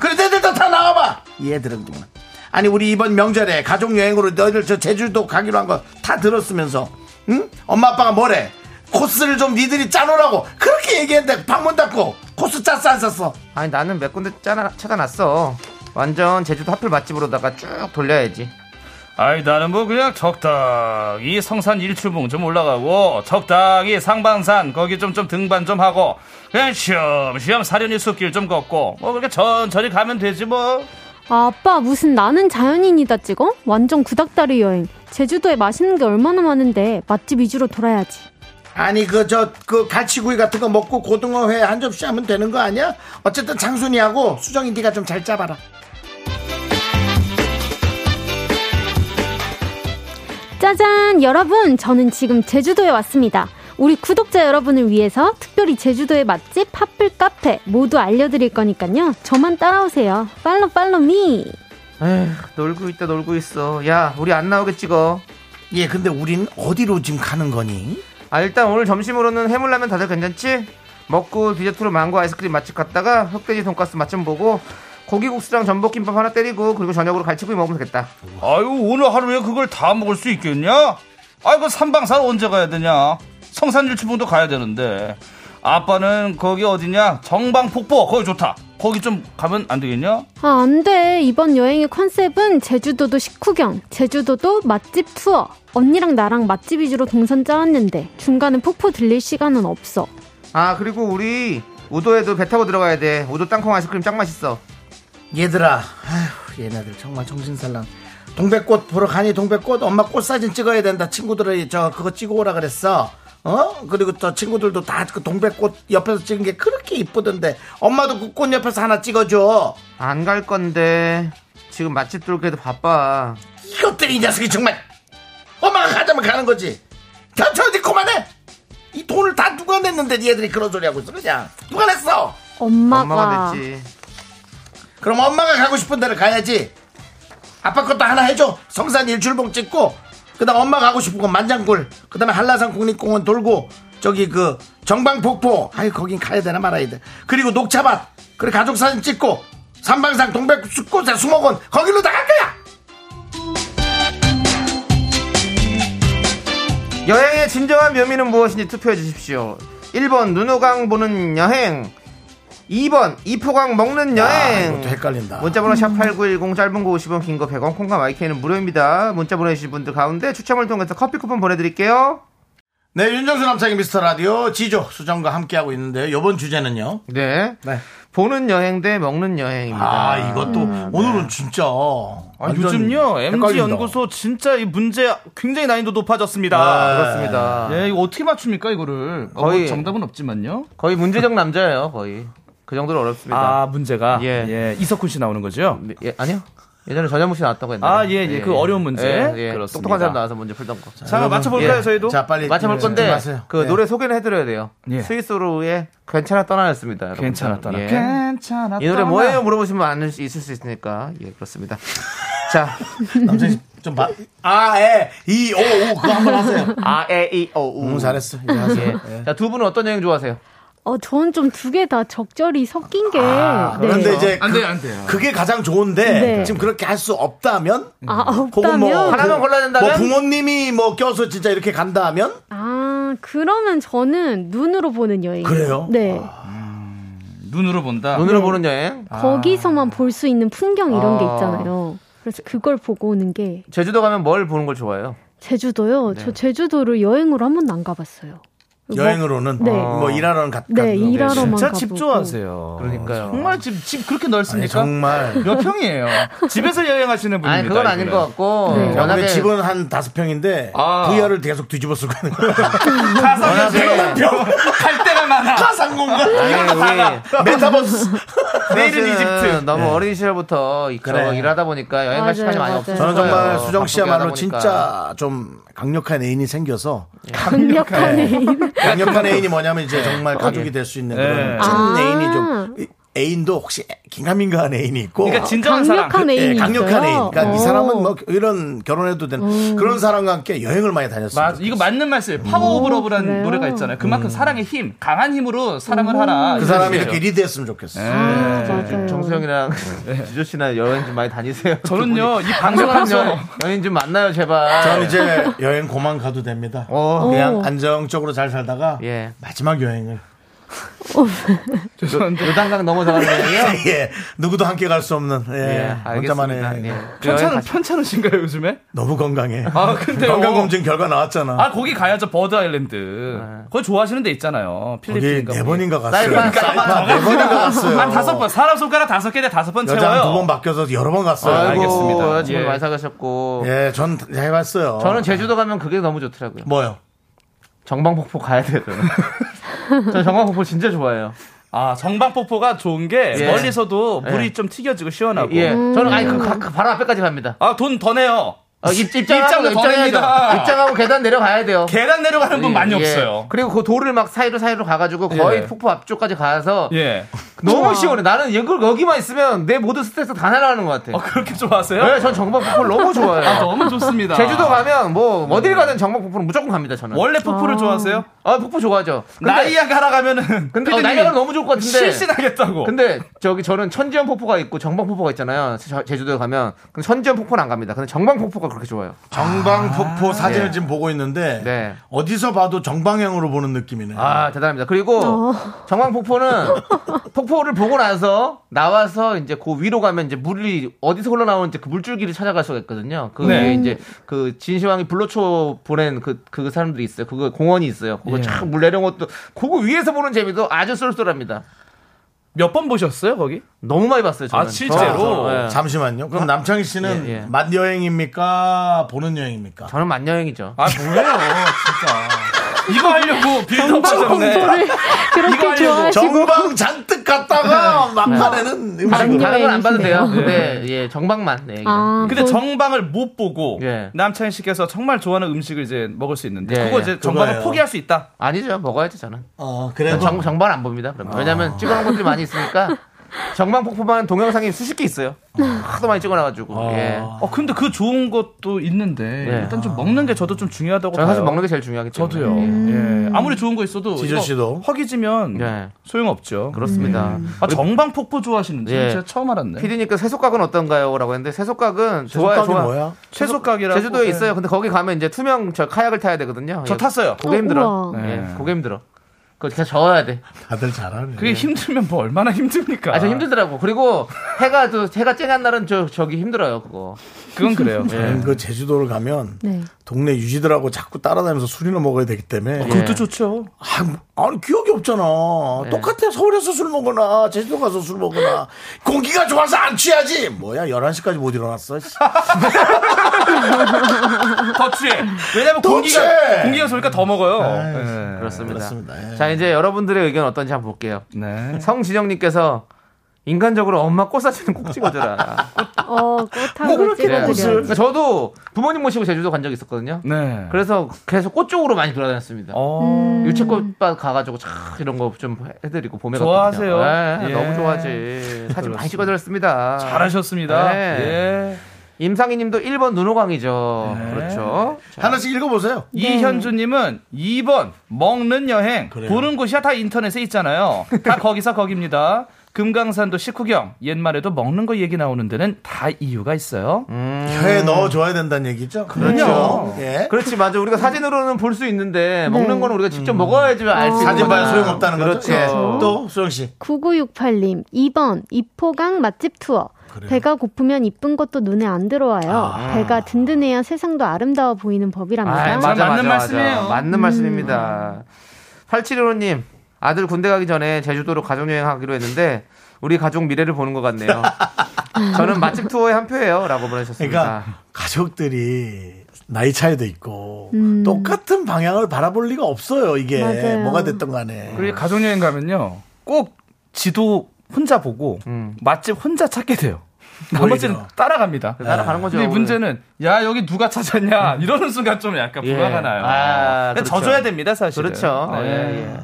[SPEAKER 1] 그래, 애들 다 나와봐! 얘들은 그만. 아니, 우리 이번 명절에 가족여행으로 너희들 저 제주도 가기로 한 거 다 들었으면서, 응? 엄마 아빠가 뭐래? 코스를 좀 니들이 짜놓으라고 그렇게 얘기했는데 방문 닫고 코스 짰어 안 짰어?
[SPEAKER 2] 아니, 나는 몇 군데 짜나, 찾아놨어. 완전 제주도 하필 맛집으로다가 쭉 돌려야지.
[SPEAKER 8] 아이, 나는 뭐 그냥 적당히 성산 일출봉 좀 올라가고, 적당히 상방산 거기 좀, 좀 등반 좀 하고, 그냥 쉬엄쉬엄 사려니 숲길 좀 걷고, 뭐 그렇게 천천히 가면 되지 뭐.
[SPEAKER 9] 아, 아빠 무슨 나는 자연인이다 찍어? 완전 구닥다리 여행. 제주도에 맛있는 게 얼마나 많은데 맛집 위주로 돌아야지.
[SPEAKER 1] 아니 그 저 그 갈치구이 같은 거 먹고 고등어회 한 접시 하면 되는 거 아니야? 어쨌든 장순이하고 수정이 네가 좀 잘 짜봐라.
[SPEAKER 9] 짜잔! 여러분, 저는 지금 제주도에 왔습니다. 우리 구독자 여러분을 위해서 특별히 제주도의 맛집 핫플 카페 모두 알려드릴 거니까요. 저만 따라오세요. 팔로 팔로 미!
[SPEAKER 2] 에휴, 놀고 있다 놀고 있어. 야, 우리 안 나오게 찍어.
[SPEAKER 1] 예, 근데 우린 어디로 지금 가는 거니?
[SPEAKER 2] 아, 일단 오늘 점심으로는 해물라면 다들 괜찮지? 먹고 디저트로 망고 아이스크림 맛집 갔다가 흑돼지 돈가스 맛 좀 보고 고기국수랑 전복김밥 하나 때리고 그리고 저녁으로 갈치구이 먹으면 되겠다.
[SPEAKER 8] 아유 오늘 하루에 그걸 다 먹을 수 있겠냐? 아이고 삼방산 언제 가야 되냐? 성산일출봉도 가야 되는데 아빠는 거기 어디냐? 정방폭포 거기 좋다. 거기 좀 가면 안 되겠냐?
[SPEAKER 9] 아, 안 돼. 이번 여행의 컨셉은 제주도도 식후경, 제주도도 맛집 투어. 언니랑 나랑 맛집 위주로 동선 짜왔는데 중간에 폭포 들릴 시간은 없어.
[SPEAKER 2] 아, 그리고 우리 우도에도 배 타고 들어가야 돼. 우도 땅콩 아이스크림 짱 맛있어.
[SPEAKER 1] 얘들아, 아휴, 얘네들 정말 정신살랑. 동백꽃 보러 가니 동백꽃 엄마 꽃 사진 찍어야 된다. 친구들이 저 그거 찍어 오라 그랬어. 어? 그리고 저 친구들도 다 그 동백꽃 옆에서 찍은 게 그렇게 이쁘던데 엄마도 그 꽃 옆에서 하나 찍어줘.
[SPEAKER 2] 안 갈 건데 지금 맛집 돌기도 바빠.
[SPEAKER 1] 이것들이 이 녀석이 정말 엄마가 가자면 가는 거지. 견쳐지 그만해. 이 돈을 다 누가 냈는데 얘들이 그런 소리 하고 있어 그냥 누가 냈어?
[SPEAKER 9] 엄마가.
[SPEAKER 2] 엄마가 됐지.
[SPEAKER 1] 그럼 엄마가 가고 싶은 데를 가야지. 아빠 것도 하나 해줘. 성산 일출봉 찍고, 그다음 엄마 가고 싶은 건 만장굴, 그다음에 한라산 국립공원 돌고, 저기 그 정방폭포, 아유 거긴 가야 되나 말아야 돼. 그리고 녹차밭, 그리고 가족 사진 찍고, 삼방산 동백숲꽃의 수목원 거기로 나갈 거야.
[SPEAKER 2] 여행의 진정한 묘미는 무엇인지 투표해 주십시오. 1번 눈호강 보는 여행 2번 이포강 먹는 여행
[SPEAKER 1] 아, 이것도 헷갈린다.
[SPEAKER 2] 문자번호 샵8910 짧은 거 50원 긴 거 100원 콩과 마이크는 무료입니다. 문자 보내주신 분들 가운데 추첨을 통해서 커피 쿠폰 보내드릴게요.
[SPEAKER 1] 네, 윤정수 남창의 미스터 라디오 지조 수정과 함께하고 있는데요. 이번 주제는요.
[SPEAKER 2] 네.
[SPEAKER 1] 네.
[SPEAKER 2] 보는 여행 대 먹는 여행입니다. 음, 네.
[SPEAKER 1] 아, 이것도 오늘은 진짜.
[SPEAKER 8] 아,
[SPEAKER 1] 완전
[SPEAKER 8] 요즘요 MG
[SPEAKER 1] 헷갈린다.
[SPEAKER 8] 연구소 진짜 이 문제 굉장히 난이도 높아졌습니다.
[SPEAKER 2] 그렇습니다.
[SPEAKER 1] 네.
[SPEAKER 8] 예, 이거 어떻게 맞춥니까 이거를? 어,
[SPEAKER 2] 거의-
[SPEAKER 8] 정답은 없지만요.
[SPEAKER 2] 거의 문제적 남자예요, 거의. 그 정도로 어렵습니다.
[SPEAKER 8] 아 문제가
[SPEAKER 2] 예.
[SPEAKER 8] 예, 이석훈 씨 나오는 거죠?
[SPEAKER 2] 네, 예, 아니요. 예전에 전현무 씨 나왔다고 했는데. 예.
[SPEAKER 8] 아, 예, 예. 그 어려운 문제. 그렇습니다.
[SPEAKER 2] 똑똑한 사람 나와서 문제 풀던 거.
[SPEAKER 8] 자 맞춰볼까요
[SPEAKER 2] 예.
[SPEAKER 8] 저희도?
[SPEAKER 1] 자, 빨리
[SPEAKER 2] 맞춰볼
[SPEAKER 1] 듣지
[SPEAKER 2] 건데
[SPEAKER 1] 마세요.
[SPEAKER 2] 그
[SPEAKER 1] 네.
[SPEAKER 2] 노래 소개는 해드려야 돼요.
[SPEAKER 8] 예.
[SPEAKER 2] 스위스로의 괜찮아 떠나였습니다. 여러분.
[SPEAKER 8] 괜찮아 떠나.
[SPEAKER 2] 예.
[SPEAKER 8] 괜찮아
[SPEAKER 2] 이 노래
[SPEAKER 8] 떠나.
[SPEAKER 2] 뭐예요? 물어보시면 아는 수 있을 수 있으니까 예 그렇습니다. 자,
[SPEAKER 1] 남창희 씨 좀 봐. 아, 에, 이, 오, 오, 그거 한번 하세요.
[SPEAKER 2] 아, 에, 이, 오, 우.
[SPEAKER 1] 너무 잘했어. 이거
[SPEAKER 8] 아,
[SPEAKER 1] 하세요. 예.
[SPEAKER 2] 예. 자, 두 분은 어떤 여행 좋아하세요?
[SPEAKER 9] 어, 저는 좀 두 개 다 적절히 섞인 게. 네.
[SPEAKER 1] 그런데 이제
[SPEAKER 8] 안
[SPEAKER 1] 그-
[SPEAKER 8] 돼요, 안 돼요.
[SPEAKER 1] 그게 가장 좋은데
[SPEAKER 9] 네.
[SPEAKER 1] 지금 그렇게 할 수 없다면
[SPEAKER 9] 아,
[SPEAKER 1] 혹은 뭐
[SPEAKER 9] 없다면.
[SPEAKER 8] 그
[SPEAKER 2] 하나만 골라야 된다면?
[SPEAKER 1] 뭐 부모님이 뭐 껴서 진짜 이렇게 간다면
[SPEAKER 9] 아, 그러면 저는 눈으로 보는 여행.
[SPEAKER 1] 그래요?
[SPEAKER 9] 네.
[SPEAKER 8] 눈으로 본다.
[SPEAKER 2] 눈으로 보는 여행.
[SPEAKER 1] 아.
[SPEAKER 9] 거기서만 볼 수 있는 풍경 이런 게
[SPEAKER 2] 아.
[SPEAKER 9] 있잖아요. 그래서 그걸 보고 오는 게
[SPEAKER 2] 제주도 가면 뭘 보는 걸 좋아해요?
[SPEAKER 9] 제주도요. 저 제주도를 여행으로 한 번도 안 가봤어요.
[SPEAKER 1] 네. 여행으로는
[SPEAKER 9] 네.
[SPEAKER 1] 뭐 일하러는 갔다.
[SPEAKER 9] 네, 일하러만
[SPEAKER 8] 진짜
[SPEAKER 9] 가보고.
[SPEAKER 8] 집 좋아하세요.
[SPEAKER 2] 그러니까요.
[SPEAKER 8] 어, 정말 집, 집 그렇게
[SPEAKER 1] 어. 아니,
[SPEAKER 8] 넓습니까?
[SPEAKER 1] 정말.
[SPEAKER 8] 몇 평이에요? 집에서 여행하시는 분입니다.
[SPEAKER 2] 아니 그건 아닌
[SPEAKER 8] 이분은.
[SPEAKER 2] 것 같고
[SPEAKER 9] 네.
[SPEAKER 1] 야, 우리
[SPEAKER 2] 워낙에
[SPEAKER 1] 집은 한 다섯 평인데
[SPEAKER 8] 아.
[SPEAKER 1] VR을 계속 뒤집어 쓰고 있는 거야.
[SPEAKER 8] 가서
[SPEAKER 1] 평, 평,
[SPEAKER 8] 갈 데가 많아.
[SPEAKER 2] 아니,
[SPEAKER 1] 가상공간.
[SPEAKER 2] 우리
[SPEAKER 1] 메타버스.
[SPEAKER 8] 내일은
[SPEAKER 2] 사실은
[SPEAKER 8] 이집트.
[SPEAKER 2] 너무 어린 시절부터 이- 그런
[SPEAKER 1] 네. 그래.
[SPEAKER 2] 거 일하다 보니까 여행 갈
[SPEAKER 9] 맞아요,
[SPEAKER 2] 시간이 많이
[SPEAKER 9] 맞아요.
[SPEAKER 2] 네. 없어요.
[SPEAKER 1] 저는 정말 수정 씨야말로 진짜 좀 강력한 애인이 생겨서
[SPEAKER 9] 강력한
[SPEAKER 1] 네.
[SPEAKER 9] 애인.
[SPEAKER 1] 강력한 애인이 뭐냐면 이제 정말 가족이 될 수 있는 그런
[SPEAKER 8] 예.
[SPEAKER 1] 친
[SPEAKER 9] 아.
[SPEAKER 1] 애인이 좀 애인도 혹시 긴가민가한 애인이 있고
[SPEAKER 8] 그러니까 진정한 사랑.
[SPEAKER 9] 강력한 애인이
[SPEAKER 1] 예, 강력한 애인.
[SPEAKER 9] 있어요?
[SPEAKER 1] 그러니까
[SPEAKER 9] 어. 음.
[SPEAKER 1] 이 사람은 뭐 이런 결혼해도 되는 그런 사람과 함께 여행을 많이 다녔어요.
[SPEAKER 8] 맞아. 이거 맞는 말씀. 파워 오브 러브라는
[SPEAKER 9] 그래요?
[SPEAKER 8] 노래가 있잖아요. 그만큼 사랑의 힘, 강한 힘으로 사랑을 하라.
[SPEAKER 1] 음. 그 사람이 이렇게 리드했으면 좋겠어.
[SPEAKER 9] 아, 맞아요.
[SPEAKER 2] 정수영이랑 지조 씨나 여행 좀 많이 다니세요.
[SPEAKER 8] 저는요, 이
[SPEAKER 2] 강력한요
[SPEAKER 8] 방송하면서
[SPEAKER 2] 연인 좀 만나요 제발.
[SPEAKER 1] 저는 이제 여행 고만 가도 됩니다.
[SPEAKER 2] 어.
[SPEAKER 1] 그냥
[SPEAKER 9] 오.
[SPEAKER 1] 안정적으로 잘 살다가
[SPEAKER 2] 예.
[SPEAKER 1] 마지막 여행을
[SPEAKER 8] 죄송한데.
[SPEAKER 2] 요단강 넘어서가는 여행이요.
[SPEAKER 1] 예 누구도 함께 갈 수 없는 예, 혼자만의
[SPEAKER 2] 알겠습니다.
[SPEAKER 1] 여행.
[SPEAKER 2] 예.
[SPEAKER 8] 편찮은, 편찮으신가요, 요즘에?
[SPEAKER 1] 너무 건강해.
[SPEAKER 8] 아, 근데요.
[SPEAKER 1] 건강 검진 결과 나왔잖아.
[SPEAKER 8] 아, 거기 가야죠. 버드 아일랜드. 거기 좋아하시는 데 있잖아요.
[SPEAKER 1] 네. 거기
[SPEAKER 8] 필리핀인가.
[SPEAKER 1] 네
[SPEAKER 8] 거기.
[SPEAKER 1] 번인가 갔어요.
[SPEAKER 2] 사이판, 사이판.
[SPEAKER 1] 사이판 네 번인가 갔어요.
[SPEAKER 8] 한 다섯 번. 사람 손가락 다섯 개에 다섯 번
[SPEAKER 1] 여자
[SPEAKER 8] 채워요.
[SPEAKER 1] 두번 바뀌어서 여러 번 갔어요.
[SPEAKER 2] 아이고,
[SPEAKER 8] 알겠습니다.
[SPEAKER 2] 여자친구
[SPEAKER 8] 예.
[SPEAKER 2] 많이 사귀셨고.
[SPEAKER 1] 예, 전 해봤어요.
[SPEAKER 2] 저는 제주도 가면 그게 너무 좋더라고요.
[SPEAKER 1] 뭐요?
[SPEAKER 2] 정방폭포 가야 돼요, 저는. 저 정방폭포 진짜 좋아해요.
[SPEAKER 8] 아 정방폭포가 좋은 게
[SPEAKER 2] 예.
[SPEAKER 8] 멀리서도 물이
[SPEAKER 2] 예.
[SPEAKER 8] 좀 튀겨지고 시원하고.
[SPEAKER 2] 예. 저는
[SPEAKER 1] 음.
[SPEAKER 2] 아니 그, 가- 그 바로 앞에까지 갑니다.
[SPEAKER 8] 아 돈 더 내요.
[SPEAKER 2] 어, 입, 입장하고
[SPEAKER 8] 입장료 더 냅니다.
[SPEAKER 2] 입장해야죠. 입장하고 계단 내려가야 돼요.
[SPEAKER 8] 계단 내려가는 분 많이
[SPEAKER 2] 예.
[SPEAKER 8] 없어요.
[SPEAKER 2] 그리고 그 돌을 막 사이로 사이로 가가지고 거의
[SPEAKER 8] 예.
[SPEAKER 2] 폭포 앞쪽까지 가서
[SPEAKER 8] 예.
[SPEAKER 2] 너무 시원해. 나는 여기, 여기만 있으면 내 모든 스트레스 다 날아가는 것 같아.
[SPEAKER 8] 아 그렇게 좋아하세요?
[SPEAKER 2] 네, 전 정방폭포를 너무 좋아해요.
[SPEAKER 8] 아 너무 좋습니다.
[SPEAKER 2] 제주도 가면 뭐 어딜 가든 정방폭포는 무조건 갑니다 저는.
[SPEAKER 8] 원래 폭포를 좋아하세요?
[SPEAKER 2] 아 폭포 좋아하죠. 근데-
[SPEAKER 8] 나이아가라 가면은
[SPEAKER 2] 근데 어,
[SPEAKER 8] 피디님이
[SPEAKER 2] 나이아가라 너무 좋을 것 같은데.
[SPEAKER 8] 실신하겠다고.
[SPEAKER 2] 근데 저기 저는 천지연 폭포가 있고 정방 폭포가 있잖아요. 저- 제주도에 가면 근데 천지연 폭포는 안 갑니다. 근데 정방 폭포가 그렇게 좋아요.
[SPEAKER 8] 아,
[SPEAKER 1] 정방폭포
[SPEAKER 8] 네.
[SPEAKER 1] 사진을
[SPEAKER 2] 예.
[SPEAKER 1] 지금 보고 있는데
[SPEAKER 2] 네.
[SPEAKER 1] 어디서 봐도 정방향으로 보는 느낌이네.
[SPEAKER 2] 아 대단합니다. 그리고
[SPEAKER 9] 어.
[SPEAKER 2] 정방 폭포는 폭포를 보고 나서 나와서 이제 그 위로 가면 이제 물이 어디서 흘러나오는지 그 물줄기를 찾아갈 수가 있거든요. 그
[SPEAKER 8] 네.
[SPEAKER 2] 위에 이제 그 진시황이 불로초 보낸 그 그 사람들이 있어요. 그거 공원이 있어요.
[SPEAKER 9] 예.
[SPEAKER 2] 그거 참물 내려온 것도 그거 위에서 보는 재미도 아주 쏠쏠합니다.
[SPEAKER 8] 몇 번 보셨어요 거기?
[SPEAKER 2] 너무 많이 봤어요. 저는.
[SPEAKER 8] 아, 실제로? 네.
[SPEAKER 2] 저는, 예.
[SPEAKER 1] 어, 잠시만요. 그럼 남창희 씨는
[SPEAKER 2] 예, 예.
[SPEAKER 1] 맛 여행입니까? 보는 여행입니까?
[SPEAKER 2] 저는 만여행이죠.
[SPEAKER 8] 아 뭐예요 진짜. 이거 하려고 빌드업 하셨네.
[SPEAKER 9] 정방폭포를 그렇게
[SPEAKER 8] 네,
[SPEAKER 9] 좋아하시고
[SPEAKER 1] 정방 잔뜩 갔다가 막판에는
[SPEAKER 2] 다른
[SPEAKER 1] 음식으로.
[SPEAKER 9] 거.
[SPEAKER 2] 다른 건안 봐도 돼요.
[SPEAKER 9] 여행이시네요.
[SPEAKER 2] 네, 예, 정방만. 네,
[SPEAKER 9] 아,
[SPEAKER 8] 근데
[SPEAKER 9] 그-
[SPEAKER 8] 정방을 못 보고
[SPEAKER 2] 예.
[SPEAKER 8] 남창희 씨께서 정말 좋아하는 음식을 이제 먹을 수 있는데
[SPEAKER 2] 예,
[SPEAKER 8] 그거
[SPEAKER 2] 예.
[SPEAKER 8] 이제 정방을
[SPEAKER 1] 그거예요.
[SPEAKER 8] 포기할 수 있다.
[SPEAKER 2] 아니죠, 먹어야죠 저는.
[SPEAKER 1] 어,
[SPEAKER 2] 전
[SPEAKER 1] 그래도
[SPEAKER 2] 정, 정방을 안 봅니다. 그러면. 왜냐면 찍어놓은 것들이 많이 있으니까 정방 폭포만 동영상이 수십 개 있어요. 하도 많이 찍어놔가지고. 예.
[SPEAKER 1] 아.
[SPEAKER 8] 어 근데 그 좋은 것도 있는데 일단 좀 먹는 게 저도 좀 중요하다고
[SPEAKER 2] 저는 사실
[SPEAKER 8] 봐요.
[SPEAKER 2] 먹는 게 제일 중요하기 때문에.
[SPEAKER 8] 저도요.
[SPEAKER 2] 예.
[SPEAKER 8] 예. 아무리 좋은 거 있어도
[SPEAKER 1] 지조
[SPEAKER 8] 이거
[SPEAKER 1] 씨도.
[SPEAKER 8] 허기지면
[SPEAKER 2] 예.
[SPEAKER 8] 소용없죠.
[SPEAKER 2] 그렇습니다.
[SPEAKER 8] 아 정방 폭포 좋아하시는지
[SPEAKER 2] 예.
[SPEAKER 8] 제가 처음 알았네.
[SPEAKER 2] 피디님께 새속각은 어떤가요?라고 했는데 새속각은 좋아요.
[SPEAKER 1] 이
[SPEAKER 2] 좋아.
[SPEAKER 1] 뭐야?
[SPEAKER 8] 채소각이라고
[SPEAKER 2] 제주도에
[SPEAKER 8] 예.
[SPEAKER 2] 있어요. 근데 거기 가면 이제 투명 저 카약을 타야 되거든요.
[SPEAKER 8] 저
[SPEAKER 2] 예.
[SPEAKER 8] 탔어요.
[SPEAKER 2] 그게 힘들어.
[SPEAKER 9] 우와.
[SPEAKER 2] 예,
[SPEAKER 8] 네.
[SPEAKER 2] 그게 힘들어. 그거 계속 저어야 돼.
[SPEAKER 1] 다들 잘하네.
[SPEAKER 8] 그게 힘들면 뭐 얼마나 힘듭니까?
[SPEAKER 2] 예. 아, 저 힘들더라고. 그리고 해가 또 해가 쨍한 날은 저 저기 힘들어요. 그거.
[SPEAKER 8] 그건 그래요.
[SPEAKER 2] 예.
[SPEAKER 1] 저는 그 제주도를 가면
[SPEAKER 9] 네.
[SPEAKER 1] 동네 유지들하고 자꾸 따라다니면서 술이나 먹어야 되기 때문에
[SPEAKER 2] 그것도 예.
[SPEAKER 8] 좋죠.
[SPEAKER 1] 아, 뭐, 아니 기억이 없잖아. 똑같아 서울에서 술 먹거나 제주도 가서 술 먹거나 공기가 좋아서 안 취하지. 뭐야 11시까지 못 일어났어. 씨.
[SPEAKER 8] 더 취해. 왜냐면
[SPEAKER 1] 더 취해. 아,
[SPEAKER 8] 공기가 공기가 좋으니까 더 먹어요. 예.
[SPEAKER 2] 그렇습니다.
[SPEAKER 1] 그렇습니다. 예.
[SPEAKER 2] 자, 이제 여러분들의 의견 어떤지 한번 볼게요.
[SPEAKER 8] 네.
[SPEAKER 2] 성진영님께서 인간적으로 엄마 꽃사진은 꼭 찍어줘라.
[SPEAKER 9] 어,
[SPEAKER 1] 뭐
[SPEAKER 9] 꽃하고
[SPEAKER 2] 예.
[SPEAKER 9] 찍어드려요.
[SPEAKER 2] 그러니까 저도 부모님 모시고 제주도 간 적이 있었거든요.
[SPEAKER 8] 네.
[SPEAKER 2] 그래서 음. 계속 꽃 쪽으로 많이 돌아다녔습니다.
[SPEAKER 8] 어.
[SPEAKER 2] 유채꽃밭 가가지고 참 이런 거 좀 해드리고 봄에
[SPEAKER 8] 좋아하세요?
[SPEAKER 2] 갔거든요. 예,
[SPEAKER 8] 예.
[SPEAKER 2] 너무 좋아하지. 사진 많이
[SPEAKER 8] 그렇습니다.
[SPEAKER 2] 찍어드렸습니다.
[SPEAKER 8] 잘하셨습니다.
[SPEAKER 2] 네.
[SPEAKER 8] 예.
[SPEAKER 2] 임상희님도 1번 눈호강이죠.
[SPEAKER 8] 네.
[SPEAKER 2] 그렇죠. 자,
[SPEAKER 1] 하나씩 읽어보세요.
[SPEAKER 8] 이현주님은 2번 먹는 여행
[SPEAKER 1] 그래요.
[SPEAKER 8] 보는 곳이야 다 인터넷에 있잖아요. 다 거기서 거기입니다. 금강산도 식후경 옛말에도 먹는 거 얘기 나오는 데는 다 이유가 있어요.
[SPEAKER 1] 혀에 넣어줘야 된다는 얘기죠.
[SPEAKER 8] 그럼요.
[SPEAKER 1] 예.
[SPEAKER 2] 그렇지 맞아. 우리가 사진으로는 볼 수 있는데 먹는 거는 우리가 직접 먹어야지 알수 있는
[SPEAKER 1] 사진 봐야
[SPEAKER 2] 거잖아.
[SPEAKER 1] 소용없다는 거죠.
[SPEAKER 2] 그렇죠.
[SPEAKER 1] 예. 또 수영 씨.
[SPEAKER 9] 9968님, 2번, 이포강 맛집 투어. 배가 고프면 이쁜 것도 눈에 안 들어와요. 배가 든든해야 세상도 아름다워 보이는 법이랍니다.
[SPEAKER 2] 아,
[SPEAKER 8] 참
[SPEAKER 2] 맞아,
[SPEAKER 8] 맞는
[SPEAKER 2] 맞는
[SPEAKER 8] 말씀이에요. 음.
[SPEAKER 2] 말씀이에요. 맞는 말씀입니다. 8715님, 아들 군대 가기 전에 제주도로 가족여행 하기로 했는데, 우리 가족 미래를 보는 것 같네요. 저는 맛집 투어의 한 표예요. 라고 보내셨습니다.
[SPEAKER 1] 그러니까 가족들이 나이 차이도 있고 똑같은 방향을 바라볼 리가 없어요. 이게
[SPEAKER 9] 맞아요.
[SPEAKER 1] 뭐가 됐던 간에.
[SPEAKER 8] 그리고 가족여행 가면요 꼭 지도 혼자 보고
[SPEAKER 2] 음.
[SPEAKER 8] 맛집 혼자 찾게 돼요. 나머지는
[SPEAKER 1] 오히려.
[SPEAKER 8] 따라갑니다.
[SPEAKER 2] 따라가는 거죠. 음.
[SPEAKER 8] 근데 문제는 야 여기 누가 찾았냐 이러는 순간 좀 약간
[SPEAKER 2] 예.
[SPEAKER 8] 불화가 나요. 네.
[SPEAKER 2] 아,
[SPEAKER 8] 근데
[SPEAKER 2] 그렇죠.
[SPEAKER 8] 져줘야 됩니다 사실.
[SPEAKER 2] 그렇죠. 예, 예.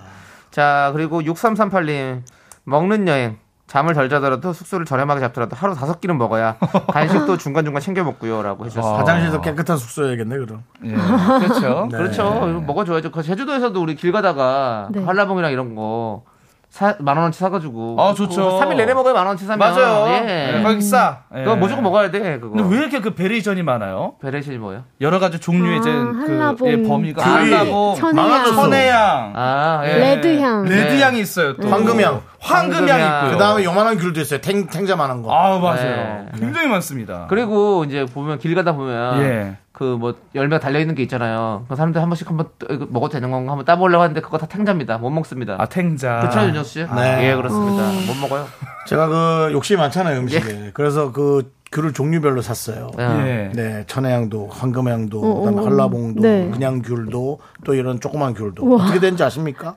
[SPEAKER 2] 자, 그리고 6338님, 먹는 여행. 잠을 덜 자더라도 숙소를 저렴하게 잡더라도 하루 다섯 끼는 먹어야 간식도 중간중간 챙겨 먹고요. 라고 해주셨습니다.
[SPEAKER 1] 화장실도 깨끗한 숙소여야겠네 그럼.
[SPEAKER 8] 예, 그렇죠.
[SPEAKER 2] 그렇죠. 이거 먹어줘야죠. 그 제주도에서도 우리 길 가다가
[SPEAKER 9] 네.
[SPEAKER 2] 한라봉이랑 이런 거. 사, 만 원어치 사가지고.
[SPEAKER 8] 아, 좋죠.
[SPEAKER 2] 3일 내내 먹어야 만 원어치 사면.
[SPEAKER 8] 맞아요.
[SPEAKER 2] 예.
[SPEAKER 8] 예. 거기 싸. 예.
[SPEAKER 2] 그거 무조건 먹어야 돼, 그거.
[SPEAKER 8] 근데 왜 이렇게 그 베리전이 많아요?
[SPEAKER 2] 베레실 뭐예요?
[SPEAKER 8] 여러 가지 종류의
[SPEAKER 9] 아,
[SPEAKER 8] 이제 그
[SPEAKER 9] 한라봉.
[SPEAKER 8] 예, 범위가
[SPEAKER 1] 둘이
[SPEAKER 8] 한라봉,
[SPEAKER 9] 천혜향.
[SPEAKER 8] 천혜향,
[SPEAKER 2] 아, 예.
[SPEAKER 8] 어, 네.
[SPEAKER 9] 레드향.
[SPEAKER 2] 네.
[SPEAKER 8] 레드향이 있어요. 또.
[SPEAKER 1] 음. 황금향.
[SPEAKER 8] 황금향이
[SPEAKER 2] 황금향.
[SPEAKER 8] 있고요.
[SPEAKER 1] 그 다음에 요만한 귤도 있어요. 탱, 탱자만한 거.
[SPEAKER 8] 아 맞아요.
[SPEAKER 2] 네.
[SPEAKER 8] 굉장히 많습니다.
[SPEAKER 2] 그리고 이제 보면 길 가다 보면.
[SPEAKER 8] 예.
[SPEAKER 2] 그 뭐 열매가 달려있는 게 있잖아요. 그 사람들 한 번씩 한번 또 이거 먹어도 되는 건가 한번 따보려고 하는데 그거 다 탱자입니다. 못 먹습니다.
[SPEAKER 8] 아 탱자.
[SPEAKER 2] 그렇죠, 윤정수 씨?
[SPEAKER 1] 네.
[SPEAKER 2] 예, 그렇습니다. 못 먹어요.
[SPEAKER 1] 제가 그 욕심이 많잖아요 음식에. 그래서 그 귤을 종류별로 샀어요.
[SPEAKER 2] 아.
[SPEAKER 8] 예.
[SPEAKER 1] 네, 천혜향도, 황금향도,
[SPEAKER 9] 어,
[SPEAKER 1] 그다음에
[SPEAKER 9] 어,
[SPEAKER 1] 한라봉도,
[SPEAKER 9] 네.
[SPEAKER 1] 그냥 귤도, 또 이런 조그만 귤도
[SPEAKER 9] 우와.
[SPEAKER 1] 어떻게 되는지 아십니까?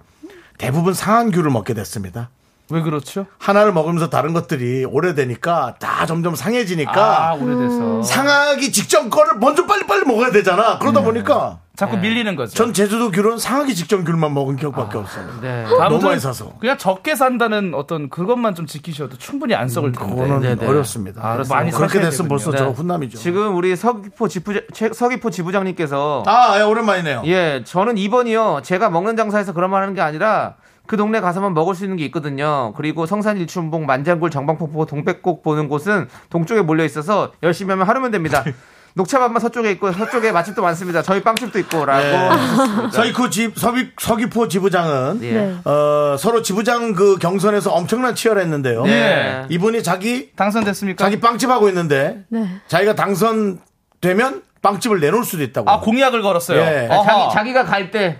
[SPEAKER 1] 대부분 상한 귤을 먹게 됐습니다.
[SPEAKER 8] 왜 그렇죠?
[SPEAKER 1] 하나를 먹으면서 다른 것들이 오래되니까 다 점점 상해지니까
[SPEAKER 8] 아, 오래돼서.
[SPEAKER 1] 상하기 직전 거를 먼저 빨리빨리 먹어야 되잖아.
[SPEAKER 8] 네.
[SPEAKER 1] 그러다 보니까
[SPEAKER 8] 자꾸 밀리는 거죠.
[SPEAKER 1] 전 제주도 귤은 상하기 직전 귤만 먹은 기억밖에 없어요.
[SPEAKER 2] 네.
[SPEAKER 8] 다음은
[SPEAKER 1] 너무 많이 사서.
[SPEAKER 8] 그냥 적게 산다는 어떤 그것만 좀 지키셔도 충분히 안 썩을 텐데.
[SPEAKER 1] 그거는
[SPEAKER 2] 네, 네.
[SPEAKER 1] 어렵습니다.
[SPEAKER 8] 아, 그렇습니다. 많이
[SPEAKER 1] 그렇게
[SPEAKER 8] 사셔야 되군요.
[SPEAKER 1] 됐으면 벌써 저
[SPEAKER 2] 네.
[SPEAKER 1] 훈남이죠.
[SPEAKER 2] 지금 우리 서귀포 지부 서귀포 지부장님께서
[SPEAKER 1] 아, 예, 오랜만이네요.
[SPEAKER 2] 예, 저는 2번이요. 제가 먹는 장사에서 그런 말 하는 게 아니라 그 동네 가서만 먹을 수 있는 게 있거든요. 그리고 성산 일춘봉 만장굴 정방폭포 동백꽃 보는 곳은 동쪽에 몰려 있어서 열심히 하면 하루면 됩니다. 녹차밭만 서쪽에 있고 서쪽에 맛집도 많습니다. 저희 빵집도 있고라고.
[SPEAKER 1] 서귀포 집 서귀, 서귀포 지부장은
[SPEAKER 2] 예.
[SPEAKER 9] 네.
[SPEAKER 1] 어, 서로 지부장 그 경선에서 엄청난 치열했는데요.
[SPEAKER 8] 네.
[SPEAKER 1] 이분이 자기
[SPEAKER 8] 당선됐습니까?
[SPEAKER 1] 자기 빵집 하고 있는데
[SPEAKER 9] 네.
[SPEAKER 1] 자기가 당선되면 빵집을 내놓을 수도 있다고.
[SPEAKER 8] 아 공약을 걸었어요. 아,
[SPEAKER 1] 예.
[SPEAKER 8] 어허.
[SPEAKER 2] 자기 자기가 갈 때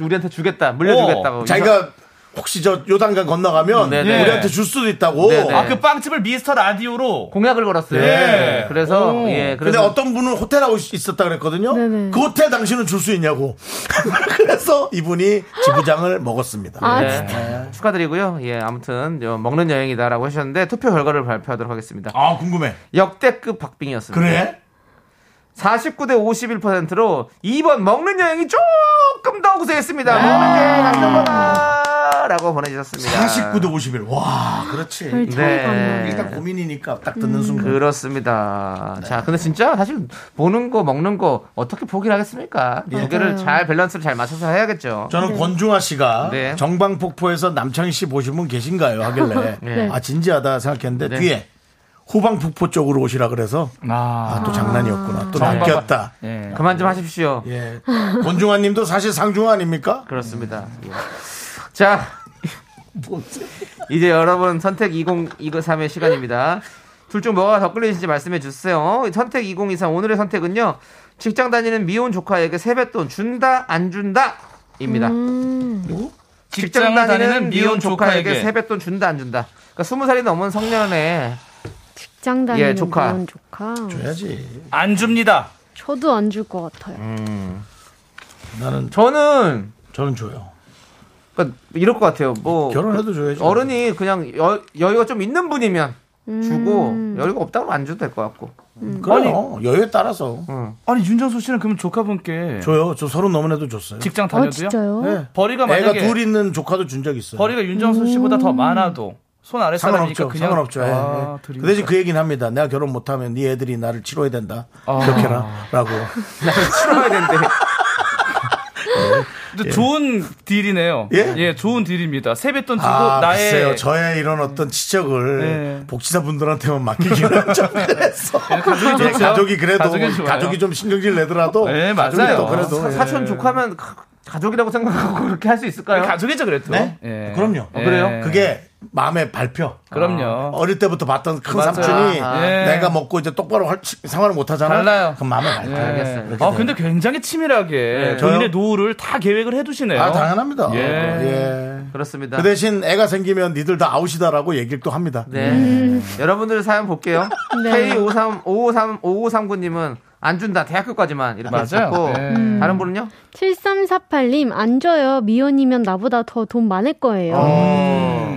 [SPEAKER 2] 우리한테 주겠다. 물려주겠다고.
[SPEAKER 1] 어, 자기가 혹시 저 요단강 건너가면
[SPEAKER 2] 네네.
[SPEAKER 1] 우리한테 줄 수도 있다고.
[SPEAKER 2] 네네.
[SPEAKER 8] 아, 그 빵집을 미스터 라디오로
[SPEAKER 2] 공약을 걸었어요.
[SPEAKER 1] 예.
[SPEAKER 2] 그래서
[SPEAKER 1] 근데
[SPEAKER 2] 예. 그래서
[SPEAKER 1] 어떤 분은 호텔하고 있었다 그랬거든요.
[SPEAKER 9] 네네.
[SPEAKER 1] 그 호텔 당신은 줄 수 있냐고. 그래서 이분이 지부장을 먹었습니다.
[SPEAKER 9] 아,
[SPEAKER 2] 네.
[SPEAKER 9] 진짜.
[SPEAKER 2] 축하드리고요. 예, 아무튼 요 먹는 여행이다라고 하셨는데 투표 결과를 발표하도록 하겠습니다.
[SPEAKER 1] 아, 궁금해. 네.
[SPEAKER 2] 역대급 박빙이었습니다. 네.
[SPEAKER 1] 그래?
[SPEAKER 2] 49대 51%로 2번 먹는 여행이 조금 더 우세했습니다. 먹는 여행 안전하다라고 보내주셨습니다.
[SPEAKER 1] 49대 51. 와, 그렇지.
[SPEAKER 9] 별 차이가 안
[SPEAKER 2] 네. 음.
[SPEAKER 9] 나요.
[SPEAKER 1] 일단 고민이니까 딱 듣는 순간.
[SPEAKER 2] 그렇습니다.
[SPEAKER 1] 네.
[SPEAKER 2] 자, 근데 진짜 사실 보는 거 먹는 거 어떻게 포기를 하겠습니까?
[SPEAKER 1] 예.
[SPEAKER 2] 두 개를 잘 밸런스를 잘 맞춰서 해야겠죠.
[SPEAKER 1] 저는 권중아 씨가
[SPEAKER 2] 네.
[SPEAKER 1] 정방폭포에서 남창희 씨 보신 분 계신가요? 하길래
[SPEAKER 2] 네.
[SPEAKER 1] 아 진지하다 생각했는데 뒤에 후방폭포 쪽으로 오시라 그래서 아 네.
[SPEAKER 8] 아,
[SPEAKER 1] 또 장난이었구나 또
[SPEAKER 8] 정방폭-
[SPEAKER 1] 낚였다.
[SPEAKER 8] 예.
[SPEAKER 2] 그만 좀 하십시오.
[SPEAKER 1] 예, 권중아님도 사실 상중아 아닙니까?
[SPEAKER 2] 그렇습니다.
[SPEAKER 1] 음,
[SPEAKER 2] 예. 자, 이제 여러분 선택 2023의 시간입니다. 둘 중 뭐가 더 끌리는지 말씀해 주세요. 선택 2023 오늘의 선택은요. 직장 다니는 미혼 조카에게 세뱃돈 준다 안 준다입니다.
[SPEAKER 1] 뭐?
[SPEAKER 2] 직장
[SPEAKER 8] 직장을
[SPEAKER 2] 다니는 미혼 조카에게 세뱃돈 준다 안 준다. 그러니까 20살이 넘은 성년에
[SPEAKER 9] 직장 다니는
[SPEAKER 2] 예, 조카.
[SPEAKER 9] 그런 조카.
[SPEAKER 1] 줘야지.
[SPEAKER 8] 안 줍니다.
[SPEAKER 9] 저도 안 줄 것 같아요.
[SPEAKER 1] 나는
[SPEAKER 2] 저는
[SPEAKER 1] 저는 줘요.
[SPEAKER 2] 그러니까 이럴 것 같아요. 뭐
[SPEAKER 1] 결혼해도 줘야지.
[SPEAKER 2] 어른이 그냥 여, 여유가 좀 있는 분이면 주고 여유가 없다고 안 줘도 될 것 같고.
[SPEAKER 1] 그래요. 여유에 따라서
[SPEAKER 8] 아니 윤정수 씨는 그럼 조카분께
[SPEAKER 1] 줘요. 저 서른 넘은 애도 줬어요.
[SPEAKER 8] 직장
[SPEAKER 9] 아,
[SPEAKER 8] 다녀도요?
[SPEAKER 9] 진짜요?
[SPEAKER 8] 벌이가
[SPEAKER 1] 애가
[SPEAKER 8] 만약에
[SPEAKER 1] 둘 있는 조카도 준 적 있어요.
[SPEAKER 8] 벌이가 윤정수 씨보다 더 많아도 손 아래 사람이니까
[SPEAKER 1] 상관없죠.
[SPEAKER 8] 그냥
[SPEAKER 1] 상관없죠. 예,
[SPEAKER 8] 아,
[SPEAKER 1] 예.
[SPEAKER 8] 드립니다.
[SPEAKER 1] 그 대신 그 얘기는 합니다. 내가 결혼 못하면 네 애들이 나를 치러야 된다.
[SPEAKER 8] 아.
[SPEAKER 1] 그렇게라라고.
[SPEAKER 2] 풀어야 된대.
[SPEAKER 8] 근데 좋은 딜이네요.
[SPEAKER 1] 예?
[SPEAKER 8] 좋은 딜입니다. 세뱃돈 주고
[SPEAKER 1] 아,
[SPEAKER 8] 나의
[SPEAKER 1] 글쎄요. 저의 이런 어떤 지적을
[SPEAKER 8] 네.
[SPEAKER 1] 복지사분들한테만 맡기기는 좀 그래서
[SPEAKER 8] 가족이
[SPEAKER 1] 예,
[SPEAKER 8] 좋죠.
[SPEAKER 1] 가족이 그래도
[SPEAKER 8] 가족이 좋아요.
[SPEAKER 1] 가족이 좀 신경질 내더라도
[SPEAKER 8] 네,
[SPEAKER 1] 가족이
[SPEAKER 8] 맞아요.
[SPEAKER 1] 또 그래도
[SPEAKER 2] 사-
[SPEAKER 1] 예.
[SPEAKER 2] 사촌 조카면 가- 가족이라고 생각하고 그렇게 할 수 있을까요?
[SPEAKER 8] 가족이죠 그래도.
[SPEAKER 1] 네?
[SPEAKER 8] 예.
[SPEAKER 1] 그럼요.
[SPEAKER 8] 예.
[SPEAKER 2] 그래요?
[SPEAKER 1] 그게 마음의 발표.
[SPEAKER 8] 그럼요.
[SPEAKER 1] 어릴 때부터 봤던 큰
[SPEAKER 8] 맞아요.
[SPEAKER 1] 삼촌이
[SPEAKER 8] 아, 예.
[SPEAKER 1] 내가 먹고 이제 똑바로 할- 생활을 못하잖아.
[SPEAKER 8] 달라요.
[SPEAKER 1] 그럼 마음의 발표.
[SPEAKER 8] 예.
[SPEAKER 2] 알겠어요. 이렇게
[SPEAKER 8] 아 근데 굉장히 치밀하게 본인의
[SPEAKER 1] 네, 저요?
[SPEAKER 8] 노후를 다 계획을 해두시네요.
[SPEAKER 1] 아 당연합니다.
[SPEAKER 8] 예.
[SPEAKER 1] 예.
[SPEAKER 2] 그렇습니다.
[SPEAKER 1] 그 대신 애가 생기면 니들 다 아웃이다라고 얘기를 또 합니다. 음.
[SPEAKER 2] 네. 여러분들 사연 볼게요.
[SPEAKER 9] 네.
[SPEAKER 2] K53 553 5539님은 안 준다 대학교까지만 이렇게
[SPEAKER 8] 맞아요.
[SPEAKER 2] 했고
[SPEAKER 8] 예.
[SPEAKER 2] 다른 분은요?
[SPEAKER 9] 7348님, 안 줘요. 미혼이면 나보다 더 돈 많을 거예요.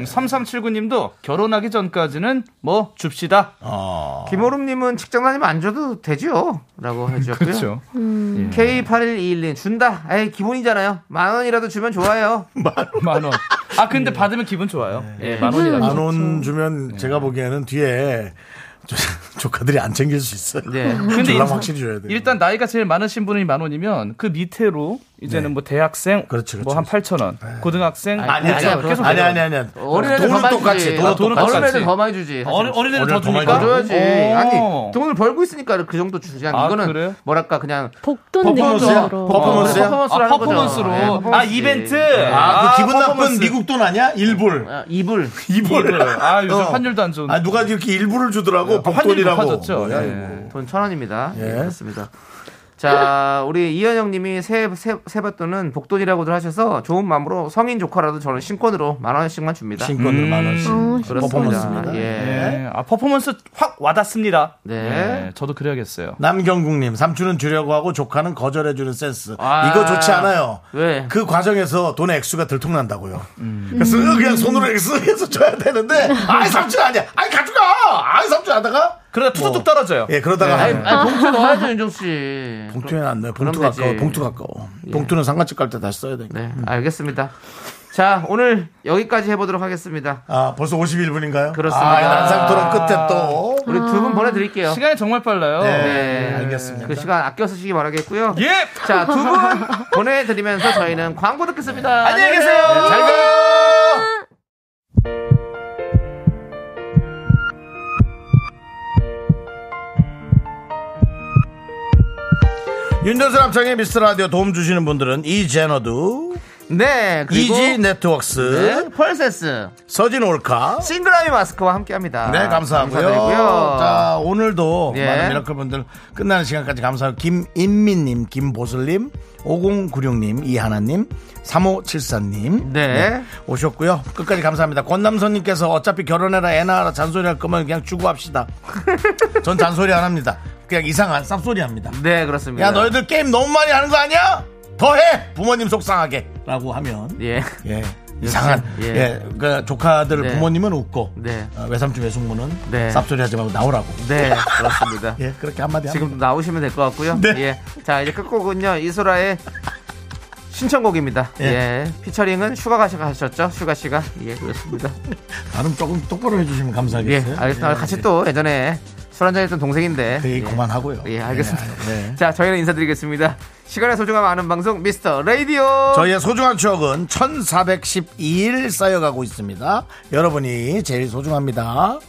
[SPEAKER 8] 3379님도 음, 결혼하기 전까지는 뭐 줍시다.
[SPEAKER 1] 아, 어.
[SPEAKER 2] 김호름님은 직장 다니면 안 줘도 되지요라고 해주셨고요.
[SPEAKER 8] 그렇죠.
[SPEAKER 1] 그렇죠.
[SPEAKER 9] 음,
[SPEAKER 2] K8121님 준다. 에이 기본이잖아요. 만 원이라도 주면 좋아요.
[SPEAKER 8] 만 원. 아 근데 받으면 기분 좋아요. 예, 만 원이라.
[SPEAKER 1] 안 온
[SPEAKER 8] 네.
[SPEAKER 1] 주면 제가 보기에는 뒤에 조- 조카들이 안 챙길 수 있어요.
[SPEAKER 2] 네.
[SPEAKER 8] 근데
[SPEAKER 1] 졸라
[SPEAKER 8] 일-
[SPEAKER 1] 확실히 줘야 돼요.
[SPEAKER 8] 일단 나이가 제일 많으신 분이 만 원이면 그 밑으로 이제는 뭐 대학생
[SPEAKER 1] 네. 그렇죠, 그렇죠.
[SPEAKER 8] 뭐한 8천 원, 고등학생
[SPEAKER 1] 아니 아니
[SPEAKER 2] 아니야,
[SPEAKER 1] 아니
[SPEAKER 2] 계속
[SPEAKER 1] 아니 아니 아니.
[SPEAKER 2] 어린애들 더
[SPEAKER 1] 돈은
[SPEAKER 2] 많이
[SPEAKER 1] 똑같이
[SPEAKER 2] 주지.
[SPEAKER 8] 아,
[SPEAKER 1] 돈은
[SPEAKER 8] 돈은
[SPEAKER 1] 똑같이.
[SPEAKER 8] 똑같이.
[SPEAKER 2] 어른애들 더 많이 주지. 사실.
[SPEAKER 8] 어린 어린애들 더 어.
[SPEAKER 1] 어린애들 더 많이
[SPEAKER 8] 주니까.
[SPEAKER 2] 줘야지.
[SPEAKER 8] 오.
[SPEAKER 2] 아니 돈을 벌고 있으니까 그 정도 주지 않.
[SPEAKER 8] 아,
[SPEAKER 2] 이거는
[SPEAKER 8] 그래요?
[SPEAKER 2] 뭐랄까 그냥
[SPEAKER 9] 복돈
[SPEAKER 1] 퍼포먼스야?
[SPEAKER 9] 느낌으로.
[SPEAKER 1] 퍼포먼스야?
[SPEAKER 8] 아,
[SPEAKER 2] 퍼포먼스로 하는
[SPEAKER 8] 퍼포먼스로.
[SPEAKER 2] 거죠. 예,
[SPEAKER 8] 아,
[SPEAKER 2] 퍼포먼스지.
[SPEAKER 8] 이벤트.
[SPEAKER 2] 예.
[SPEAKER 1] 아, 그 기분
[SPEAKER 8] 퍼포먼스. 네.
[SPEAKER 1] 나쁜 미국 돈 아니야? 일불.
[SPEAKER 2] 아, 이불.
[SPEAKER 1] 이불.
[SPEAKER 8] 아, 요즘
[SPEAKER 1] 어.
[SPEAKER 8] 환율도 안 좋은데.
[SPEAKER 1] 아, 누가 이렇게 일불을 주더라고.
[SPEAKER 8] 환율이
[SPEAKER 1] 복돈이라고.
[SPEAKER 8] 네,
[SPEAKER 1] 네.
[SPEAKER 8] 높아졌죠.
[SPEAKER 1] 뭐야,
[SPEAKER 8] 예.
[SPEAKER 1] 이거.
[SPEAKER 2] 돈 천 원입니다.
[SPEAKER 1] 예.
[SPEAKER 2] 예, 그렇습니다. 자, 우리 이현영 님이 새, 새, 새밭돈은 복돈이라고들 하셔서 좋은 마음으로 성인 조카라도 저는 신권으로 만원씩만
[SPEAKER 8] 음,
[SPEAKER 2] 줍니다.
[SPEAKER 1] 신권으로 만 원씩. 어,
[SPEAKER 2] 그렇습니다.
[SPEAKER 1] 퍼포먼스입니다.
[SPEAKER 2] 예.
[SPEAKER 8] 네. 아, 퍼포먼스 확 와닿습니다. 예,
[SPEAKER 2] 네.
[SPEAKER 1] 예.
[SPEAKER 8] 저도 그래야겠어요.
[SPEAKER 1] 남경국님 삼촌은 주려고 하고 조카는 거절해주는 센스
[SPEAKER 8] 아.
[SPEAKER 1] 이거 좋지 않아요.
[SPEAKER 2] 왜? 음.
[SPEAKER 1] 그 과정에서 돈의 액수가 들통난다고요. 그래서 그냥 손으로 액수해서 줘야 되는데 아이 삼촌 아니야. 아이 가져가. 아이 삼촌 하다가
[SPEAKER 8] 그러다 툭툭
[SPEAKER 1] 뭐.
[SPEAKER 8] 떨어져요.
[SPEAKER 1] 예 그러다가
[SPEAKER 2] 아니,
[SPEAKER 1] 하는.
[SPEAKER 2] 아니, 봉투 넣어야죠, 윤정 씨.
[SPEAKER 1] 봉투에는 안 넣어요.
[SPEAKER 2] 네. 그럼
[SPEAKER 1] 봉투가
[SPEAKER 2] 되지. 예.
[SPEAKER 1] 아까워. 봉투가 아까워. 봉투는 상가집 갈 때 다시 써야 되니까.
[SPEAKER 2] 네, 알겠습니다. 자, 오늘 여기까지 해보도록 하겠습니다.
[SPEAKER 1] 아 벌써 51분인가요?
[SPEAKER 2] 그렇습니다.
[SPEAKER 1] 아, 난상토론 끝에 또.
[SPEAKER 2] 우리 두 분 보내드릴게요.
[SPEAKER 8] 시간이 정말 빨라요.
[SPEAKER 1] 네,
[SPEAKER 2] 네.
[SPEAKER 1] 알겠습니다.
[SPEAKER 2] 그 시간 아껴 쓰시기 바라겠고요.
[SPEAKER 8] 예!
[SPEAKER 2] 자, 두 분 보내드리면서 저희는 광고 듣겠습니다.
[SPEAKER 8] 안녕히 계세요.
[SPEAKER 2] 네, 잘 가요.
[SPEAKER 1] 윤정수 남창의 미스터 라디오 도움 주시는 분들은 이제너두,
[SPEAKER 2] 네, 그리고
[SPEAKER 1] 이지 네트웍스,
[SPEAKER 2] 네, 펄세스,
[SPEAKER 1] 서진 올카.
[SPEAKER 2] 싱글라미 마스크와 함께합니다.
[SPEAKER 1] 네, 감사하고요.
[SPEAKER 2] 아, 감사드리고요.
[SPEAKER 1] 자, 오늘도
[SPEAKER 2] 예.
[SPEAKER 1] 많은 미라클 분들 끝나는 시간까지 감사하고 김인민님, 김보슬님, 5096님, 이하나님, 3574님.
[SPEAKER 2] 네.
[SPEAKER 1] 오셨고요. 끝까지 감사합니다. 권남선님께서 어차피 결혼해라, 애 낳아라, 잔소리 할 거면 그냥 주고 합시다. 전 잔소리 안 합니다. 그냥 이상한 쌉소리 합니다.
[SPEAKER 2] 네, 그렇습니다.
[SPEAKER 1] 야, 너희들 게임 너무 많이 하는 거 아니야? 더 해! 부모님 속상하게. 라고 하면.
[SPEAKER 2] 예.
[SPEAKER 1] 예. 이상한
[SPEAKER 2] 예.
[SPEAKER 1] 예. 그러니까 조카들
[SPEAKER 2] 네.
[SPEAKER 1] 부모님은 웃고
[SPEAKER 2] 네.
[SPEAKER 1] 어, 외삼촌 외숙모는
[SPEAKER 2] 네.
[SPEAKER 1] 쌉소리 하지 말고 나오라고.
[SPEAKER 2] 네, 그렇습니다.
[SPEAKER 1] 예, 그렇게 한마디
[SPEAKER 2] 지금
[SPEAKER 1] 지금
[SPEAKER 2] 나오시면 될 것 같고요.
[SPEAKER 1] 네.
[SPEAKER 2] 예. 자, 이제 끝곡은요. 이소라의 신청곡입니다. 예.
[SPEAKER 1] 예.
[SPEAKER 2] 피처링은 슈가가 하셨죠? 슈가 씨가. 예, 그렇습니다.
[SPEAKER 1] 발음 조금 똑바로 해주시면
[SPEAKER 2] 예.
[SPEAKER 1] 감사하겠어요.
[SPEAKER 2] 알겠습니다.
[SPEAKER 1] 예,
[SPEAKER 2] 같이
[SPEAKER 1] 예.
[SPEAKER 2] 또 예전에 술 한잔했던 동생인데.
[SPEAKER 1] 되게
[SPEAKER 2] 예.
[SPEAKER 1] 그만하고요.
[SPEAKER 2] 예, 알겠습니다.
[SPEAKER 1] 예, 네.
[SPEAKER 2] 자, 저희는 인사드리겠습니다. 시간의 소중함 아는 방송 미스터 라디오.
[SPEAKER 1] 저희의 소중한 추억은 1412일 쌓여가고 있습니다. 여러분이 제일 소중합니다.